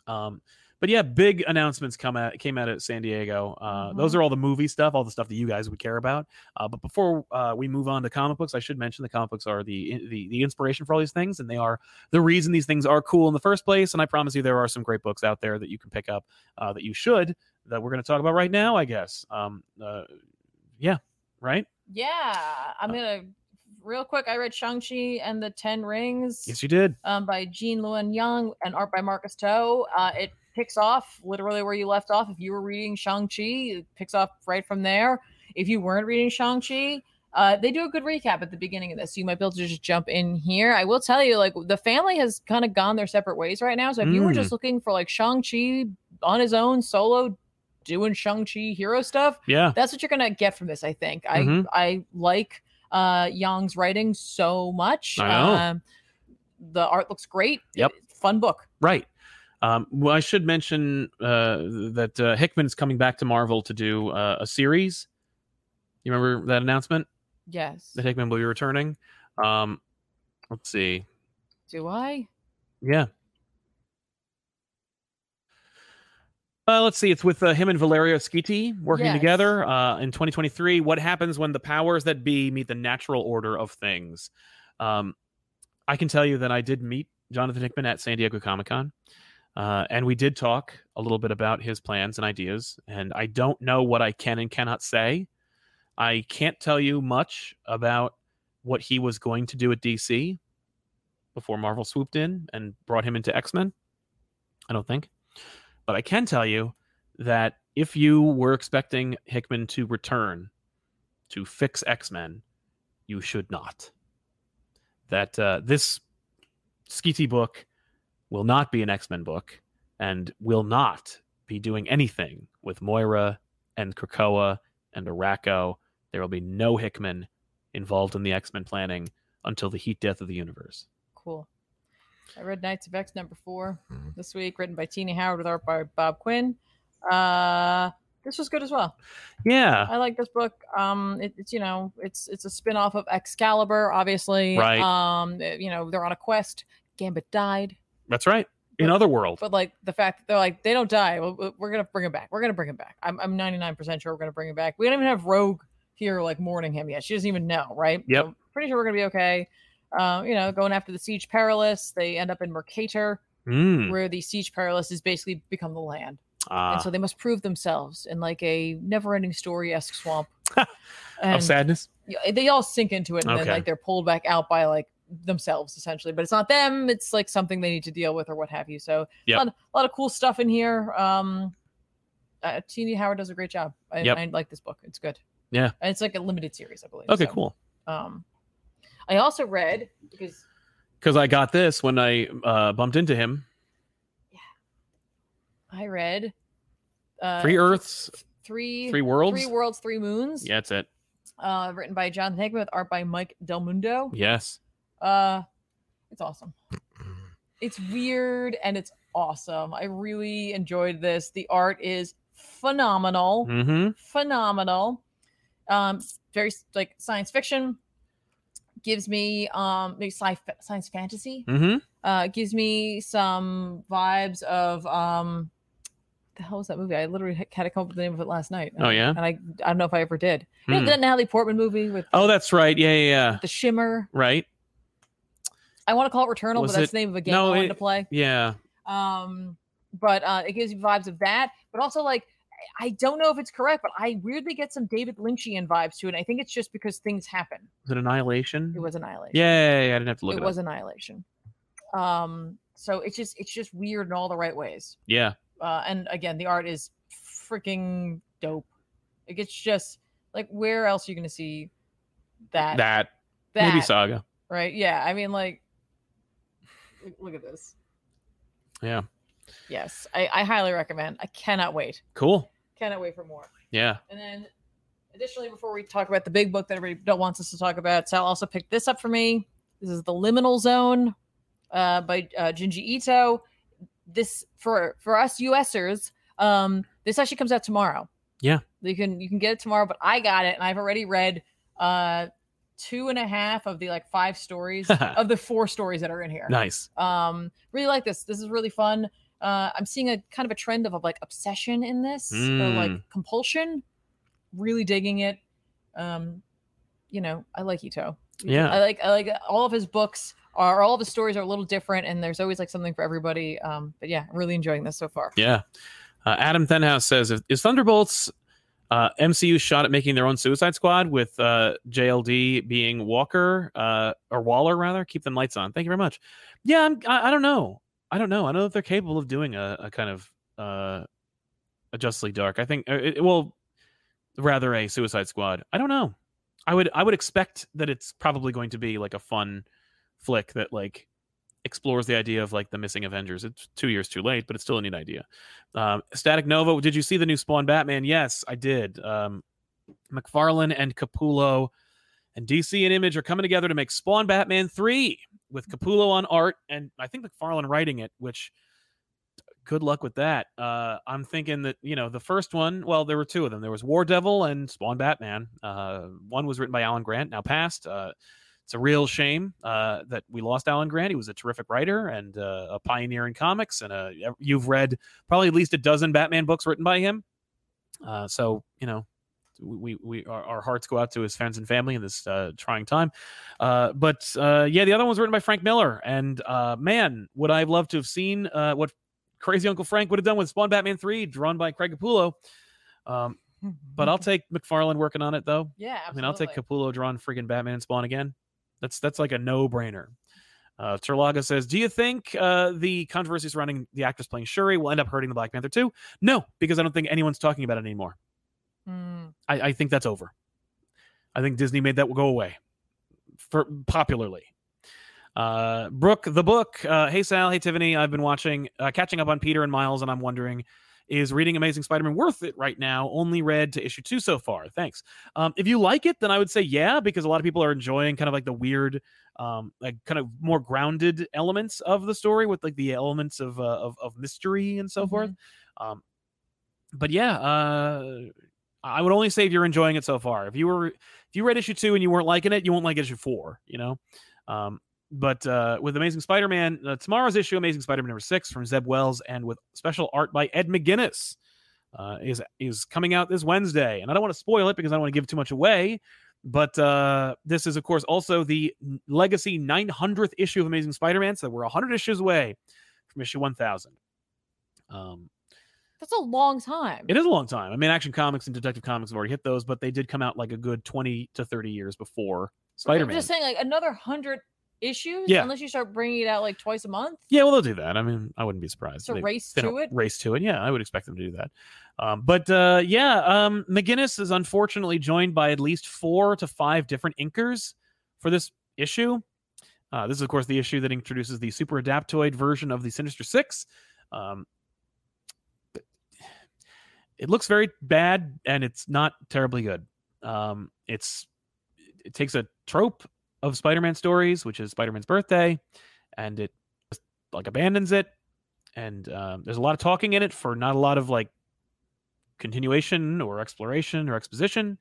Speaker 1: Um, but yeah, big announcements come out came out at San Diego. Uh, Those
Speaker 2: Mhm.
Speaker 1: are all the movie stuff, all the stuff that you guys would care about. Uh, but before uh, we move on to comic books, I should mention the comic books are the, the the inspiration for all these things, and they are the reason these things are cool in the first place. And I promise you, there are some great books out there that you can pick up uh, that you should that we're going to talk about right now. I guess. Um, uh, yeah. Right.
Speaker 2: Yeah. I'm
Speaker 1: Uh,
Speaker 2: gonna real quick. I read Shang Chi and the Ten Rings.
Speaker 1: Yes, you did.
Speaker 2: um, by Jean Luen Young and art by Marcus Toe. Uh, it picks off literally where you left off. If you were reading Shang-Chi, it picks off right from there. If you weren't reading Shang-Chi, uh, they do a good recap at the beginning of this. So you might be able to just jump in here. I will tell you, like, the family has kind of gone their separate ways right now. So if you were
Speaker 1: Mm.
Speaker 2: just looking for, like, Shang-Chi on his own, solo, doing Shang-Chi hero stuff,
Speaker 1: Yeah.
Speaker 2: that's what you're gonna get from this i think i
Speaker 1: Mhm.
Speaker 2: i like uh yang's writing so much
Speaker 1: I know.
Speaker 2: um the art looks great
Speaker 1: Yep.
Speaker 2: fun book
Speaker 1: Right. Um, well, I should mention uh, that uh, Hickman is coming back to Marvel to do uh, a series. You remember that announcement
Speaker 2: yes
Speaker 1: that Hickman will be returning? Um, let's see.
Speaker 2: do i
Speaker 1: Yeah. Uh, let's see. It's with uh, him and Valerio Schiti working
Speaker 2: Yes.
Speaker 1: together uh, in 2023. What happens when the powers that be meet the natural order of things? Um, I can tell you that I did meet Jonathan Hickman at San Diego Comic Con, uh, and we did talk a little bit about his plans and ideas. And I don't know what I can and cannot say. I can't tell you much about what he was going to do at DC before Marvel swooped in and brought him into X Men. I don't think. But I can tell you that if you were expecting Hickman to return to fix X Men, you should not. That uh, this Skeety book will not be an X Men book and will not be doing anything with Moira and Krakoa and Araco. There will be no Hickman involved in the X Men planning until the heat death of the universe.
Speaker 2: cool i read knights of x number 4
Speaker 1: Mm-hmm.
Speaker 2: this week written by tina howard with art by bob quinn uh this was good as well
Speaker 1: Yeah.
Speaker 2: i like this book um it, it's you know it's it's a spin-off of excalibur obviously
Speaker 1: Right.
Speaker 2: um you know they're on a quest gambit died
Speaker 1: That's right. In other world.
Speaker 2: But like the fact that they're like they don't die, well, we- we're gonna bring him back. We're gonna bring him back. I'm I'm 99% sure we're gonna bring him back. We don't even have Rogue here like mourning him yet. She doesn't even know, right?
Speaker 1: Yep.
Speaker 2: pretty sure we're gonna be okay. Um, you know, going after the Siege Perilous, they end up in Mercator,
Speaker 1: Mm.
Speaker 2: where the Siege Perilous has basically become the land,
Speaker 1: Ah,
Speaker 2: and so they must prove themselves in like a never-ending story-esque swamp.
Speaker 1: of
Speaker 2: and
Speaker 1: sadness.
Speaker 2: yeah, they all sink into it, and then
Speaker 1: Okay.
Speaker 2: like they're pulled back out by like themselves essentially but it's not them it's like something they need to deal with or what have you so
Speaker 1: Yep.
Speaker 2: a, lot, a lot of cool stuff in here um uh, Teeny Howard does a great job. I,
Speaker 1: Yep.
Speaker 2: I like this book. It's good.
Speaker 1: Yeah.
Speaker 2: And it's like a limited series, I believe.
Speaker 1: Okay,
Speaker 2: so,
Speaker 1: cool.
Speaker 2: Um, I also read because
Speaker 1: Because I got this when I uh, bumped into him.
Speaker 2: I read uh,
Speaker 1: Three Earths,
Speaker 2: three,
Speaker 1: Three Worlds.
Speaker 2: Three Worlds, Three Moons.
Speaker 1: Yeah, that's it.
Speaker 2: Uh, written by Jonathan Hickman with art by Mike Del Mundo.
Speaker 1: Yes.
Speaker 2: Uh, it's awesome. It's weird and it's awesome. I really enjoyed this. The art is phenomenal,
Speaker 1: Mm-hmm.
Speaker 2: phenomenal. Um, s- very s- like science fiction gives me um maybe sci- science fantasy
Speaker 1: Mm-hmm.
Speaker 2: uh gives me some vibes of um the hell was that movie? I literally ha- had to come up with the name of it last night.
Speaker 1: Oh, yeah?
Speaker 2: and I I don't know if I ever did. You
Speaker 1: Hmm.
Speaker 2: know that Natalie Portman movie with
Speaker 1: Oh, that's right. Yeah, yeah, yeah.
Speaker 2: the shimmer.
Speaker 1: Right.
Speaker 2: I want to call it Returnal,
Speaker 1: Was
Speaker 2: but that's
Speaker 1: it-
Speaker 2: the name of a game
Speaker 1: no,
Speaker 2: I wanted
Speaker 1: it-
Speaker 2: to play.
Speaker 1: Yeah.
Speaker 2: Um, but uh, it gives you vibes of that, but also like I I don't know if it's correct, but I weirdly get some David Lynchian vibes to it. and I think it's just because things happen.
Speaker 1: Was it Annihilation?
Speaker 2: It was Annihilation.
Speaker 1: Yay! I didn't have to Mm-hmm. look it,
Speaker 2: it
Speaker 1: up.
Speaker 2: was Annihilation. Um, so it's just it's just weird in all the right ways.
Speaker 1: Yeah.
Speaker 2: uh, and again the art is freaking dope like it's just like where else are you gonna see that
Speaker 1: That,
Speaker 2: that
Speaker 1: movie saga.
Speaker 2: right yeah i mean like l- look at this
Speaker 1: Yeah.
Speaker 2: yes I, I highly recommend i cannot wait
Speaker 1: Cool.
Speaker 2: cannot wait for more
Speaker 1: Yeah.
Speaker 2: and then additionally before we talk about the big book that everybody wants us to talk about sal also picked this up for me this is the liminal zone uh, by uh, Junji Ito. This for for us USers, um, this actually comes out tomorrow.
Speaker 1: Yeah.
Speaker 2: you can you can get it tomorrow. But I got it, and I've already read uh, two and a half of the like five stories of the four stories that are in here.
Speaker 1: nice.
Speaker 2: Um, really like this. This is really fun. Uh, I'm seeing a kind of a trend of, of like obsession in this
Speaker 1: Hmm.
Speaker 2: or like compulsion. Really digging it. Um, you know, I like Ito.
Speaker 1: Yeah.
Speaker 2: I like I like all of his books are all of his stories are a little different and there's always like something for everybody. Um, but yeah, really enjoying this so far.
Speaker 1: Yeah. Uh, Adam Thenhouse says, "If- "Is Thunderbolts uh, MCU shot at making their own Suicide Squad with uh, JLD being Walker uh, or Waller rather? Keep them lights on. Thank you very much. Yeah, I'm, I, I don't know. I don't know. I don't know if they're capable of doing a, a kind of uh, a Justice League Dark. I think uh, it, well, rather a Suicide Squad. I don't know. I would I would expect that it's probably going to be like a fun flick that like." explores the idea of like the missing Avengers. It's two years too late, but it's still a neat idea. Um, Static Nova, did you see the new Spawn Batman? Yes, I did. Um, McFarlane and Capullo and DC and Image are coming together to make Spawn Batman 3 with Capullo on art and I think McFarlane writing it, which good luck with that. Uh, I'm thinking that, you know, the first one, well, there were two of them. There was War Devil and Spawn Batman. Uh, one was written by Alan Grant, now passed. Uh, it's a real shame uh, that we lost Alan Grant. He was a terrific writer and uh, a pioneer in comics. And uh, you've read probably at least a dozen Batman books written by him. Uh, so you know, we we our, our hearts go out to his fans and family in this uh, trying time. Uh, but uh, yeah, the other one was written by Frank Miller, and uh, man, would I have loved to have seen uh, what Crazy Uncle Frank would have done with Spawn Batman Three, drawn by Craig Capullo. Um, but
Speaker 2: Hmm.
Speaker 1: I'll take McFarlane working on it though.
Speaker 2: yeah,
Speaker 1: I mean, I'll take
Speaker 2: absolutely.
Speaker 1: Capullo drawn freaking Batman and Spawn again. That's that's like a no brainer. Uh, Terlaga says, "Do you think uh, the controversy surrounding the actress playing Shuri will end up hurting the Black Panther too? No, because I don't think anyone's talking about it anymore.
Speaker 2: Mm,
Speaker 1: I, I think that's over. I think Disney made that go away for popularly. Uh, Brooke, the book. Uh, hey Sal, hey Tiffany. I've been watching, uh, catching up on Peter and Miles, and I'm wondering, is reading Amazing Spider-Man worth it right now? Only read to issue two so far. Thanks. Um, if you like it, then I would say yeah, because a lot of people are enjoying kind of like the weird, um, like kind of more grounded elements of the story with like the elements of uh, of, of mystery and so
Speaker 2: Mhm.
Speaker 1: forth. Um, but yeah, uh, I would only say if you're enjoying it so far. If you were if you read issue two and you weren't liking it, you won't like issue four. You know. Um, but uh, with Amazing Spider-Man, uh, tomorrow's issue, Amazing Spider-Man number six from Zeb Wells, and with special art by Ed McGuinness, uh, is is coming out this Wednesday. And I don't want to spoil it because I don't want to give too much away. But uh, this is, of course, also the n- legacy 900th issue of Amazing Spider-Man. So we're 100 issues away from issue 1,000. Um,
Speaker 2: that's a long time.
Speaker 1: it is a long time. I mean, Action Comics and Detective Comics have already hit those, but they did come out like a good 20 to 30 years before Spider-Man.
Speaker 2: I'm just saying, like another hundred issues,
Speaker 1: Yeah.
Speaker 2: unless you start bringing it out like twice a month.
Speaker 1: Yeah, well, they'll do that. I mean, I wouldn't be surprised.
Speaker 2: It's a
Speaker 1: They-
Speaker 2: race
Speaker 1: they
Speaker 2: to
Speaker 1: don't
Speaker 2: it.
Speaker 1: Race to it. Yeah, I would expect them to do that. Um, but uh, yeah, um, McGinnis is unfortunately joined by at least four to five different inkers for this issue. Uh, this is, of course, the issue that introduces the super adaptoid version of the Sinister Six. Um, but it looks very bad, and it's not terribly good. Um, it's it takes a trope of Spider-Man stories, which is Spider-Man's birthday, and it just, like abandons it. And um, there's a lot of talking in it for not a lot of like continuation or exploration or exposition.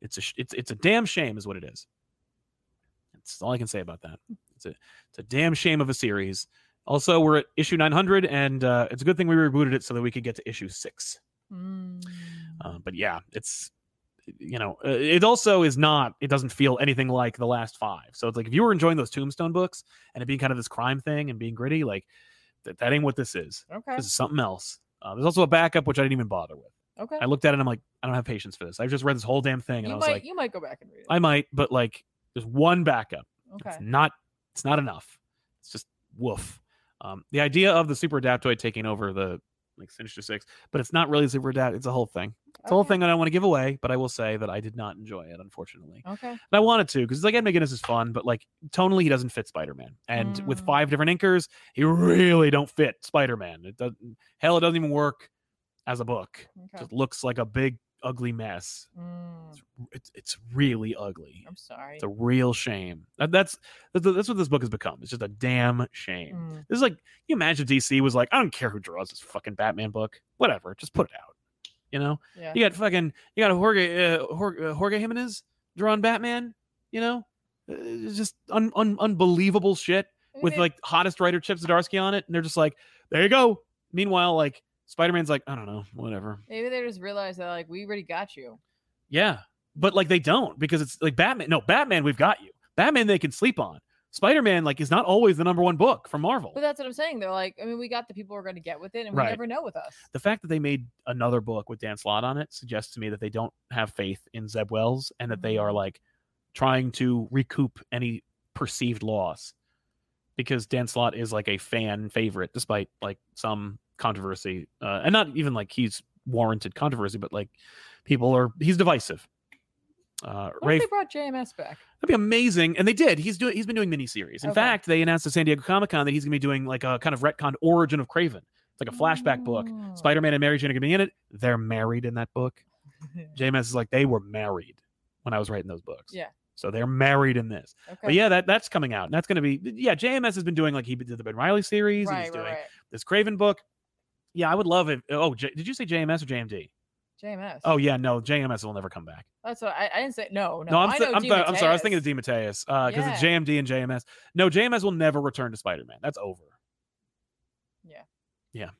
Speaker 1: It's a sh- it's it's a damn shame, is what it is. That's all I can say about that. It's a it's a damn shame of a series. Also, we're at issue 900, and uh, it's a good thing we rebooted it so that we could get to issue six.
Speaker 2: Mm.
Speaker 1: Uh, but yeah, it's you know, uh, it also is not. It doesn't feel anything like the last five. So it's like if you were enjoying those Tombstone books and it being kind of this crime thing and being gritty, like that, that ain't what this is.
Speaker 2: okay.
Speaker 1: This is something else. Uh, there's also a backup which I didn't even bother with.
Speaker 2: Okay.
Speaker 1: I looked at it and I'm like, I don't have patience for this. I've just read this whole damn thing, and
Speaker 2: you
Speaker 1: I
Speaker 2: might
Speaker 1: was like,
Speaker 2: you might go back and read it.
Speaker 1: I might, but like, there's one backup.
Speaker 2: okay.
Speaker 1: It's not it's not enough. It's just woof. Um, the idea of the super adaptoid taking over the like Sinister Six, but it's not really super adapt. It's a whole thing. It's a whole
Speaker 2: okay.
Speaker 1: thing that I want to give away, but I will say that I did not enjoy it, unfortunately.
Speaker 2: Okay.
Speaker 1: And I wanted to because like Ed McGuinness is fun, but like tonally he doesn't fit Spider Man, and with
Speaker 2: Mm.
Speaker 1: five different inkers, he really don't fit Spider Man. It doesn't. Hell, it doesn't even work as a book.
Speaker 2: Okay.
Speaker 1: Just looks like a big ugly mess.
Speaker 2: Mm,
Speaker 1: It's it's really ugly.
Speaker 2: I'm sorry.
Speaker 1: It's a real shame. That, that's that's that's what this book has become. It's just a damn shame.
Speaker 2: Mm,
Speaker 1: This is like can you imagine if DC was like, I don't care who draws this fucking Batman book, whatever, just put it out. You know,
Speaker 2: yeah.
Speaker 1: you got fucking you got Jorge uh, Jorge, uh, Jorge Jimenez drawing Batman. You know, Uh, it's just un, un, unbelievable shit
Speaker 2: I mean,
Speaker 1: with
Speaker 2: it-
Speaker 1: like hottest writer Chip Zdarsky on it, and they're just like, there you go. Meanwhile, like Spider Man's like, I don't know, whatever.
Speaker 2: maybe they just realized that like we already got you.
Speaker 1: Yeah. But like they don't because it's like Batman. No, Batman, we've got you. Batman they can sleep on. Spider-Man like is not always the number one book from Marvel.
Speaker 2: But that's what I'm saying. They're like, I mean, we got the people we're going to get with it, and
Speaker 1: Right.
Speaker 2: we never know with us.
Speaker 1: the fact that they made another book with Dan Slott on it suggests to me that they don't have faith in Zeb Wells and that they are
Speaker 2: Mhm.
Speaker 1: like trying to recoup any perceived loss because Dan Slott is like a fan favorite despite like some controversy uh, and not even like he's warranted controversy but like people are he's divisive. Uh,
Speaker 2: What
Speaker 1: Ray
Speaker 2: if they brought JMS back?
Speaker 1: That'd be amazing. And they did. He's doing. He's been doing miniseries. In
Speaker 2: Okay.
Speaker 1: fact, they announced at San Diego Comic Con that he's going to be doing like a kind of retcon origin of Craven. It's like a flashback book.
Speaker 2: Mm.
Speaker 1: Spider Man and Mary Jane are going to be in it. They're married in that book. JMS is like they were married when I was writing those books.
Speaker 2: Yeah.
Speaker 1: So they're married in this.
Speaker 2: okay.
Speaker 1: But yeah, that that's coming out, and that's going to be yeah. JMS has been doing like he did the Ben Riley series. and he's
Speaker 2: right, right,
Speaker 1: doing
Speaker 2: right.
Speaker 1: this Craven book. Yeah, I would love it. Oh, J- did you say JMS or JMD?
Speaker 2: JMS.
Speaker 1: Oh yeah, no, JMS will never come back.
Speaker 2: that's what I, I didn't say. No, no.
Speaker 1: No, I'm,
Speaker 2: I
Speaker 1: so-
Speaker 2: know
Speaker 1: I'm,
Speaker 2: G.
Speaker 1: sorry- I'm sorry. I was thinking of
Speaker 2: Mateus.
Speaker 1: DeMatteis because it's
Speaker 2: Yeah.
Speaker 1: JMD and JMS. No, JMS will never return to Spider Man. That's over.
Speaker 2: Yeah.
Speaker 1: Yeah.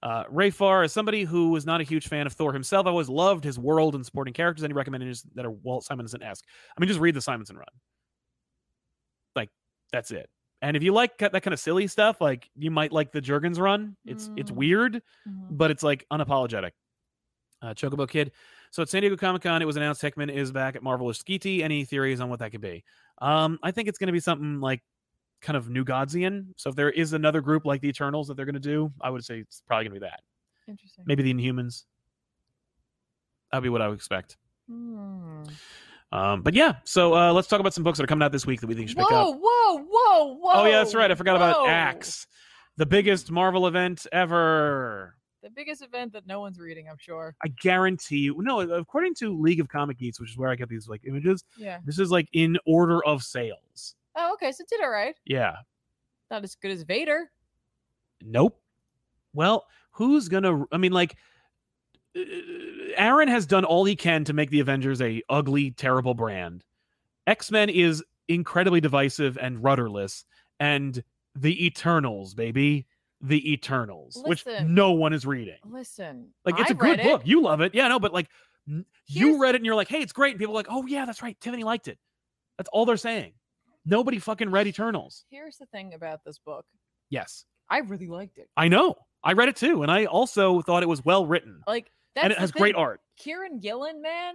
Speaker 1: Uh, Ray Farr, as somebody who was not a huge fan of Thor himself, I always loved his world and supporting characters. Any recommendations that are Walt Simonson esque? I mean, just read the Simonson run. Like, that's it. And if you like that kind of silly stuff, like you might like the Jurgens run. It's it's
Speaker 2: Mm.
Speaker 1: weird,
Speaker 2: Mhm.
Speaker 1: but it's like unapologetic. Uh, Chocobo Kid. So at San Diego Comic Con, it was announced Hickman is back at Marvel or Skeety. Any theories on what that could be? Um, I think it's going to be something like kind of New Godsian. So if there is another group like the Eternals that they're going to do, I would say it's probably going to be that.
Speaker 2: Interesting.
Speaker 1: Maybe the Inhumans. That'd be what I would expect.
Speaker 2: Hmm.
Speaker 1: Um, but yeah, so uh, let's talk about some books that are coming out this week that we think you should pick up.
Speaker 2: Whoa, whoa, whoa, whoa.
Speaker 1: oh yeah, that's right. I forgot about
Speaker 2: whoa.
Speaker 1: Axe, the biggest Marvel event ever.
Speaker 2: The biggest event that no one's reading, I'm sure.
Speaker 1: I guarantee you. No, according to League of Comic Geeks, which is where I get these like images,
Speaker 2: Yeah.
Speaker 1: this is like in order of sales.
Speaker 2: Oh, okay. So it did all right.
Speaker 1: Yeah.
Speaker 2: Not as good as Vader.
Speaker 1: Nope. Well, who's gonna? I mean, like, uh, Aaron has done all he can to make the Avengers a ugly, terrible brand. X Men is incredibly divisive and rudderless, and the Eternals, baby, the Eternals, which
Speaker 2: Listen.
Speaker 1: no one is reading.
Speaker 2: Listen,
Speaker 1: Like, it's
Speaker 2: I
Speaker 1: a good
Speaker 2: read
Speaker 1: book.
Speaker 2: It.
Speaker 1: You love it, yeah. No, but like, n- you
Speaker 2: Here's-
Speaker 1: read it and you're like, hey, it's great. And people are like, oh yeah, that's right. Tiffany liked it. That's all they're saying. Nobody fucking read Eternals.
Speaker 2: Here's the thing about this book.
Speaker 1: Yes.
Speaker 2: I really liked it.
Speaker 1: I know. I read it too, and I also thought it was well written,
Speaker 2: Like Oh, that's
Speaker 1: and it
Speaker 2: the
Speaker 1: has great
Speaker 2: thing.
Speaker 1: art.
Speaker 2: Kieran Gillen, man,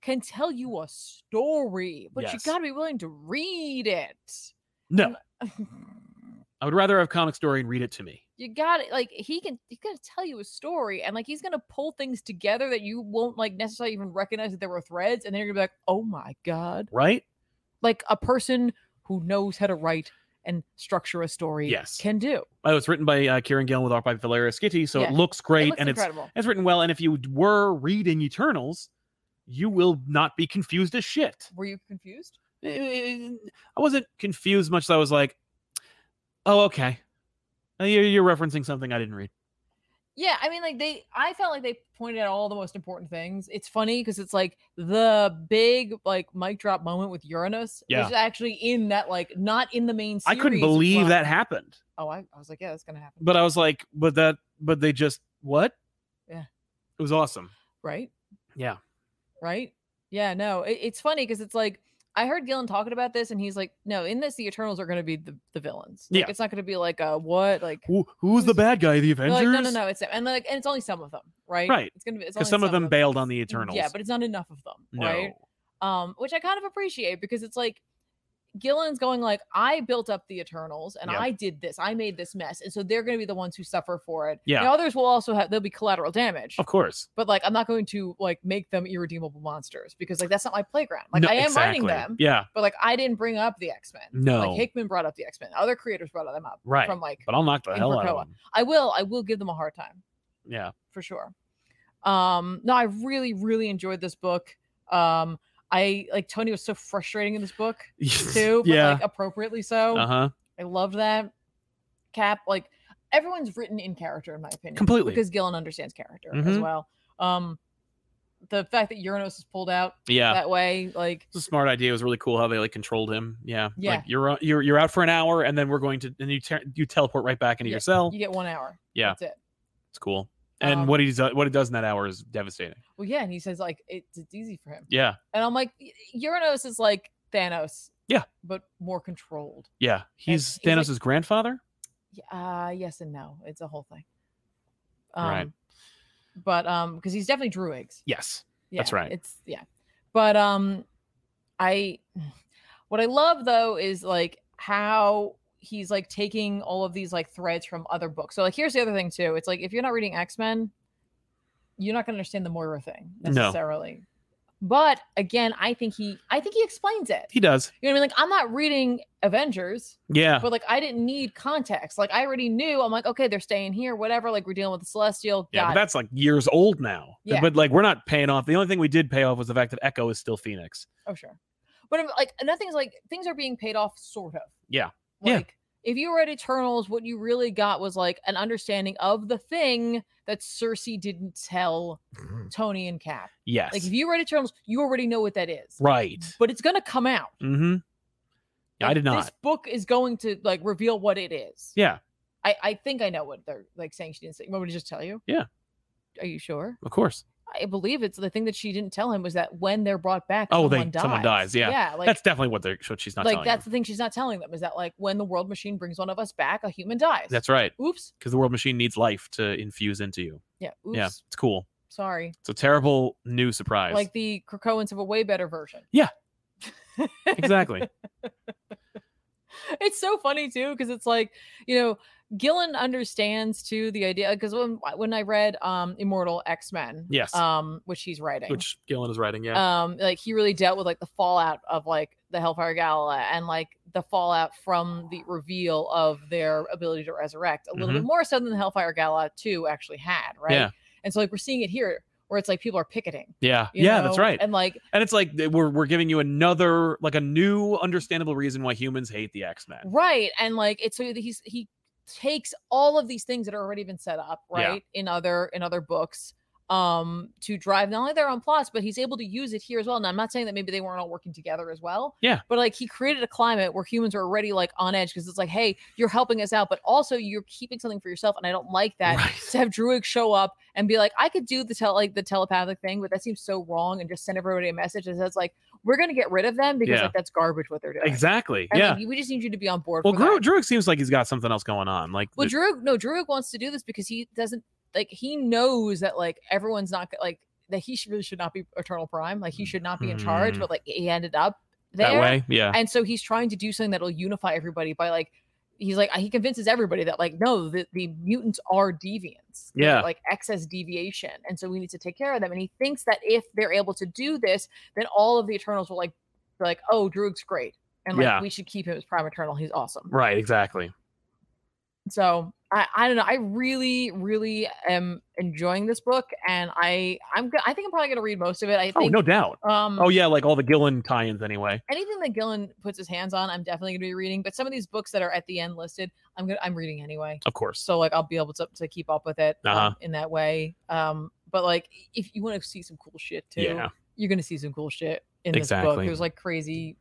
Speaker 2: can tell you a story, but you
Speaker 1: Yes.
Speaker 2: gotta be willing to read it.
Speaker 1: No, I would rather have comic story and read it to me.
Speaker 2: you got it. Like he can, he's gonna tell you a story, and like he's gonna pull things together that you won't like necessarily even recognize that there were threads, and then you're gonna be like, oh my god,
Speaker 1: Right?
Speaker 2: like a person who knows how to write and structure a story,
Speaker 1: Yes.
Speaker 2: can do.
Speaker 1: Oh, it's written by uh, Kieran Gillen with art by Valeria Skitti, so
Speaker 2: Yeah.
Speaker 1: it looks great,
Speaker 2: it looks
Speaker 1: and it's
Speaker 2: incredible.
Speaker 1: it's written well. And if you were reading Eternals, you will not be confused as shit.
Speaker 2: Were you confused?
Speaker 1: Eh, I wasn't confused much. As I was like, oh okay, Uh, you're you're referencing something I didn't read.
Speaker 2: Yeah, I mean, like they, I felt like they pointed out all the most important things. It's funny because it's like the big like mic drop moment with Uranus,
Speaker 1: Yeah.
Speaker 2: which is actually in that like not in the main.
Speaker 1: I
Speaker 2: Series
Speaker 1: couldn't believe
Speaker 2: one.
Speaker 1: that happened.
Speaker 2: oh, I, I was like, yeah, that's gonna happen.
Speaker 1: But I was like, but that, but they just what?
Speaker 2: Yeah.
Speaker 1: It was awesome.
Speaker 2: right,
Speaker 1: Yeah.
Speaker 2: right, yeah. No, it, it's funny because it's like I heard Gillen talking about this, and he's like, no, in this, the Eternals are gonna be the, the villains. Like,
Speaker 1: Yeah.
Speaker 2: it's not gonna be like a what like.
Speaker 1: Who, who's the
Speaker 2: Who's-
Speaker 1: bad guy? The
Speaker 2: they're
Speaker 1: Avengers?
Speaker 2: Like, no, no, no. It's them. and like, and it's only some of them, right?
Speaker 1: Right.
Speaker 2: It's gonna be it's
Speaker 1: Because
Speaker 2: only
Speaker 1: some of them bailed on the Eternals.
Speaker 2: Mm, Yeah, but it's not enough of them,
Speaker 1: no.
Speaker 2: right? um, which I kind of appreciate because it's like Gillen's going like, I built up the Eternals and
Speaker 1: Yeah.
Speaker 2: I did this, I made this mess, and so they're going to be the ones who suffer for it.
Speaker 1: Yeah.
Speaker 2: Now, others will also have there'll be collateral damage,
Speaker 1: Of course.
Speaker 2: but like I'm not going to like make them irredeemable monsters because like that's not my playground. Like
Speaker 1: No,
Speaker 2: I am writing
Speaker 1: exactly.
Speaker 2: them,
Speaker 1: Yeah.
Speaker 2: but like I didn't bring up the X Men.
Speaker 1: No.
Speaker 2: Like Hickman brought up the X Men. Other creators brought them up
Speaker 1: Right.
Speaker 2: from like
Speaker 1: but I'll knock the
Speaker 2: in
Speaker 1: hell out
Speaker 2: Krakoa.
Speaker 1: of them.
Speaker 2: I will I will give them a hard time
Speaker 1: Yeah.
Speaker 2: for sure. Um, no, I really, really enjoyed this book. Um, I like Tony was so frustrating in this book too, but
Speaker 1: yeah.
Speaker 2: like oh, appropriately so.
Speaker 1: uh huh.
Speaker 2: I loved that. Cap, like everyone's written in character, in my opinion.
Speaker 1: Completely.
Speaker 2: Because Gillen understands character as
Speaker 1: Mhm.
Speaker 2: well. Um the fact that Uranus is pulled out
Speaker 1: Yeah.
Speaker 2: that way, like
Speaker 1: It's a smart idea. It was really cool how they like controlled him. Yeah.
Speaker 2: Yeah.
Speaker 1: Like you're o- you're you're out for an hour, and then we're going to and you te- you teleport right back into
Speaker 2: Yeah.
Speaker 1: your cell.
Speaker 2: you get one hour.
Speaker 1: Yeah.
Speaker 2: That's it.
Speaker 1: It's cool. And
Speaker 2: Um,
Speaker 1: what he's what it does in that hour is devastating.
Speaker 2: Well, yeah, and he says like it's, it's easy for him.
Speaker 1: Yeah.
Speaker 2: And I'm like, "Y- Uranus is like Thanos.
Speaker 1: Yeah.
Speaker 2: But more controlled.
Speaker 1: Yeah. He's
Speaker 2: he's like-
Speaker 1: Thanos' grandfather.
Speaker 2: Y- uh yes and no it's a whole thing um
Speaker 1: Right.
Speaker 2: but um because he's definitely druigs
Speaker 1: Yes.
Speaker 2: yeah,
Speaker 1: That's right.
Speaker 2: it's yeah but um i what i love though is like how he's like taking all of these like threads from other books so like here's the other thing too it's like if you're not reading x-men you're not going to understand the moira thing
Speaker 1: No.
Speaker 2: necessarily but again i think he i think he explains it
Speaker 1: He does.
Speaker 2: you know what i mean like i'm not reading avengers
Speaker 1: Yeah.
Speaker 2: but like I didn't need context. Like I already knew. I'm like, okay, they're staying here, whatever. Like we're dealing with the celestial.
Speaker 1: yeah. But
Speaker 2: Got it.
Speaker 1: that's like years old now.
Speaker 2: Yeah.
Speaker 1: But like we're not paying off. The only thing we did pay off was the fact that Echo is still Phoenix.
Speaker 2: Oh sure. But I'm, like another thing is like things are being paid off, sort of.
Speaker 1: Yeah. Yeah.
Speaker 2: Like if you read Eternals, what you really got was like an understanding of the thing that Cersei didn't tell Tony and Cap.
Speaker 1: Yes.
Speaker 2: Like if you read Eternals, you already know what that is.
Speaker 1: right.
Speaker 2: But it's gonna come out.
Speaker 1: Mm-hmm. Yeah, I
Speaker 2: Like,
Speaker 1: did
Speaker 2: This
Speaker 1: not.
Speaker 2: book is going to like reveal what it is.
Speaker 1: Yeah.
Speaker 2: I, I think I know what they're like saying she didn't say. You want me to just tell you?
Speaker 1: Yeah.
Speaker 2: Are you sure?
Speaker 1: Of course.
Speaker 2: I believe it's the thing that she didn't tell him was that when they're brought back,
Speaker 1: Oh, they-
Speaker 2: someone dies.
Speaker 1: someone dies, yeah.
Speaker 2: yeah, like
Speaker 1: that's definitely what they're what she's not
Speaker 2: like
Speaker 1: telling
Speaker 2: that's
Speaker 1: you.
Speaker 2: the thing she's not telling them is that like when the world machine brings one of us back, a human dies.
Speaker 1: That's right.
Speaker 2: oops,
Speaker 1: Because the world machine needs life to infuse into you.
Speaker 2: yeah, oops,
Speaker 1: Yeah. It's cool.
Speaker 2: sorry.
Speaker 1: It's a terrible new surprise.
Speaker 2: Like the Krakoans have a way better version.
Speaker 1: Yeah. exactly.
Speaker 2: it's so funny too because it's like you know Gillen understands too the idea because when when I read um Immortal X Men,
Speaker 1: Yes.
Speaker 2: um which he's writing,
Speaker 1: Which Gillen is writing, yeah.
Speaker 2: um like he really dealt with like the fallout of like the hellfire gala and like the fallout from the reveal of their ability to resurrect a little bit more so than the hellfire gala 2 actually had right
Speaker 1: Mm-hmm. Yeah.
Speaker 2: and so like we're seeing it here where it's like people are picketing
Speaker 1: yeah.
Speaker 2: you
Speaker 1: Yeah, that's
Speaker 2: know?
Speaker 1: right.
Speaker 2: and like
Speaker 1: And it's like th- we're we're giving you another like a new understandable reason why humans hate the X Men.
Speaker 2: right and like it's so he's he takes all of these things that are already been set up
Speaker 1: Yeah.
Speaker 2: right in other in other books um to drive not only their own plots but he's able to use it here as well and i'm not saying that maybe they weren't all working together as well
Speaker 1: Yeah.
Speaker 2: but like he created a climate where humans are already like on edge because it's like hey you're helping us out but also you're keeping something for yourself and i don't like that
Speaker 1: Right.
Speaker 2: to have druid show up and be like i could do the tel like the telepathic thing but that seems so wrong and just send everybody a message that says like we're gonna get rid of them because
Speaker 1: Yeah.
Speaker 2: like that's garbage what they're doing
Speaker 1: Exactly.
Speaker 2: and,
Speaker 1: yeah.
Speaker 2: like, we just need you to be on board
Speaker 1: well,
Speaker 2: for that.
Speaker 1: Drew, Druig seems like he's got something else going on. Like
Speaker 2: Well,
Speaker 1: th-
Speaker 2: Druid, no, Druid wants to do this because he doesn't like he knows that like everyone's not like that he should, really should not be Eternal Prime. Like he should not be in charge,
Speaker 1: Mm.
Speaker 2: but like he ended up there.
Speaker 1: that way. Yeah.
Speaker 2: And so he's trying to do something that'll unify everybody by like he's like he convinces everybody that like no, the, the mutants are deviants. They're,
Speaker 1: Yeah.
Speaker 2: Like excess deviation. And so we need to take care of them. And he thinks that if they're able to do this, then all of the Eternals will like be like, oh, Druid's great. And like
Speaker 1: Yeah.
Speaker 2: we should keep him as Prime Eternal. He's awesome.
Speaker 1: right, exactly.
Speaker 2: So I, I don't know. I really, really am enjoying this book, and I I'm go- I think I'm probably gonna read most of it. I
Speaker 1: Oh,
Speaker 2: think
Speaker 1: no doubt.
Speaker 2: um
Speaker 1: Oh yeah, like all the Gillen tie ins anyway.
Speaker 2: anything that Gillen puts his hands on, I'm definitely gonna be reading. But some of these books that are at the end listed, I'm gonna I'm reading anyway.
Speaker 1: Of course.
Speaker 2: So like I'll be able to, to keep up with it um,
Speaker 1: Uh-huh.
Speaker 2: in that way. Um, but like if you want to see some cool shit too,
Speaker 1: Yeah.
Speaker 2: you're gonna see some cool shit in this book.
Speaker 1: Exactly.
Speaker 2: There's like crazy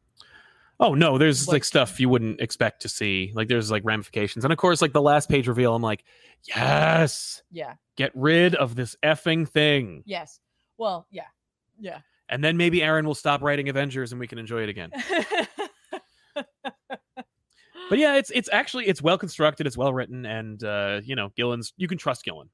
Speaker 1: Oh no, there's
Speaker 2: What-
Speaker 1: like stuff you wouldn't expect to see. Like there's like ramifications. And of course, like the last page reveal, I'm like, yes,
Speaker 2: Yeah.
Speaker 1: get rid of this effing thing.
Speaker 2: Yes. Well, yeah. Yeah.
Speaker 1: And then maybe Aaron will stop writing Avengers and we can enjoy it again. But yeah, it's it's actually it's well constructed, it's well written, and uh, you know, Gillen's you can trust Gillen.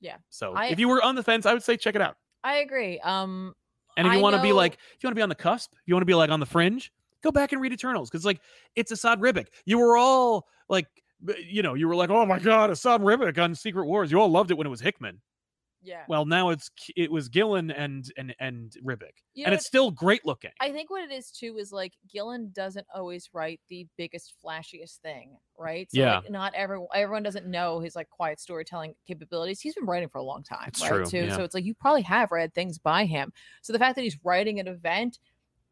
Speaker 2: Yeah.
Speaker 1: So
Speaker 2: I-
Speaker 1: if you were on the fence, I would say check it out.
Speaker 2: I agree. Um
Speaker 1: And if you
Speaker 2: I
Speaker 1: want to be
Speaker 2: know-
Speaker 1: like, if you want to be on the cusp, if you want to be like on the fringe, go back and read Eternals because like it's Assad Ribic. You were all like, b- you know, you were like, oh my god, Assad Ribic on Secret Wars. You all loved it when it was Hickman.
Speaker 2: yeah.
Speaker 1: Well, now it's K- it was Gillen and and and Ribic,
Speaker 2: You
Speaker 1: and
Speaker 2: know
Speaker 1: it's still great looking.
Speaker 2: I think what it is too is like Gillen doesn't always write the biggest, flashiest thing, right?
Speaker 1: Yeah.
Speaker 2: Like not everyone everyone doesn't know his like quiet storytelling capabilities. He's been writing for a long time,
Speaker 1: It's
Speaker 2: right?
Speaker 1: true,
Speaker 2: Too.
Speaker 1: yeah.
Speaker 2: So it's like you probably have read things by him. So the fact that he's writing an event,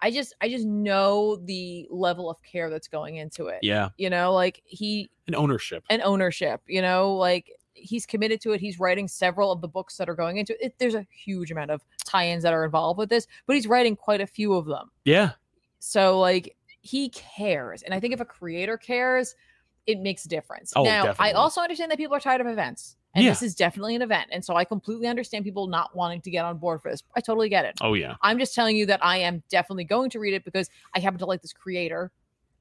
Speaker 2: I just I just know the level of care that's going into it.
Speaker 1: yeah,
Speaker 2: You know, like he
Speaker 1: and ownership.
Speaker 2: and ownership, you know, like he's committed to it. He's writing several of the books that are going into it. There's a huge amount of tie-ins that are involved with this, but he's writing quite a few of them.
Speaker 1: yeah,
Speaker 2: So like he cares. And I think if a creator cares, it makes a difference.
Speaker 1: Oh,
Speaker 2: now,
Speaker 1: definitely.
Speaker 2: I also understand that people are tired of events. And
Speaker 1: Yeah.
Speaker 2: this is definitely an event. And so I completely understand people not wanting to get on board for this. I totally get it.
Speaker 1: oh yeah,
Speaker 2: I'm just telling you that I am definitely going to read it because I happen to like this creator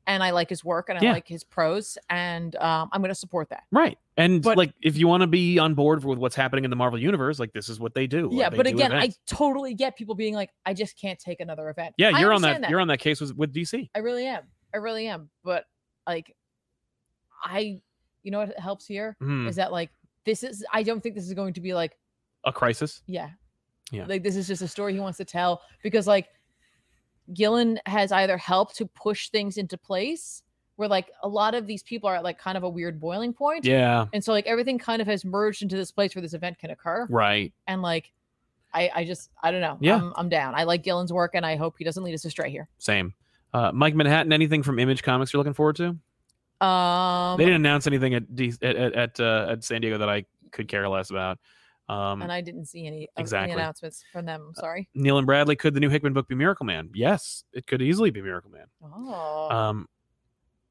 Speaker 2: and I like his work and I
Speaker 1: Yeah.
Speaker 2: like his prose. And um, I'm going to support that.
Speaker 1: right. And
Speaker 2: But-
Speaker 1: like, if you want to be on board with what's happening in the Marvel universe, like this is what they do.
Speaker 2: yeah.
Speaker 1: They
Speaker 2: But
Speaker 1: do
Speaker 2: again,
Speaker 1: events.
Speaker 2: I totally get people being like, I just can't take another event.
Speaker 1: yeah,
Speaker 2: I
Speaker 1: you're on that,
Speaker 2: understand
Speaker 1: You're on that case with with DC.
Speaker 2: I really am. I really am. But like, I, you know what helps here is
Speaker 1: Hmm,
Speaker 2: that like this is. I don't think this is going to be like
Speaker 1: a crisis.
Speaker 2: yeah,
Speaker 1: Yeah.
Speaker 2: Like this is just a story he wants to tell because like, Gillen has either helped to push things into place where like a lot of these people are at like kind of a weird boiling point.
Speaker 1: Yeah.
Speaker 2: And so like everything kind of has merged into this place where this event can occur.
Speaker 1: Right.
Speaker 2: And like. I, I just I don't know.
Speaker 1: Yeah.
Speaker 2: I'm, I'm down. I like Gillen's work and I hope he doesn't lead us astray here.
Speaker 1: Same. Uh, Mike Manhattan, anything from Image Comics you're looking forward to?
Speaker 2: Um
Speaker 1: they didn't announce anything at D- at at, at, uh, at San Diego that I could care less about. Um,
Speaker 2: and I didn't see any of
Speaker 1: exactly. Uh,
Speaker 2: any announcements from them. I'm sorry.
Speaker 1: Neil and Bradley, could the new Hickman book be Miracle Man? Yes, it could easily be Miracle Man
Speaker 2: Oh,
Speaker 1: um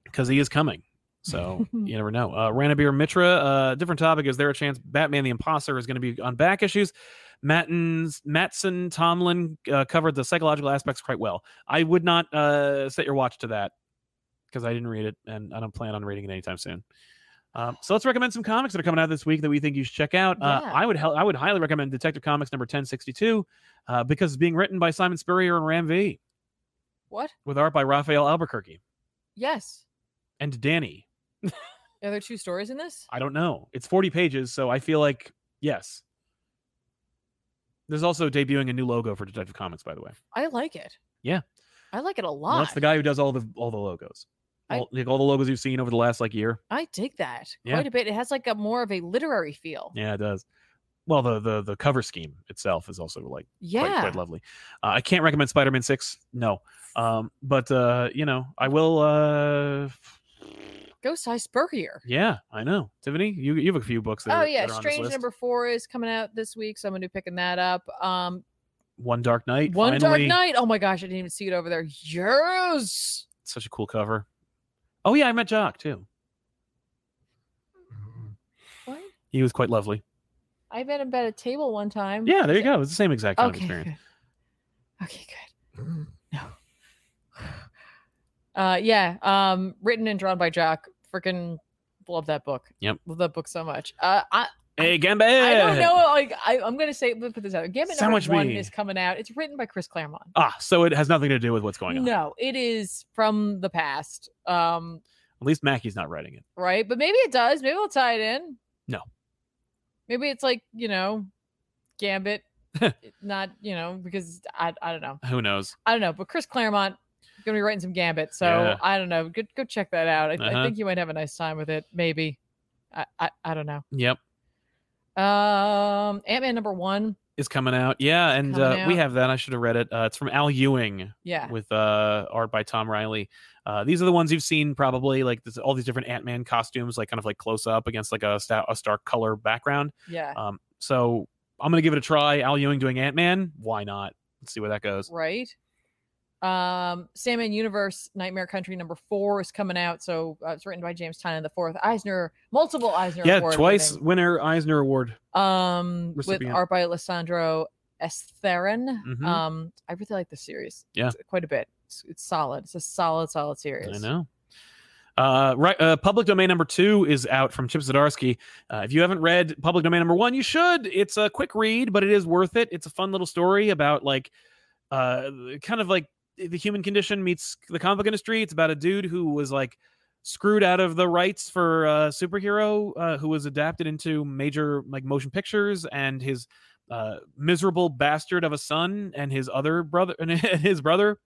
Speaker 1: because he is coming so you never know uh ranabir mitra uh different topic is there a chance batman the imposter is going to be on back issues Mattins, Matson Tomlin uh, covered the psychological aspects quite well. I would not uh, set your watch to that because I didn't read it and I don't plan on reading it anytime soon. Um, so let's recommend some comics that are coming out this week that we think you should check out. Uh,
Speaker 2: Yeah.
Speaker 1: I would hel- I would highly recommend Detective Comics number 1062 uh, because it's being written by Simon Spurrier and Ram V
Speaker 2: what?
Speaker 1: with art by Raphael Albuquerque
Speaker 2: Yes.
Speaker 1: and Danny.
Speaker 2: Are there two stories in this?
Speaker 1: I don't know. It's 40 pages, so I feel like yes. There's also debuting a new logo for Detective Comics, by the way.
Speaker 2: I like it.
Speaker 1: Yeah.
Speaker 2: I like it a lot.
Speaker 1: Well, That's the guy who does all the all the logos,
Speaker 2: I-
Speaker 1: all, like all the logos you've seen over the last like year.
Speaker 2: I dig that
Speaker 1: Yeah.
Speaker 2: quite a bit. It has like a more of a literary feel.
Speaker 1: Yeah, it does. Well, the the the cover scheme itself is also like
Speaker 2: Yeah.
Speaker 1: quite, quite lovely. Uh, I can't recommend Spider-Man Six, no. Um, but uh, you know, I will. Uh,
Speaker 2: Go Cy Spurrier.
Speaker 1: yeah, I know. Tiffany, you you have a few books. That
Speaker 2: Oh
Speaker 1: are-
Speaker 2: yeah,
Speaker 1: that are on this
Speaker 2: Strange
Speaker 1: list.
Speaker 2: number four is coming out this week, so I'm gonna be picking that up. Um,
Speaker 1: One Dark Night.
Speaker 2: One Dark
Speaker 1: finally.
Speaker 2: Night. Oh my gosh, I didn't even see it over there. Yes.
Speaker 1: such a cool cover. Oh yeah, I met Jock too.
Speaker 2: What?
Speaker 1: He was quite lovely.
Speaker 2: I met him at a table one time.
Speaker 1: Yeah, there you go. It's the same exact kind of
Speaker 2: Mm-hmm. Okay.
Speaker 1: experience.
Speaker 2: Good. Okay. Good. No. Uh, yeah. Um, written and drawn by Jack. Freaking love that book.
Speaker 1: Yep.
Speaker 2: Love that book so much. Uh, I
Speaker 1: Hey, Gambit.
Speaker 2: I don't know. Like I, I'm gonna say, let me put this out. Gambit number
Speaker 1: Sandwich
Speaker 2: one
Speaker 1: me.
Speaker 2: is coming out. It's written by Chris Claremont.
Speaker 1: Ah, so it has nothing to do with what's going on.
Speaker 2: No, it is from the past. Um,
Speaker 1: At least Mackie's not writing it.
Speaker 2: right? But maybe it does. Maybe we'll tie it in.
Speaker 1: No.
Speaker 2: Maybe it's like you know, Gambit. not you know because I I don't know.
Speaker 1: Who knows?
Speaker 2: I don't know, but Chris Claremont is gonna be writing some Gambit, so
Speaker 1: Yeah.
Speaker 2: I don't know. Go, go check that out. I,
Speaker 1: Uh-huh.
Speaker 2: I think you might have a nice time with it. Maybe, I I, I don't know.
Speaker 1: Yep,
Speaker 2: Um, Ant Man number one,
Speaker 1: is coming out. Yeah, and
Speaker 2: coming
Speaker 1: uh, we
Speaker 2: out.
Speaker 1: have that. I should have read it. Uh, it's from Al Ewing
Speaker 2: yeah,
Speaker 1: with uh, art by Tom Riley. Uh, these are the ones you've seen probably, like this, all these different Ant Man costumes, like kind of like close up against like a, sta- a stark color background.
Speaker 2: yeah,
Speaker 1: Um, so I'm gonna give it a try. Al Ewing doing Ant Man. Why not? Let's see where that goes.
Speaker 2: right. Um, Sandman Universe Nightmare Country number four is coming out. So uh, it's written by James Tynan the fourth Eisner, multiple Eisner.
Speaker 1: yeah,
Speaker 2: Award
Speaker 1: twice
Speaker 2: winning,
Speaker 1: winner Eisner Award.
Speaker 2: Um, with
Speaker 1: recipient.
Speaker 2: art by Alessandro Estherin.
Speaker 1: Mhm.
Speaker 2: Um, I really like the series.
Speaker 1: Yeah.
Speaker 2: It's quite a bit. It's, it's solid. It's a solid, solid series.
Speaker 1: I know. Uh, right, uh, public domain number two is out from Chip Zdarsky. Uh, if you haven't read public domain number one, you should. It's a quick read, but it is worth it. It's a fun little story about like, uh, kind of like the human condition meets the comic book industry. It's about a dude who was like screwed out of the rights for uh, superhero, uh, who was adapted into major like motion pictures, and his uh, miserable bastard of a son and his other brother and his brother,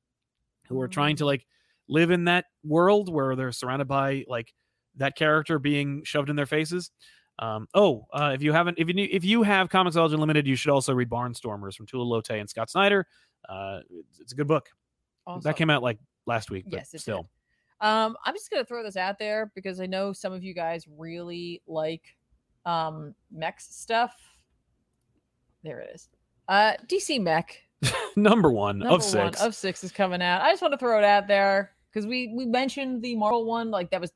Speaker 1: who are trying to like live in that world where they're surrounded by like that character being shoved in their faces. Um, oh, uh, if you haven't, if you knew, if you have Comicsology Unlimited, you should also read Barnstormers from Tula Lote and Scott Snyder. Uh, it's, it's a good book
Speaker 2: Awesome.
Speaker 1: that came out like last week. But
Speaker 2: Yes, it did.
Speaker 1: still,
Speaker 2: Um, I'm just gonna throw this out there because I know some of you guys really like um mech stuff. There it is. Uh DC Mech
Speaker 1: number one
Speaker 2: number
Speaker 1: of six.
Speaker 2: one of six is coming out. I just want to throw it out there because we we mentioned the Marvel one, like that was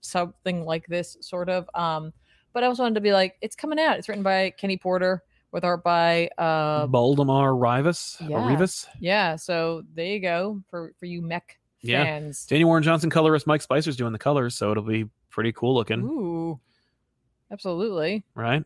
Speaker 2: something like this sort of. Um, but I also wanted to be like, it's coming out. It's written by Kenny Porter with art by uh
Speaker 1: Baldemar Rivas,
Speaker 2: yeah.
Speaker 1: or Rivas,
Speaker 2: yeah. So there you go for for you mech
Speaker 1: Yeah.
Speaker 2: fans.
Speaker 1: Daniel Warren Johnson colorist Mike Spicer's doing the colors, so it'll be pretty cool looking,
Speaker 2: Ooh, absolutely.
Speaker 1: right?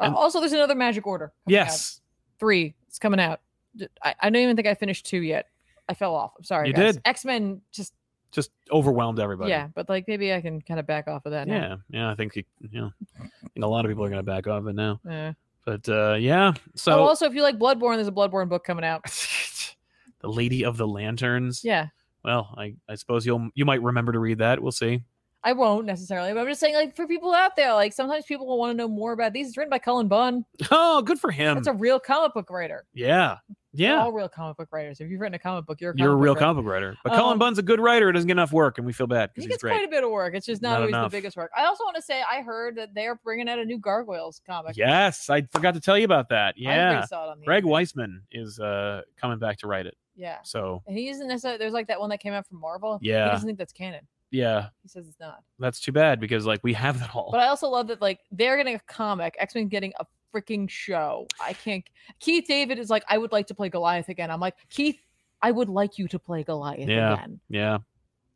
Speaker 2: Uh,
Speaker 1: And-
Speaker 2: also, there's another Magic Order. coming out.
Speaker 1: Yes,
Speaker 2: three. It's coming out. D- I, I don't even think I finished two yet. I fell off. I'm sorry.
Speaker 1: You
Speaker 2: guys.
Speaker 1: did.
Speaker 2: X Men just
Speaker 1: just overwhelmed everybody.
Speaker 2: yeah, but like maybe I can kind of back off of that. Now.
Speaker 1: yeah, yeah. I think you, you know, I think a lot of people are going to back off it now.
Speaker 2: Yeah.
Speaker 1: But uh, yeah, so
Speaker 2: oh, also, if you like Bloodborne, there's a Bloodborne book coming out.
Speaker 1: the Lady of the Lanterns.
Speaker 2: Yeah,
Speaker 1: Well, I, I suppose you'll you might remember to read that. We'll see.
Speaker 2: I won't necessarily, but I'm just saying, like for people out there, like sometimes people will want to know more about these. It's written by Cullen Bunn.
Speaker 1: Oh, good for him.
Speaker 2: That's a real comic book writer.
Speaker 1: yeah,
Speaker 2: They're
Speaker 1: yeah.
Speaker 2: all real comic book writers. If you've written a comic book, you're a comic
Speaker 1: You're a
Speaker 2: book
Speaker 1: real
Speaker 2: writer.
Speaker 1: comic book writer, but Colin
Speaker 2: Um,
Speaker 1: Bunn's a good writer. It doesn't get enough work, and we feel bad
Speaker 2: I
Speaker 1: because
Speaker 2: think
Speaker 1: he's
Speaker 2: it's
Speaker 1: great.
Speaker 2: quite a bit of work. It's just not,
Speaker 1: Not
Speaker 2: always
Speaker 1: enough.
Speaker 2: the biggest work. I also want to say I heard that they're bringing out a new Gargoyles comic.
Speaker 1: yes, I forgot to tell you about that.
Speaker 2: I already
Speaker 1: Yeah,
Speaker 2: saw it on the
Speaker 1: Greg
Speaker 2: internet.
Speaker 1: Weisman is uh coming back to write it.
Speaker 2: Yeah,
Speaker 1: So
Speaker 2: and he isn't necessarily. There's like that one that came out from Marvel. he
Speaker 1: Yeah.
Speaker 2: doesn't think that's canon.
Speaker 1: yeah,
Speaker 2: He says it's not.
Speaker 1: that's too bad because like we have that all.
Speaker 2: But I also love that like they're getting a comic, X Men getting a freaking show. I can't. Keith David is like, I would like to play Goliath again. I'm like, Keith, I would like you to play Goliath
Speaker 1: Yeah.
Speaker 2: again.
Speaker 1: Yeah.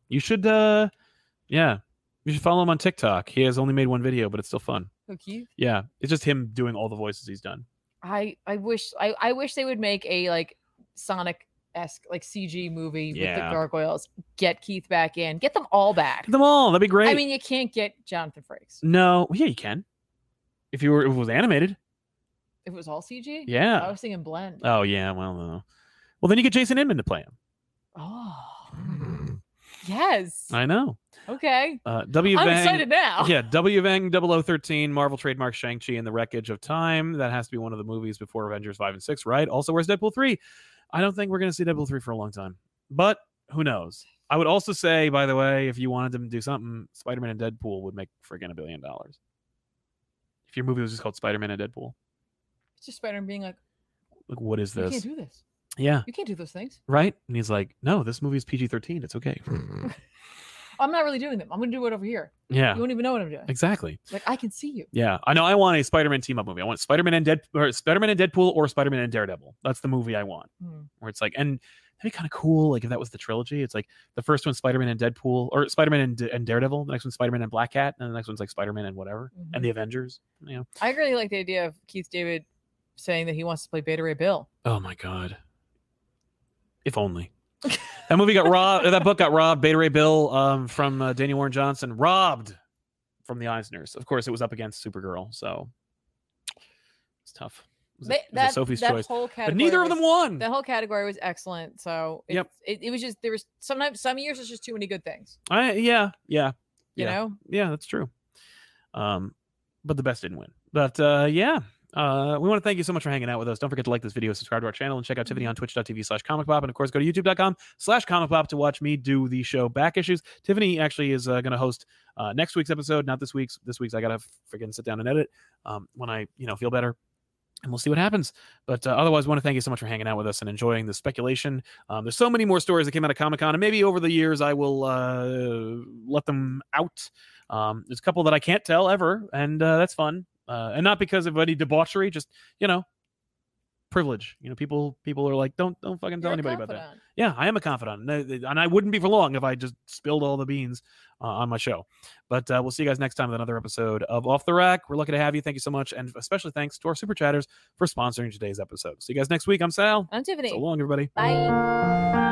Speaker 1: You should uh yeah. You should follow him on TikTok. He has only made one video, but it's still fun.
Speaker 2: Who, Keith,
Speaker 1: Yeah. It's just him doing all the voices he's done.
Speaker 2: I I wish I I wish they would make a like Sonic esque like CG movie with
Speaker 1: Yeah.
Speaker 2: the gargoyles. Get Keith back in. Get them all back.
Speaker 1: Get them all. That'd be great.
Speaker 2: I mean, you can't get Jonathan Frakes.
Speaker 1: no, yeah, you can. If you were if it was animated.
Speaker 2: If it was all CG, I
Speaker 1: Yeah.
Speaker 2: was thinking blend.
Speaker 1: Oh yeah, well no. Well then you get Jason Inman to play
Speaker 2: oh,
Speaker 1: him.
Speaker 2: yes.
Speaker 1: I know.
Speaker 2: Okay.
Speaker 1: Uh W
Speaker 2: I'm
Speaker 1: Vang-
Speaker 2: excited now.
Speaker 1: Yeah, W Vang 0013, Marvel trademark Shang-Chi and the Wreckage of Time. That has to be one of the movies before Avengers 5 and 6, right? Also, where's Deadpool 3? I don't think we're going to see Deadpool 3 for a long time, but who knows? I would also say, by the way, if you wanted them to do something, Spider Man and Deadpool would make friggin' a billion dollars. If your movie was just called Spider Man and Deadpool,
Speaker 2: It's just Spider Man being like,
Speaker 1: like, what is
Speaker 2: you can't
Speaker 1: this?
Speaker 2: do this.
Speaker 1: Yeah,
Speaker 2: You can't do those things.
Speaker 1: right? And he's like, no, this movie's PG 13. It's okay.
Speaker 2: I'm not really doing them. I'm gonna do it over here. You
Speaker 1: yeah,
Speaker 2: won't even know what I'm doing.
Speaker 1: exactly.
Speaker 2: Like I can see you.
Speaker 1: Yeah, I know. I want a Spider-Man team-up movie. I want Spider-Man and Dead, or Spider-Man and Deadpool, or Spider-Man and Daredevil. That's the movie I want.
Speaker 2: Hmm.
Speaker 1: Where it's like, and that'd be kind of cool. Like if that was the trilogy, it's like the first one's Spider-Man and Deadpool, or Spider-Man and, and Daredevil. The next one's Spider-Man and Black Cat, and the next one's like Spider-Man and whatever,
Speaker 2: Mhm.
Speaker 1: and the Avengers. You know.
Speaker 2: I really like the idea of Keith David saying that he wants to play Beta Ray Bill.
Speaker 1: Oh my god. If only. that movie got robbed. or That book got robbed. Beta Ray Bill um, from uh, Danny Warren Johnson robbed from the Eisners. Of course, it was up against Supergirl, so it's tough. It was a-
Speaker 2: They-
Speaker 1: it was a Sophie's
Speaker 2: that
Speaker 1: choice.
Speaker 2: whole category
Speaker 1: but neither of them
Speaker 2: was-
Speaker 1: won.
Speaker 2: That whole category was excellent. So it's,
Speaker 1: Yep.
Speaker 2: it, it was just there was sometimes some years it's just too many good things.
Speaker 1: I, yeah, yeah,
Speaker 2: You
Speaker 1: Yeah.
Speaker 2: know?
Speaker 1: yeah, that's true. Um, but the best didn't win. But uh, yeah, uh, we want to thank you so much for hanging out with us. Don't forget to like this video, subscribe to our channel, and check out Tiffany on twitch.tv slash comic pop. And of course, go to youtube.com slash comic pop to watch me do the show back issues. Tiffany actually is uh, going to host uh, next week's episode, not this week's. This week's I got to freaking sit down and edit um, when I, you know, feel better. and we'll see what happens. But uh, otherwise, want to thank you so much for hanging out with us and enjoying the speculation. Um, there's so many more stories that came out of Comic Con, and maybe over the years I will uh, let them out. Um, there's a couple that I can't tell ever, and uh, that's fun. Uh, and not because of any debauchery, just you know, privilege. You know, people people are like, don't don't fucking tell
Speaker 2: You're a
Speaker 1: anybody about that.
Speaker 2: confidant.
Speaker 1: Yeah, I am a confidant, and I- and I wouldn't be for long if I just spilled all the beans uh, on my show. But uh, we'll see you guys next time with another episode of Off the Rack. We're lucky to have you. Thank you so much, and especially thanks to our super chatters for sponsoring today's episode. See you guys next week. I'm Sal.
Speaker 2: I'm Tiffany.
Speaker 1: So long, everybody.
Speaker 2: Bye.